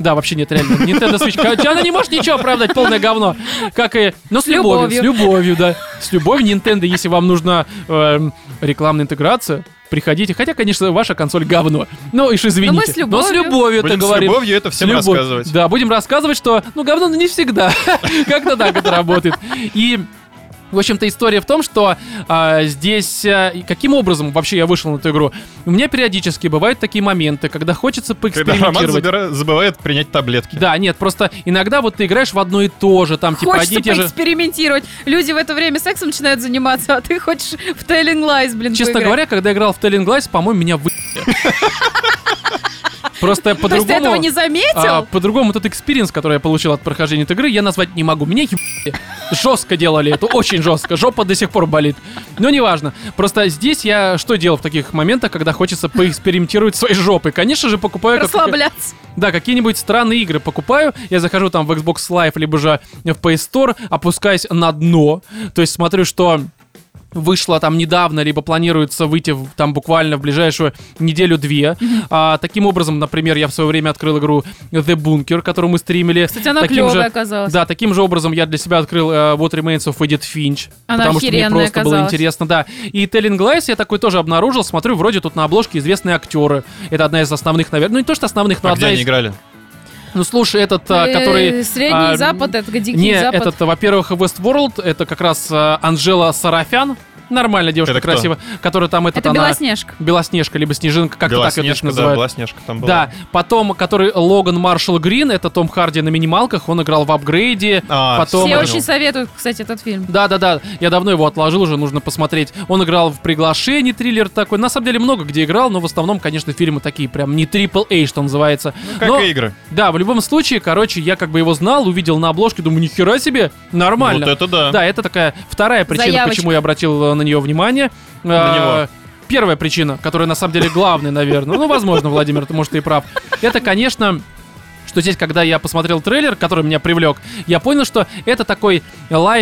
Speaker 1: Да, вообще нет, реально. Nintendo Switch. Короче, она не может ничего оправдать, полное говно. Как и... Но с,
Speaker 3: С
Speaker 1: любовью. С
Speaker 3: любовью.
Speaker 1: любовью, да. С любовью Nintendo, если вам нужна эм, рекламная интеграция, приходите. Хотя, конечно, ваша консоль говно. Ну, и ж извините.
Speaker 3: мы с
Speaker 1: Но с
Speaker 3: любовью.
Speaker 1: любовью это
Speaker 2: Будем с
Speaker 1: говорим.
Speaker 2: любовью это всем
Speaker 1: С любовью.
Speaker 2: рассказывать.
Speaker 1: Да, будем рассказывать, что, ну, говно, но не всегда. Как-то так это работает. И... В общем-то, история в том, что а, здесь... а, и каким образом вообще я вышел на эту игру? У меня периодически бывают такие моменты, когда хочется
Speaker 2: Когда
Speaker 1: поэкспериментировать.
Speaker 2: Роман забира- забывает принять таблетки.
Speaker 1: Да, нет, просто иногда вот ты играешь в одно и то же, там, типа,
Speaker 3: Хочется
Speaker 1: одни и те же...
Speaker 3: поэкспериментировать. Люди в это время сексом начинают заниматься, а ты хочешь в Telling Lies, блин,
Speaker 1: Честно
Speaker 3: поиграть.
Speaker 1: говоря, когда я играл в Telling Lies, по-моему, меня вы... Просто
Speaker 3: То есть ты этого
Speaker 1: по-другому...
Speaker 3: не
Speaker 1: а,
Speaker 3: заметил?
Speaker 1: по-другому тот экспириенс, который я получил от прохождения этой игры, я назвать не могу. Меня ебали. Жестко делали это, очень жестко. Жопа до сих пор болит. Но неважно. Просто здесь я что делал в таких моментах, когда хочется поэкспериментировать своей жопой? Конечно же, покупаю... как-
Speaker 3: Расслабляться.
Speaker 1: Да, какие-нибудь странные игры покупаю, я захожу там в Xbox Live, либо же в Play Store, опускаюсь на дно, то есть смотрю, что вышло там недавно, либо планируется выйти в- там буквально в ближайшую неделю-две. А, таким образом, например, я в свое время открыл игру The Bunker, которую мы стримили.
Speaker 3: Кстати, она
Speaker 1: Таким же-
Speaker 3: клевая оказалась.
Speaker 1: да, таким же образом я для себя открыл э, What Remains of Edith Finch.
Speaker 3: Она
Speaker 1: потому что мне
Speaker 3: охеренная
Speaker 1: просто было
Speaker 3: оказалась.
Speaker 1: интересно, да. И Telling Lies я такой тоже обнаружил. Смотрю, вроде тут на обложке известные актеры. Это одна из основных, наверное. Ну, не то, что основных, но
Speaker 2: А где
Speaker 1: одна из...
Speaker 2: они играли?
Speaker 1: Ну, слушай, этот, а,
Speaker 3: Э,
Speaker 1: который...
Speaker 3: Средний
Speaker 1: а,
Speaker 3: Запад, это Дикий
Speaker 1: Не,
Speaker 3: Запад.
Speaker 1: этот, во-первых, Westworld, это как раз а, Анжела Сарафян. Нормальная девушка,
Speaker 2: Это кто?
Speaker 1: красивая, которая там этот,
Speaker 3: Это
Speaker 1: она-
Speaker 3: Белоснежка.
Speaker 1: Белоснежка, либо Снежинка, как-то так это
Speaker 2: Белоснежка, да,
Speaker 1: называют.
Speaker 2: Белоснежка там была.
Speaker 1: Да, потом, который Логан Маршалл Грин, это Том Харди на минималках, он играл в апгрейде.
Speaker 2: А,
Speaker 1: потом...
Speaker 2: Том
Speaker 3: Все
Speaker 2: понял.
Speaker 3: очень советуют, кстати, этот фильм.
Speaker 1: Да, да, да. Я давно его отложил, уже нужно посмотреть. Он играл в приглашении триллер такой. На самом деле много где играл, но в основном, конечно, фильмы такие прям не трипл A, что называется.
Speaker 2: Ну, Как
Speaker 1: но,
Speaker 2: и игры.
Speaker 1: Да, в любом случае, короче, я как бы его знал, увидел на обложке, думаю, нихера себе, нормально.
Speaker 2: Вот это да.
Speaker 1: Да, это такая вторая причина,
Speaker 3: Заявочка.
Speaker 1: почему я обратил э, на нее внимание.
Speaker 2: На
Speaker 1: А, Первая причина, которая на самом деле главная, наверное. Ну, возможно, Владимир, ты, может, ты и прав. Это, конечно, что здесь, когда я посмотрел трейлер, который меня привлек, я понял, что это такой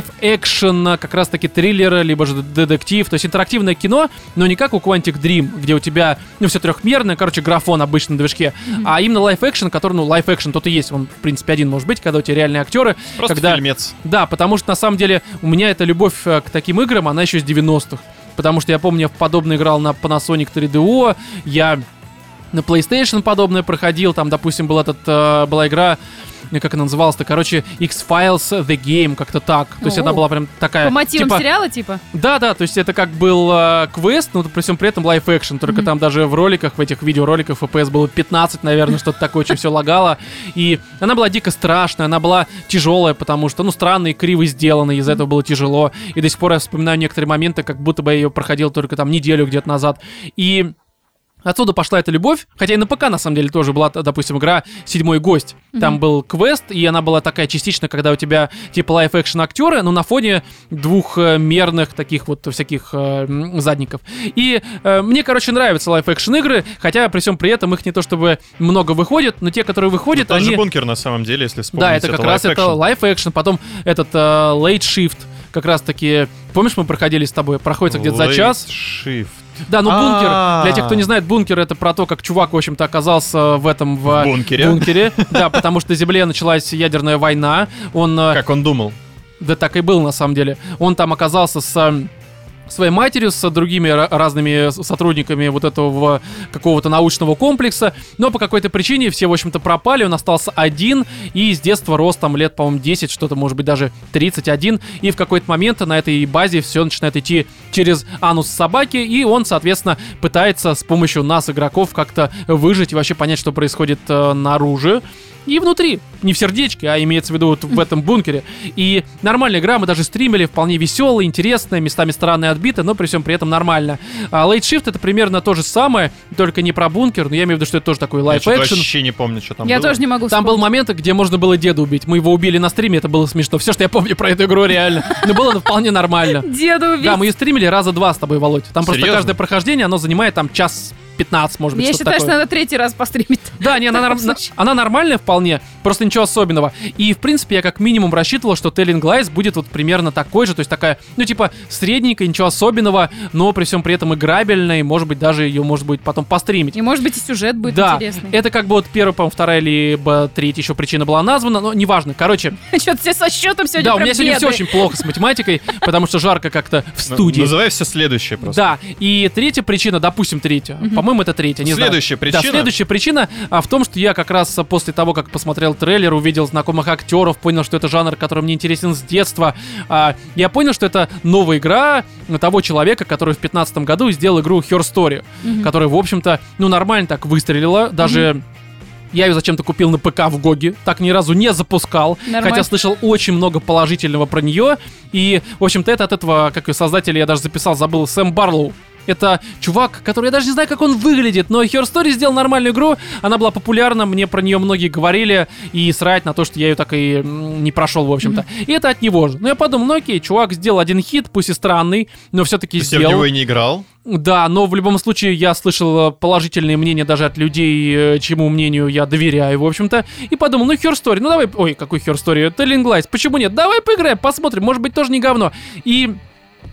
Speaker 1: лайф-экшен, как раз-таки триллер, либо же детектив, то есть интерактивное кино, но не как у Quantic Dream, где у тебя, ну, все трехмерное, короче, графон обычно на движке, а именно лайф-экшен, который, ну, лайф-экшен тот и есть, он, в принципе, один может быть, когда у тебя реальные актеры,
Speaker 2: Просто
Speaker 1: когда...
Speaker 2: фильмец.
Speaker 1: Да, потому что на самом деле у меня эта любовь э, к таким играм, она еще с 90-х. Потому что я помню, я в подобное играл на Panasonic 3DO, я на PlayStation подобное проходил, там, допустим, был этот, э, была игра, э, как она называлась-то, короче, X-Files The Game, как-то так. То есть
Speaker 3: О.
Speaker 1: она была прям такая...
Speaker 3: По мотивам
Speaker 1: типа-
Speaker 3: сериала, типа?
Speaker 1: да, да, то есть это как был э, квест, но при всем при этом лайф экшен, только
Speaker 3: Мгм.
Speaker 1: там даже в роликах, в этих видеороликах FPS было 15, наверное, что-то такое, очень все лагало. И она была дико страшная, она была тяжелая, потому что, ну, странно и криво сделана, из-за этого было тяжело. И до сих пор я вспоминаю некоторые моменты, как будто бы я ее проходил только там неделю где-то назад. И Отсюда пошла эта любовь, хотя и на ПК на самом деле тоже была, т- допустим, игра «Седьмой гость». Там был квест, и она была такая частично, когда у тебя типа лайф-экшн актеры, но на фоне двухмерных таких вот всяких э, м, задников. И э, мне, короче, нравятся лайф-экшн игры, хотя при всем при этом их не то чтобы много выходит, но те, которые выходят,
Speaker 2: Тот
Speaker 1: они...
Speaker 2: Ну, же бункер на самом деле, если вспомнить.
Speaker 1: Да, это как раз это
Speaker 2: лайф-экшен.
Speaker 1: лайф экшен, потом этот э, late shift, как раз таки, помнишь, мы проходили с тобой, проходится где-то за
Speaker 2: Late
Speaker 1: час.
Speaker 2: Shift.
Speaker 1: Да, ну бункер,
Speaker 2: А-а-а.
Speaker 1: для тех, кто не знает, бункер это про то, как чувак, в общем-то, оказался в этом в,
Speaker 2: В
Speaker 1: э,
Speaker 2: бункере.
Speaker 1: бункере. Да, потому что на Земле началась ядерная война. Он, э,
Speaker 2: Как он думал.
Speaker 1: да так и был на самом деле, он там оказался с э, своей матерью, с другими ра- разными с- сотрудниками вот этого какого-то научного комплекса, но по какой-то причине все, в общем-то, пропали, он остался один, и с детства рос там лет, по-моему, 10, что-то, может быть, даже 31, и в какой-то момент на этой базе все начинает идти через анус собаки, и он, соответственно, пытается с помощью нас, игроков, как-то выжить и вообще понять, что происходит э, наружу. И внутри, не в сердечке, а имеется в виду вот в этом бункере. И нормальная игра, мы даже стримили, вполне веселая, интересная, местами странная отбита, но при всем при этом нормально. А Late Shift это примерно то же самое, только не про бункер, но я имею в виду, что это тоже такой
Speaker 2: Я
Speaker 1: лайф
Speaker 2: что-то
Speaker 1: экшен.
Speaker 2: вообще не помню, что там
Speaker 3: Я
Speaker 2: было.
Speaker 3: тоже не могу
Speaker 1: Там был
Speaker 3: вспомнить.
Speaker 1: момент, где можно было деда убить. Мы его убили на стриме, это было смешно. Все, что я помню про эту игру, реально. Но было это вполне нормально.
Speaker 3: Деда убить.
Speaker 1: Да, мы ее стримили раза два с тобой, Володь. Там просто
Speaker 2: Серьезно?
Speaker 1: каждое прохождение, оно занимает там час 15, может быть,
Speaker 3: Я
Speaker 1: что-то
Speaker 3: считаю, что
Speaker 1: такое.
Speaker 3: надо третий раз постримить.
Speaker 1: Да, не, она,
Speaker 3: в таком
Speaker 1: норм- на-
Speaker 3: случае.
Speaker 1: она нормальная вполне, просто ничего особенного. И, в принципе, я как минимум рассчитывал, что Telling Lies будет вот примерно такой же, то есть такая, ну, типа, средненькая, ничего особенного, но при всем при этом играбельная, и, может быть, даже ее, может быть, потом постримить.
Speaker 3: И, может быть, и сюжет будет
Speaker 1: да,
Speaker 3: интересный.
Speaker 1: это как бы вот первая, по-моему, вторая либо третья еще причина была названа, но неважно. Короче,
Speaker 3: Что-то все со счетом сегодня
Speaker 1: да, у
Speaker 3: прям
Speaker 1: меня сегодня все
Speaker 3: беды.
Speaker 1: очень плохо с математикой, потому что жарко как-то в
Speaker 2: Ну,
Speaker 1: студии.
Speaker 2: Называй все следующее просто.
Speaker 1: Да, и третья причина, допустим, третья, по-моему, это третья, не знаю.
Speaker 2: Следующая
Speaker 1: Да,
Speaker 2: причина.
Speaker 1: следующая причина а, в том, что я как раз а, после того, как посмотрел трейлер, увидел знакомых актеров, понял, что это жанр, который мне интересен с детства. А, я понял, что это новая игра того человека, который в 2015 году сделал игру Her Story,
Speaker 3: Мгм.
Speaker 1: которая, в общем-то, ну, нормально так выстрелила, даже... Я ее зачем-то купил на ПК в Гоге, так ни разу не запускал,
Speaker 3: Нормально.
Speaker 1: хотя слышал очень много положительного про нее. И, в общем-то, это от этого, как ее создателя я даже записал, забыл, Сэм Барлоу. Это чувак, который я даже не знаю, как он выглядит, но Her Story сделал нормальную игру, она была популярна, мне про нее многие говорили, и срать на то, что я ее так и м, не прошел, в общем-то. И это от него же. Но я подумал, ну окей, чувак сделал один хит, пусть и странный, но все-таки
Speaker 2: То есть я в
Speaker 1: сделал. Ну,
Speaker 2: него и не играл.
Speaker 1: Да, но в любом случае я слышал э, положительные мнения даже от людей, э, чему мнению я доверяю, в общем-то. И подумал, ну Her Story, ну давай... Ой, какой Her Story? Telling Lies, почему нет? Давай поиграем, посмотрим, может быть тоже не говно. И...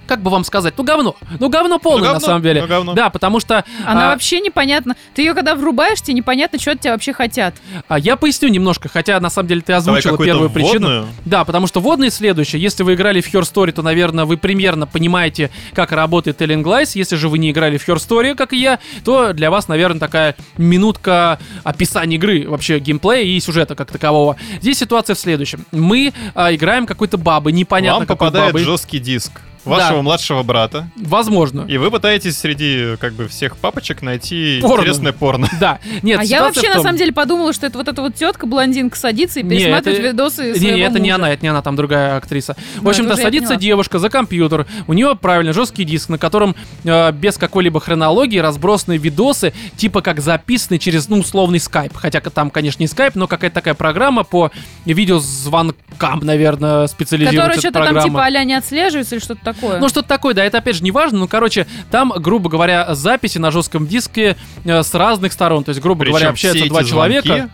Speaker 1: Как бы вам сказать? Ну говно. Ну говно полное
Speaker 2: Ну,
Speaker 1: на
Speaker 2: говно,
Speaker 1: самом деле.
Speaker 2: ну, говно.
Speaker 1: Да, потому что...
Speaker 3: Она
Speaker 1: а,
Speaker 3: вообще непонятно. Ты ее когда врубаешь, тебе непонятно, что от тебя вообще хотят.
Speaker 1: а, я поясню немножко, хотя на самом деле ты
Speaker 2: Давай
Speaker 1: озвучила
Speaker 2: какую-то
Speaker 1: первую причину.
Speaker 2: вводную.
Speaker 1: Да, потому что водные следующее. Если вы играли в Her Story, то, наверное, вы примерно понимаете, как работает Telling Lies. Если же вы не играли в Her Story, как и я, то для вас, наверное, такая минутка описания игры, вообще геймплея и сюжета как такового. Здесь ситуация в следующем. Мы а, играем какой-то бабы, непонятно
Speaker 2: Вам
Speaker 1: какой
Speaker 2: попадает
Speaker 1: бабы.
Speaker 2: жесткий диск вашего
Speaker 1: Да.
Speaker 2: младшего брата.
Speaker 1: Возможно.
Speaker 2: И вы пытаетесь среди как бы всех папочек найти
Speaker 1: Порно.
Speaker 2: интересное порно.
Speaker 1: Да. Нет,
Speaker 3: а я
Speaker 1: ситуация
Speaker 3: вообще
Speaker 1: в
Speaker 3: на
Speaker 1: том-
Speaker 3: самом деле подумала, что это вот эта вот тетка блондинка садится и
Speaker 1: Не,
Speaker 3: пересматривает
Speaker 1: это-
Speaker 3: видосы
Speaker 1: Не,
Speaker 3: своего
Speaker 1: не, это не
Speaker 3: мужа.
Speaker 1: она, это не она, там другая актриса. В
Speaker 3: Да, это
Speaker 1: общем-то,
Speaker 3: уже я
Speaker 1: садится
Speaker 3: поняла.
Speaker 1: девушка за компьютер, у нее, правильно, жесткий диск, на котором э, без какой-либо хронологии разбросаны видосы, типа как записаны через, ну, условный скайп. Хотя к- там, конечно, не скайп, но какая-то такая программа по видеозвонкам, наверное,
Speaker 3: Которая
Speaker 1: специализируется эта
Speaker 3: что-то там
Speaker 1: программа.
Speaker 3: типа а не отслеживается или что-то такое.
Speaker 1: Ну, что-то такое, да, это опять же не важно, но, короче, там, грубо говоря, записи на жестком диске э, с разных сторон. То есть, грубо
Speaker 2: Причем
Speaker 1: говоря,
Speaker 2: все
Speaker 1: общаются
Speaker 2: эти
Speaker 1: два человека.
Speaker 2: звонки,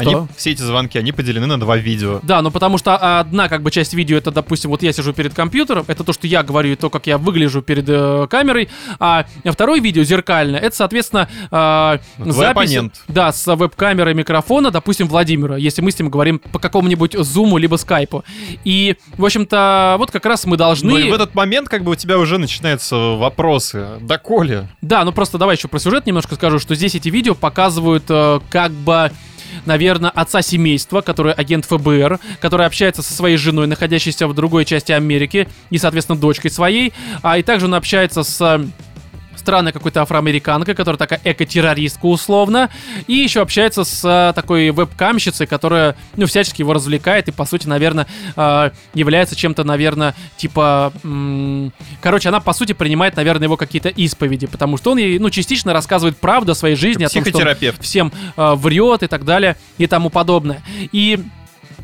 Speaker 2: Они, все эти звонки, они поделены на два видео.
Speaker 1: Да, ну потому что а, одна как бы часть видео это, допустим, вот я сижу перед компьютером, это то, что я говорю и то, как я выгляжу перед э, камерой, а второе видео зеркальное, это, соответственно, э,
Speaker 2: Ну, твой
Speaker 1: запись-
Speaker 2: оппонент.
Speaker 1: Да, с веб-камерой микрофона, допустим, Владимира, если мы с ним говорим по какому-нибудь зуму либо скайпу. И, в общем-то, вот как раз мы должны...
Speaker 2: Ну и в этот момент как бы у тебя уже начинаются вопросы. Да, Коля,
Speaker 1: Да, ну просто давай еще про сюжет немножко скажу, что здесь эти видео показывают э, как бы наверное, отца семейства, который агент ФБР, который общается со своей женой, находящейся в другой части Америки, и, соответственно, дочкой своей. А и также он общается с э, странной какой-то афроамериканкой, которая такая эко-террористка условно, и еще общается с э, такой веб-камщицей, которая, ну, всячески его развлекает и, по сути, наверное, э, является чем-то, наверное, типа... м, Короче, она, по сути, принимает, наверное, его какие-то исповеди, потому что он ей, ну, частично рассказывает правду о своей жизни, о том, что он
Speaker 2: психотерапевт.
Speaker 1: всем э, врет и так далее и тому подобное. И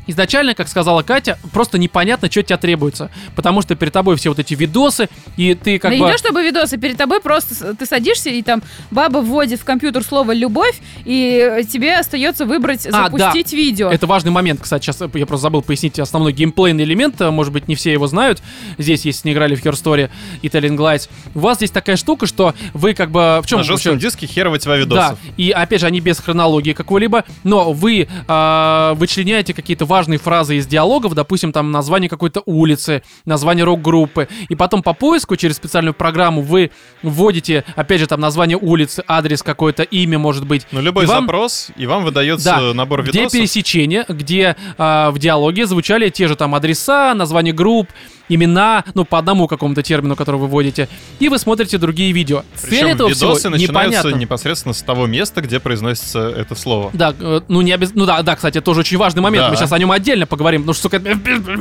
Speaker 1: изначально, как сказала Катя, просто непонятно, что тебя требуется, потому что перед тобой все вот эти видосы, и ты как
Speaker 3: да
Speaker 1: бы...
Speaker 3: не то чтобы видосы, перед тобой просто с- ты садишься, и там баба вводит в компьютер слово «любовь», и э, тебе остается выбрать
Speaker 1: А,
Speaker 3: «запустить видео».
Speaker 1: Это важный момент, кстати, сейчас я просто забыл пояснить основной геймплейный элемент, а, может быть, не все его знают, здесь, если не играли в Her Story и Telling Lies. У вас здесь такая штука, что вы как бы... В чем
Speaker 2: На жестком диске херово тебя видосов.
Speaker 1: Да, и опять же, они без хронологии какой-либо, но вы а, вычленяете какие-то важные фразы из диалогов, допустим, там название какой-то улицы, название рок-группы, и потом по поиску через специальную программу вы вводите, опять же, там название улицы, адрес какой-то, имя, может быть.
Speaker 2: Ну, любой
Speaker 1: И вам-
Speaker 2: запрос, и вам выдается
Speaker 1: Да.
Speaker 2: набор
Speaker 1: где
Speaker 2: видосов.
Speaker 1: пересечения, где а, в диалоге звучали те же там адреса, названия групп, имена, ну, по одному какому-то термину, который вы вводите, и вы смотрите другие видео.
Speaker 2: Причем
Speaker 1: этого всего
Speaker 2: видосы начинаются
Speaker 1: непонятна.
Speaker 2: непосредственно с того места, где произносится это слово.
Speaker 1: Да, э, ну не обяз... Ну да, да, кстати, это тоже очень важный момент.
Speaker 2: Да.
Speaker 1: Мы сейчас о нем отдельно поговорим, потому что, сука,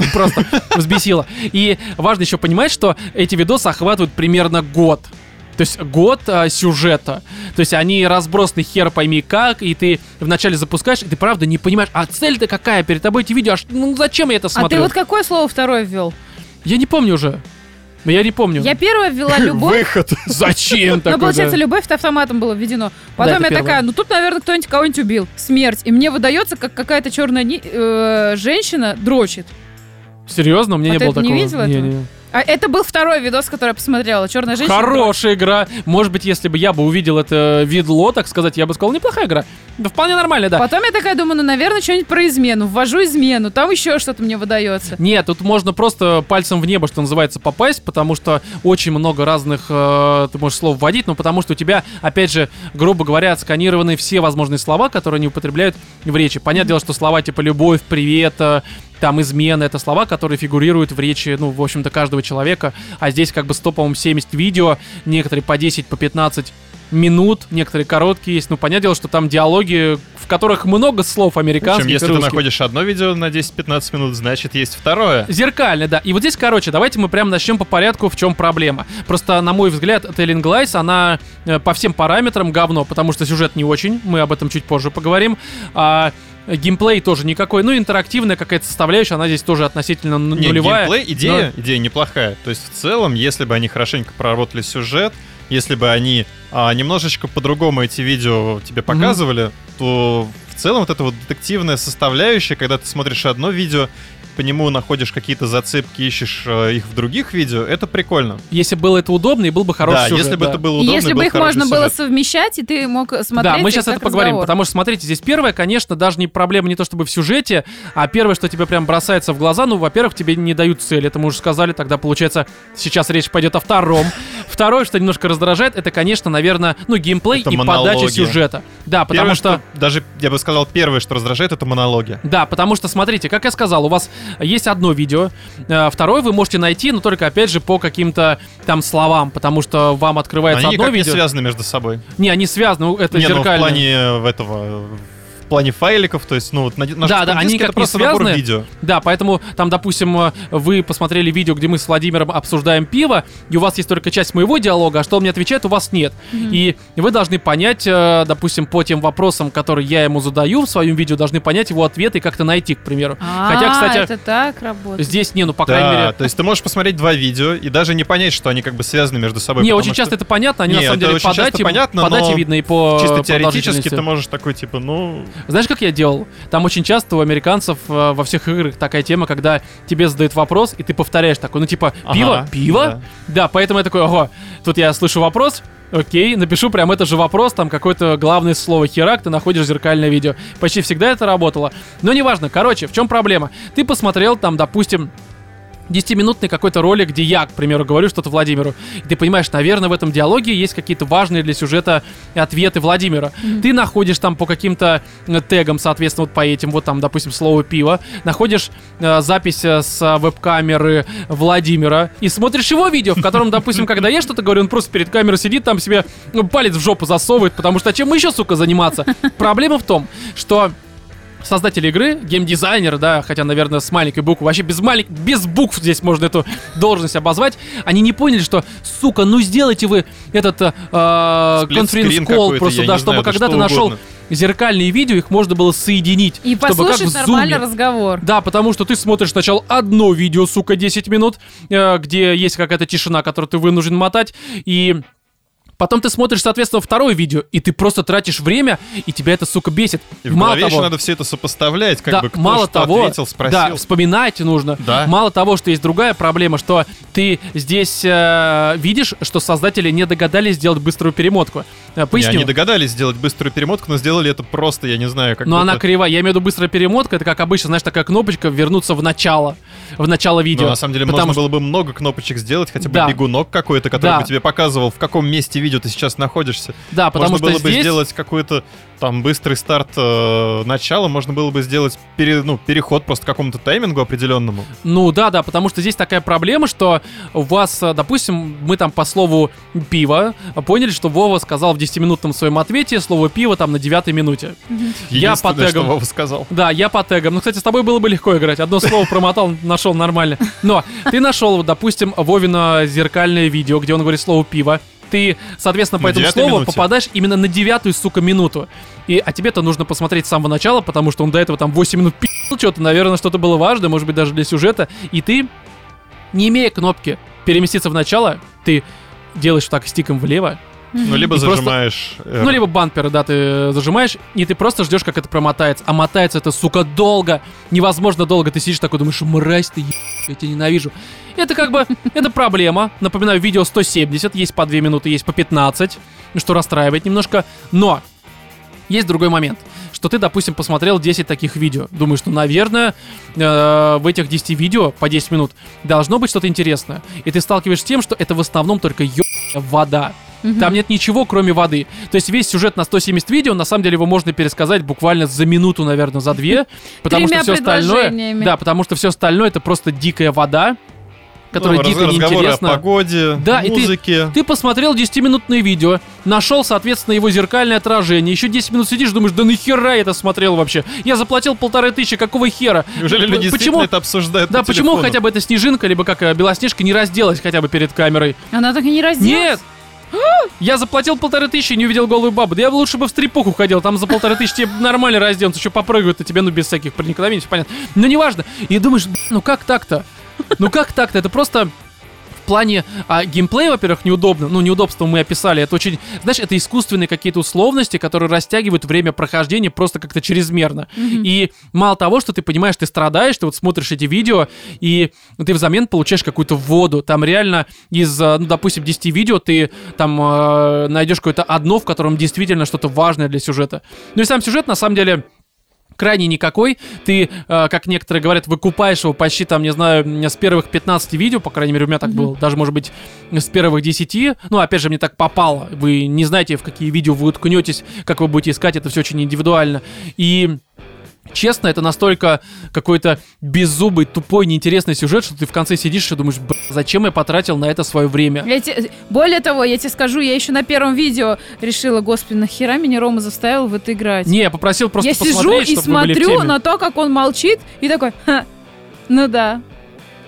Speaker 1: просто взбесило. И важно еще понимать, что эти видосы охватывают примерно год. То есть год э, сюжета. То есть они разбросаны хер пойми как, и ты вначале запускаешь, и ты правда не понимаешь, а цель-то какая? Перед тобой эти видео, аж, ну зачем я это
Speaker 3: а ты
Speaker 1: смотрю?
Speaker 3: вот какое слово второе ввел?
Speaker 1: Я не помню уже. Но я не помню.
Speaker 3: Я первая ввела любовь.
Speaker 2: Выход.
Speaker 1: Зачем
Speaker 3: Но
Speaker 1: такое?
Speaker 3: Ну, получается,
Speaker 1: да?
Speaker 3: любовь-то автоматом было введено. Потом
Speaker 1: это
Speaker 3: я
Speaker 1: первое.
Speaker 3: такая, ну тут, наверное, кто-нибудь кого-нибудь убил. Смерть. И мне выдается, как какая-то черная ни- э, женщина дрочит.
Speaker 1: Серьезно, у меня
Speaker 3: А
Speaker 1: не
Speaker 3: ты
Speaker 1: было
Speaker 3: это
Speaker 1: такого.
Speaker 3: не видела этого?
Speaker 1: Не-не-не.
Speaker 3: А это был второй видос, который я посмотрела. Черная женщина. дрочит».
Speaker 1: Хорошая игра. Может быть, если бы я бы увидел это видло, так сказать, я бы сказал, неплохая игра. Да вполне нормально, да.
Speaker 3: Потом я такая думаю, ну, наверное, что-нибудь про измену. Ввожу измену, там еще что-то мне выдается.
Speaker 1: Нет, тут можно просто пальцем в небо, что называется, попасть, потому что очень много разных, э, ты можешь слов вводить, но потому что у тебя, опять же, грубо говоря, отсканированы все возможные слова, которые они употребляют в речи. Понятное дело, что слова типа «любовь», «привет», э, там «измена» — это слова, которые фигурируют в речи, ну, в общем-то, каждого человека. А здесь как бы 100, по-моему, 70 видео, некоторые по 10, по 15 минут, некоторые короткие есть. Ну, понятное дело, что там диалоги, в которых много слов американских
Speaker 2: Причем,
Speaker 1: и
Speaker 2: если ты
Speaker 1: русских.
Speaker 2: находишь одно видео на 10-15 минут, значит, есть второе.
Speaker 1: Зеркально, да. И вот здесь, короче, давайте мы прям начнем по порядку, в чем проблема. Просто, на мой взгляд, Telling Lies, она э, по всем параметрам говно, потому что сюжет не очень, мы об этом чуть позже поговорим. А геймплей тоже никакой, ну, интерактивная какая-то составляющая, она здесь тоже относительно ну-
Speaker 2: Не,
Speaker 1: нулевая.
Speaker 2: геймплей, идея, идея неплохая. То есть в целом, если бы они хорошенько проработали сюжет, если бы они а, немножечко по-другому эти видео тебе показывали, то в целом вот эта вот детективная составляющая, когда ты смотришь одно видео, по нему находишь какие-то зацепки, ищешь э, их в других видео, это прикольно.
Speaker 1: Если было это удобно, и был бы хороший
Speaker 2: да,
Speaker 1: сюжет.
Speaker 2: если бы
Speaker 1: да.
Speaker 2: это было
Speaker 3: И
Speaker 2: удобно,
Speaker 3: если
Speaker 2: был
Speaker 3: бы их
Speaker 2: хороший
Speaker 3: можно было
Speaker 2: сюжет.
Speaker 3: совмещать, и ты мог смотреть.
Speaker 1: Да, мы
Speaker 3: их
Speaker 1: сейчас
Speaker 3: как
Speaker 1: это поговорим,
Speaker 3: разговор.
Speaker 1: потому что, смотрите, здесь первое, конечно, даже не проблема не то чтобы в сюжете, а первое, что тебе прям бросается в глаза, ну, во-первых, тебе не дают цель, это мы уже сказали, тогда, получается, сейчас речь пойдет о втором. Второе, что немножко раздражает, это, конечно, наверное, ну, геймплей
Speaker 2: Это
Speaker 1: и подача
Speaker 2: монологи.
Speaker 1: сюжета. Да, потому
Speaker 2: Первое,
Speaker 1: что...
Speaker 2: Даже, я бы сказал, первое, что раздражает, это монологи.
Speaker 1: Да, потому что, смотрите, как я сказал, у вас есть одно видео, э, второе вы можете найти, но только, опять же, по каким-то там словам, потому что вам открывается
Speaker 2: они
Speaker 1: одно
Speaker 2: никак не
Speaker 1: видео.
Speaker 2: связаны между собой.
Speaker 1: Не, они связаны, это
Speaker 2: не, ну, в
Speaker 1: зеркально.
Speaker 2: плане э, в этого в плане файликов, то есть, ну, вот на, на
Speaker 1: Да, да,
Speaker 2: жестком
Speaker 1: они
Speaker 2: диске
Speaker 1: никак
Speaker 2: это
Speaker 1: не
Speaker 2: просто набор
Speaker 1: связаны.
Speaker 2: видео.
Speaker 1: Да, поэтому там, допустим, э, вы посмотрели видео, где мы с Владимиром обсуждаем пиво, и у вас есть только часть моего диалога, а что он мне отвечает, у вас нет. И вы должны понять, э, допустим, по тем вопросам, которые я ему задаю в своем видео, должны понять его ответ и как-то найти, к примеру.
Speaker 3: А,
Speaker 1: Хотя, кстати,
Speaker 3: это так работает.
Speaker 1: здесь не, ну, по
Speaker 2: да,
Speaker 1: крайней мере...
Speaker 2: то есть ты можешь посмотреть два видео и даже не понять, что они как бы связаны между собой.
Speaker 1: Не,
Speaker 2: потому
Speaker 1: очень
Speaker 2: что
Speaker 1: часто это э, понятно, они
Speaker 2: Не,
Speaker 1: на самом
Speaker 2: это
Speaker 1: деле
Speaker 2: очень
Speaker 1: по
Speaker 2: часто
Speaker 1: дате,
Speaker 2: понятно,
Speaker 1: по дате
Speaker 2: но
Speaker 1: видно и по
Speaker 2: чисто
Speaker 1: продолжительности.
Speaker 2: теоретически ты можешь такой, типа, ну...
Speaker 1: Знаешь, как я делал? Там очень часто у американцев э, во всех играх такая тема, когда тебе задают вопрос, и ты повторяешь такой, ну типа,
Speaker 2: ага,
Speaker 1: пиво? пиво?
Speaker 2: да.
Speaker 1: Да, поэтому я такой, ого, тут я слышу вопрос, окей, напишу прям это же вопрос, там какое-то главное слово херак, ты находишь зеркальное видео. Почти всегда это работало. Но неважно, короче, в чем проблема? Ты посмотрел там, допустим, 10-минутный какой-то ролик, где я, к примеру, говорю что-то Владимиру. И ты понимаешь, наверное, в этом диалоге есть какие-то важные для сюжета ответы Владимира. Ты находишь там по каким-то э, тегам, соответственно, вот по этим, вот там, допустим, слово пиво, находишь э, запись э, с э, веб-камеры Владимира и смотришь его видео, в котором, допустим, когда я что-то говорю, он просто перед камерой сидит, там себе ну, палец в жопу засовывает, потому что а чем еще, сука, заниматься? Проблема в том, что создатель игры, геймдизайнер, да, хотя, наверное, с маленькой буквы, вообще без, малень- без букв здесь можно эту должность обозвать, они не поняли, что, сука, ну сделайте вы этот э,
Speaker 2: Сплит-скрин
Speaker 1: конференц-колл
Speaker 2: какой-то,
Speaker 1: просто,
Speaker 2: я
Speaker 1: да,
Speaker 2: не
Speaker 1: чтобы
Speaker 2: знаю, да
Speaker 1: когда
Speaker 2: что
Speaker 1: ты нашел
Speaker 2: угодно.
Speaker 1: зеркальные видео, их можно было соединить.
Speaker 3: И
Speaker 1: чтобы как в
Speaker 3: послушать нормальный
Speaker 1: зуме.
Speaker 3: разговор.
Speaker 1: Да, потому что ты смотришь сначала одно видео, сука, 10 минут, э, где есть какая-то тишина, которую ты вынужден мотать, и потом ты смотришь, соответственно, второе видео, и ты просто тратишь время, и тебя это, сука, бесит.
Speaker 2: И в голове еще надо все это сопоставлять, как
Speaker 1: да,
Speaker 2: бы кто
Speaker 1: мало
Speaker 2: что
Speaker 1: того,
Speaker 2: ответил, спросил.
Speaker 1: да, вспоминать нужно.
Speaker 2: Да.
Speaker 1: Мало того, что есть другая проблема, что ты здесь э, видишь, что создатели не догадались сделать быструю перемотку. Э,
Speaker 2: Не,
Speaker 1: Поясню.
Speaker 2: они догадались сделать быструю перемотку, но сделали это просто, я не знаю, как
Speaker 1: Но
Speaker 2: будто-
Speaker 1: она кривая. Я имею в виду быстрая перемотка. Это как обычно, знаешь, такая кнопочка вернуться в начало. В начало
Speaker 2: Но
Speaker 1: видео.
Speaker 2: на самом деле
Speaker 1: Потому
Speaker 2: можно
Speaker 1: что-
Speaker 2: было бы много кнопочек сделать, хотя бы
Speaker 1: Да.
Speaker 2: бегунок какой-то, который
Speaker 1: Да.
Speaker 2: бы тебе показывал, в каком месте видео ты сейчас находишься.
Speaker 1: Да, потому
Speaker 2: можно
Speaker 1: что
Speaker 2: было бы
Speaker 1: здесь-
Speaker 2: сделать какой-то там быстрый старт э, начала, можно было бы сделать пере- ну, переход просто к какому-то таймингу определенному.
Speaker 1: Ну да, да, потому что здесь такая проблема, что у вас, э, допустим, мы там по слову пиво поняли, что Вова сказал в 10-минутном своем ответе слово пиво там на 9 минуте. Я по
Speaker 2: Единственное, что
Speaker 1: тегам.
Speaker 2: Вова сказал.
Speaker 1: Да, я по тегам. Ну, кстати, с тобой было бы легко играть. Одно слово промотал, нашел нормально. Но ты нашел, вот, допустим, Вовина зеркальное видео, где он говорит слово пиво. Ты, соответственно, по
Speaker 2: На
Speaker 1: этому
Speaker 2: девятой
Speaker 1: слову
Speaker 2: минуте.
Speaker 1: попадаешь именно на девятую, сука, минуту. И, а тебе-то нужно посмотреть с самого начала, потому что он до этого там 8 минут пил что-то, наверное, что-то было важное, может быть, даже для сюжета. И ты, не имея кнопки переместиться в начало, ты делаешь так стиком влево,
Speaker 2: Ну, либо
Speaker 1: И просто-
Speaker 2: зажимаешь... э,
Speaker 1: ну, либо бампер, да, ты зажимаешь, и ты просто ждешь, как это промотается. А мотается это, сука, долго. Невозможно долго. Ты сидишь такой, думаешь, мразь ты, еб... я тебя ненавижу. Это как бы, это проблема. Напоминаю, видео 170, есть по 2 минуты, есть по 15, что расстраивает немножко. Но есть другой момент, что ты, допустим, посмотрел 10 таких видео. Думаешь, ну, наверное, э, в этих 10 видео по 10 минут должно быть что-то интересное. И ты сталкиваешься с тем, что это в основном только ебаная вода.
Speaker 3: Мгм.
Speaker 1: Там нет ничего, кроме воды. То есть весь сюжет на 170 видео, на самом деле, его можно пересказать буквально за минуту, наверное, за две. Потому
Speaker 3: Тремя
Speaker 1: что все остальное...
Speaker 3: предложениями.
Speaker 1: Да, потому что все остальное это просто дикая вода, которая
Speaker 2: ну, раз-
Speaker 1: дико
Speaker 2: разговоры о
Speaker 1: неинтересна.
Speaker 2: погоде,
Speaker 1: Да, и ты-
Speaker 2: музыке.
Speaker 1: Ты посмотрел 10-минутное видео, нашел, соответственно, его зеркальное отражение. Еще 10 минут сидишь, думаешь, да нахера я это смотрел вообще? Я заплатил полторы тысячи, какого хера?
Speaker 2: Неужели
Speaker 1: П-
Speaker 2: люди
Speaker 1: ну, почему?
Speaker 2: действительно это обсуждают
Speaker 1: Да,
Speaker 2: по
Speaker 1: почему
Speaker 2: телефону?
Speaker 1: хотя бы эта снежинка, либо как э, белоснежка, не разделась хотя бы перед камерой?
Speaker 3: Она так и не
Speaker 1: Нет!
Speaker 3: разделась?
Speaker 1: Я заплатил полторы тысячи и не увидел голую бабу. Да я бы лучше бы в стрипуху ходил, там за полторы тысячи тебе нормально разденутся, еще попрыгают на тебе, ну, без всяких проникновений, все понятно. Но неважно. И думаешь, «Б***, ну как так-то? Ну как так-то? Это просто в плане а, геймплея, во-первых, неудобно. Ну, неудобство мы описали. Это очень... Знаешь, это искусственные какие-то условности, которые растягивают время прохождения просто как-то чрезмерно. И мало того, что ты понимаешь, ты страдаешь, ты вот смотришь эти видео, и ты взамен получаешь какую-то воду. Там реально из, э, ну, допустим, 10 видео ты там э, найдешь какое-то одно, в котором действительно что-то важное для сюжета. Ну и сам сюжет, на самом деле, крайне никакой. Ты, э, как некоторые говорят, выкупаешь его почти, там, не знаю, м, с первых 15 видео, по крайней мере, у меня так было. Даже, может быть, с первых 10. Ну, опять же, мне так попало. Вы не знаете, в какие видео вы уткнетесь, как вы будете искать. Это все очень индивидуально. И... Честно, это настолько какой-то беззубый, тупой, неинтересный сюжет, что ты в конце сидишь и думаешь, «Б***, зачем я потратил на это свое время?
Speaker 3: Я те- Более того, я тебе скажу, я еще на первом видео решила, господи, нахера меня Рома заставил в это играть?
Speaker 1: Не, я попросил просто
Speaker 3: я сижу
Speaker 1: посмотреть,
Speaker 3: и
Speaker 1: чтобы вы были в
Speaker 3: смотрю
Speaker 1: теме.
Speaker 3: на то, как он молчит, и такой, «Ха, ну да.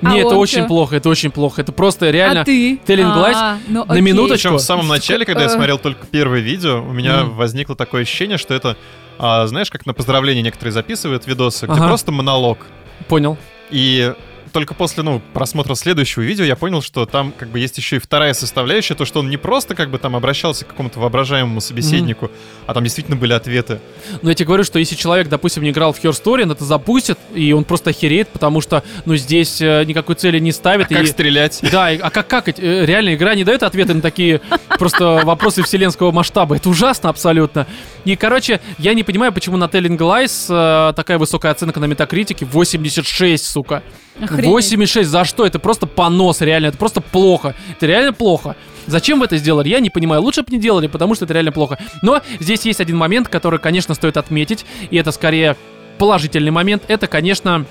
Speaker 3: А
Speaker 1: Не, это
Speaker 3: он
Speaker 1: очень
Speaker 3: чё?
Speaker 1: плохо, это очень плохо. Это просто реально...
Speaker 3: а ты?
Speaker 1: Telling Lies
Speaker 3: А, ну
Speaker 1: на
Speaker 3: окей.
Speaker 1: минуточку.
Speaker 2: Причем в самом начале, когда я
Speaker 3: Э.
Speaker 2: смотрел только первое видео, у меня
Speaker 1: Мгм.
Speaker 2: возникло такое ощущение, что это, а, знаешь, как на поздравление некоторые записывают видосы, где
Speaker 1: Ага.
Speaker 2: просто монолог.
Speaker 1: Понял.
Speaker 2: И только после, ну, просмотра следующего видео я понял, что там как бы есть еще и вторая составляющая, то, что он не просто как бы там обращался к какому-то воображаемому собеседнику, а там действительно были ответы.
Speaker 1: Но Ну, я тебе говорю, что если человек, допустим, не играл в Her Story, он это запустит, и он просто охереет, потому что, ну, здесь э, никакой цели не ставит.
Speaker 2: А Как
Speaker 1: и...
Speaker 2: стрелять?
Speaker 1: Да, и- а как как? Э, Реально, игра не дает ответы на такие просто вопросы вселенского масштаба. Это ужасно абсолютно. И, короче, я не понимаю, почему на Telling Lies э, такая высокая оценка на метакритике. 86, сука.
Speaker 3: Охренеть.
Speaker 1: 86, за что? Это просто понос, реально. Это просто плохо. Это реально плохо. Зачем вы это сделали? Я не понимаю. Лучше бы не делали, потому что это реально плохо. Но здесь есть один момент, который, конечно, стоит отметить. И это скорее положительный момент. Это, конечно,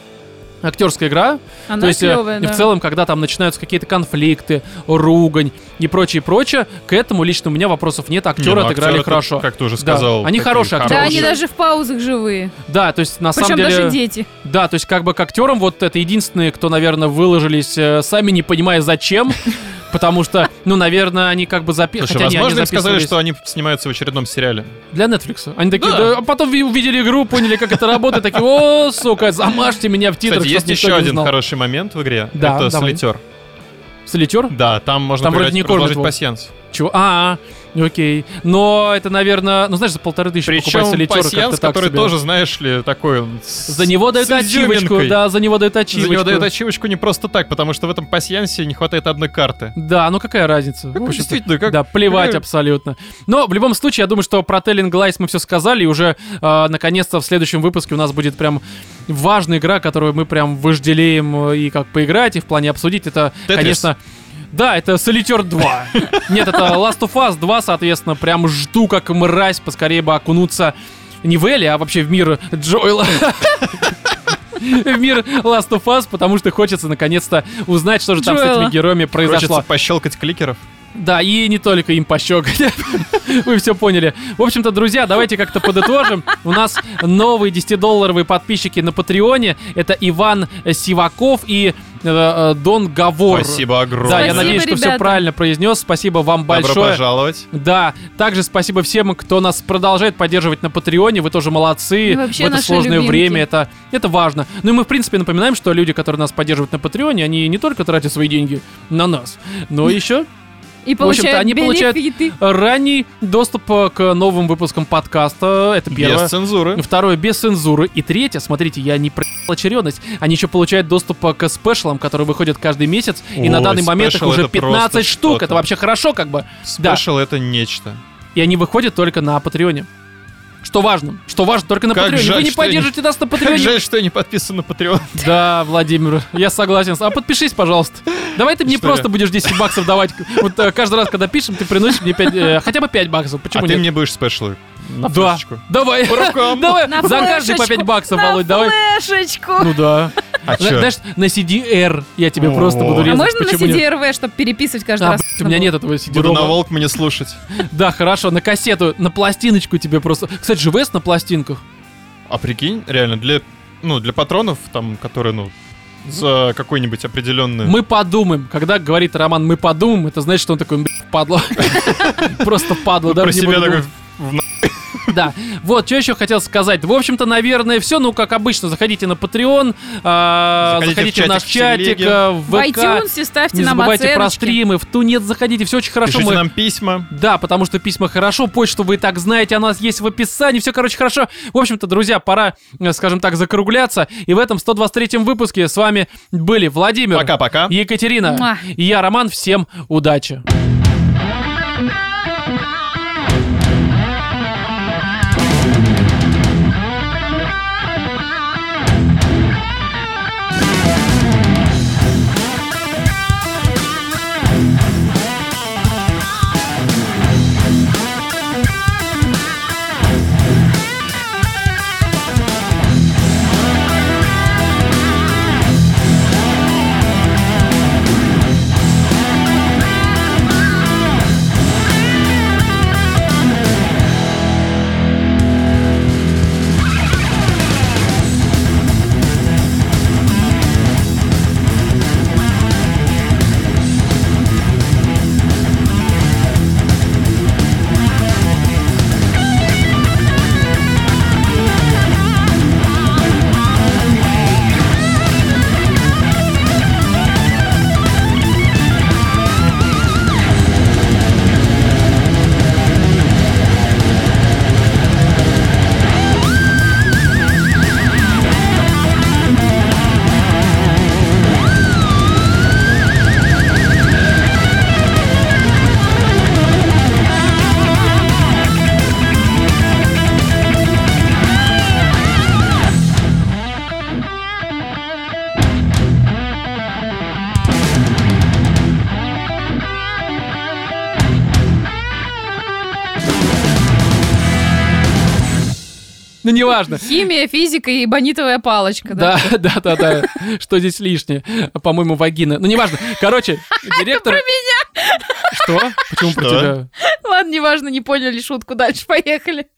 Speaker 1: актерская игра,
Speaker 3: Она
Speaker 1: то есть, э,
Speaker 3: клёвая,
Speaker 1: и
Speaker 3: да.
Speaker 1: в целом, когда там начинаются какие-то конфликты, ругань и прочее, прочее, к этому лично у меня вопросов нет. Актеры
Speaker 2: Не, ну,
Speaker 1: отыграли
Speaker 2: актеры,
Speaker 1: хорошо.
Speaker 2: Как ты уже
Speaker 1: Да.
Speaker 2: сказал.
Speaker 1: Они
Speaker 2: такие
Speaker 1: хорошие актеры.
Speaker 3: Да,
Speaker 1: Короче.
Speaker 3: они даже в паузах живые.
Speaker 1: Да, то есть на
Speaker 3: Причем
Speaker 1: самом деле.
Speaker 3: даже дети.
Speaker 1: Да, то есть как бы к актерам вот это единственные, кто, наверное, выложились э, сами, не понимая зачем. Потому что, ну, наверное, они как бы запи-
Speaker 2: Слушай,
Speaker 1: хотя не, они
Speaker 2: возможно, им сказали,
Speaker 1: записывались
Speaker 2: что они снимаются в очередном сериале.
Speaker 1: Для Netflix. Они такие,
Speaker 2: Да.
Speaker 1: да, а потом ви- увидели игру, поняли, как это работает, такие, о, сука, замажьте меня в титрах,
Speaker 2: Кстати, есть
Speaker 1: чтоб никто
Speaker 2: еще
Speaker 1: не
Speaker 2: один
Speaker 1: узнал».
Speaker 2: хороший момент в игре.
Speaker 1: Да,
Speaker 2: это
Speaker 1: давай.
Speaker 2: солитер.
Speaker 1: Солитер?
Speaker 2: Да, там можно
Speaker 1: Там вроде
Speaker 2: поиграть,
Speaker 1: не кормят
Speaker 2: разложить
Speaker 1: его.
Speaker 2: пасьянс.
Speaker 1: Чего? А, окей. Но это, наверное, ну знаешь, за полторы тысячи покупать
Speaker 2: Причем
Speaker 1: солитер
Speaker 2: пасьянс,
Speaker 1: как-то так
Speaker 2: который
Speaker 1: себе.
Speaker 2: тоже, знаешь ли, такой... он с-
Speaker 1: За него дают
Speaker 2: с
Speaker 1: ачивочку,
Speaker 2: изюминкой.
Speaker 1: да, за него дают ачивочку.
Speaker 2: За него дают ачивочку не просто так, потому что в этом пасьянсе не хватает одной карты.
Speaker 1: Да, ну какая разница?
Speaker 2: Как
Speaker 1: В общем-то,
Speaker 2: действительно, как...
Speaker 1: да, плевать
Speaker 2: какая-
Speaker 1: абсолютно. Но в любом случае, я думаю, что про Telling Lies мы все сказали, и уже э, наконец-то в следующем выпуске у нас будет прям важная игра, которую мы прям вожделеем э, и как поиграть, и в плане обсудить. Это,
Speaker 2: Тетрис.
Speaker 1: конечно... Да, это Солитер 2. Нет, это Last of Us 2, соответственно. Прям жду, как мразь, поскорее бы окунуться не в Элли, а вообще в мир Джоэла. В мир Last of Us, потому что хочется наконец-то узнать, что же там с
Speaker 3: Джоэла.
Speaker 1: этими героями произошло.
Speaker 2: Хочется пощелкать кликеров.
Speaker 1: Да, и не только им пощекать. Вы все поняли. В общем-то, друзья, давайте как-то подытожим. У нас новые 10-долларовые подписчики на Патреоне. Это Иван Сиваков и Это, э, Дон Гавор.
Speaker 2: Спасибо огромное.
Speaker 1: Да, я
Speaker 3: Спасибо,
Speaker 1: надеюсь, что все
Speaker 3: ребята.
Speaker 1: правильно произнес. Спасибо вам
Speaker 2: Добро
Speaker 1: большое.
Speaker 2: пожаловать.
Speaker 1: Да, также спасибо всем, кто нас продолжает поддерживать на Патреоне. Вы тоже молодцы
Speaker 3: И вообще
Speaker 1: в это
Speaker 3: наши
Speaker 1: сложное
Speaker 3: любимки.
Speaker 1: время. Это, это важно. Ну и мы, в принципе, напоминаем, что люди, которые нас поддерживают на Патреоне, они не только тратят свои деньги на нас, но еще
Speaker 3: И
Speaker 1: В общем-то,
Speaker 3: получают
Speaker 1: они получают-
Speaker 3: бенефиты.
Speaker 1: ранний доступ э, к новым выпускам подкаста. Это первое.
Speaker 2: Без цензуры.
Speaker 1: Второе, без цензуры. И третье, смотрите, я не про***л очередность. Они еще получают доступ э, к спешалам, которые выходят каждый месяц. и на
Speaker 2: Ой,
Speaker 1: данный момент их
Speaker 2: спешл
Speaker 1: уже
Speaker 2: это просто
Speaker 1: 15 штук.
Speaker 2: что-то.
Speaker 1: Это вообще хорошо, как бы. Да.
Speaker 2: Спешл это нечто.
Speaker 1: И они выходят только на Патреоне. Что важно? Что важно только на
Speaker 2: Как
Speaker 1: Патреоне.
Speaker 2: жаль,
Speaker 1: Вы не
Speaker 2: что я не-
Speaker 1: поддержите нас на
Speaker 2: Как
Speaker 1: Патреоне.
Speaker 2: жаль, что я не подписан на Patreon.
Speaker 1: Да, Владимир, я согласен. А подпишись, пожалуйста. Давай ты мне
Speaker 2: Что
Speaker 1: просто
Speaker 2: ли?
Speaker 1: будешь 10 баксов давать. Вот э, каждый раз, когда пишем, ты приносишь мне 5, хотя бы 5 баксов.
Speaker 2: А
Speaker 1: Почему
Speaker 2: ты
Speaker 1: нет?
Speaker 2: мне будешь спешлы. На
Speaker 1: Да.
Speaker 2: флешечку.
Speaker 1: Давай.
Speaker 2: По рукам.
Speaker 1: Давай.
Speaker 3: На
Speaker 1: За каждый по
Speaker 3: флешечку,
Speaker 1: 5 баксов,
Speaker 3: на
Speaker 1: Володь, давай.
Speaker 3: флешечку.
Speaker 1: Ну да.
Speaker 2: А
Speaker 1: Зна-
Speaker 2: чё?
Speaker 1: Знаешь, на CDR я тебе
Speaker 2: О.
Speaker 1: просто буду
Speaker 2: А
Speaker 3: А
Speaker 1: резать.
Speaker 3: можно на
Speaker 1: почему нет?
Speaker 3: CDRV, чтобы переписывать каждый
Speaker 1: А,
Speaker 3: раз?
Speaker 1: блядь, у меня нет этого cd
Speaker 2: Буду Типа, на волк мне слушать.
Speaker 1: Да, хорошо, на кассету, на пластиночку тебе просто. Кстати, живес на пластинках.
Speaker 2: А прикинь, реально, для, ну, для патронов, там, которые, ну, за какой-нибудь определенный...
Speaker 1: Мы подумаем. Когда говорит Роман, мы подумаем, это значит, что он такой, блядь, падла. Просто падла,
Speaker 2: про
Speaker 1: даже не
Speaker 2: себя
Speaker 1: буду
Speaker 2: такой...
Speaker 1: думать. Да. Вот, что еще хотел сказать. В общем-то, наверное, все. Ну, как обычно, заходите на Patreon, а,
Speaker 2: Заходите в
Speaker 1: заходите в наш
Speaker 2: чатик, в
Speaker 1: чатик,
Speaker 2: телеге.
Speaker 1: а,
Speaker 3: В
Speaker 1: в ВК.
Speaker 3: iTunes ставьте
Speaker 1: Не
Speaker 3: нам
Speaker 1: забывайте про
Speaker 3: оценочки.
Speaker 1: стримы, в Тунец заходите, все очень хорошо.
Speaker 2: Пишите
Speaker 1: Мы
Speaker 2: нам письма.
Speaker 1: Да, потому что письма хорошо, почту вы и так знаете, она есть в описании, все, короче, хорошо. В общем-то, друзья, пора, э, скажем так, закругляться. И в этом 123-м выпуске с вами были Владимир,
Speaker 2: Пока-пока.
Speaker 1: Екатерина
Speaker 3: Муа.
Speaker 1: и я, Роман. Всем удачи! Ну, неважно.
Speaker 3: Химия, физика и бонитовая палочка, да?
Speaker 1: Да, да, да, да. Что здесь лишнее? По-моему, вагина. Ну, неважно. Короче, директор... Что? Почему про
Speaker 2: Что?
Speaker 1: тебя?
Speaker 3: Ладно, неважно, не поняли шутку, дальше поехали.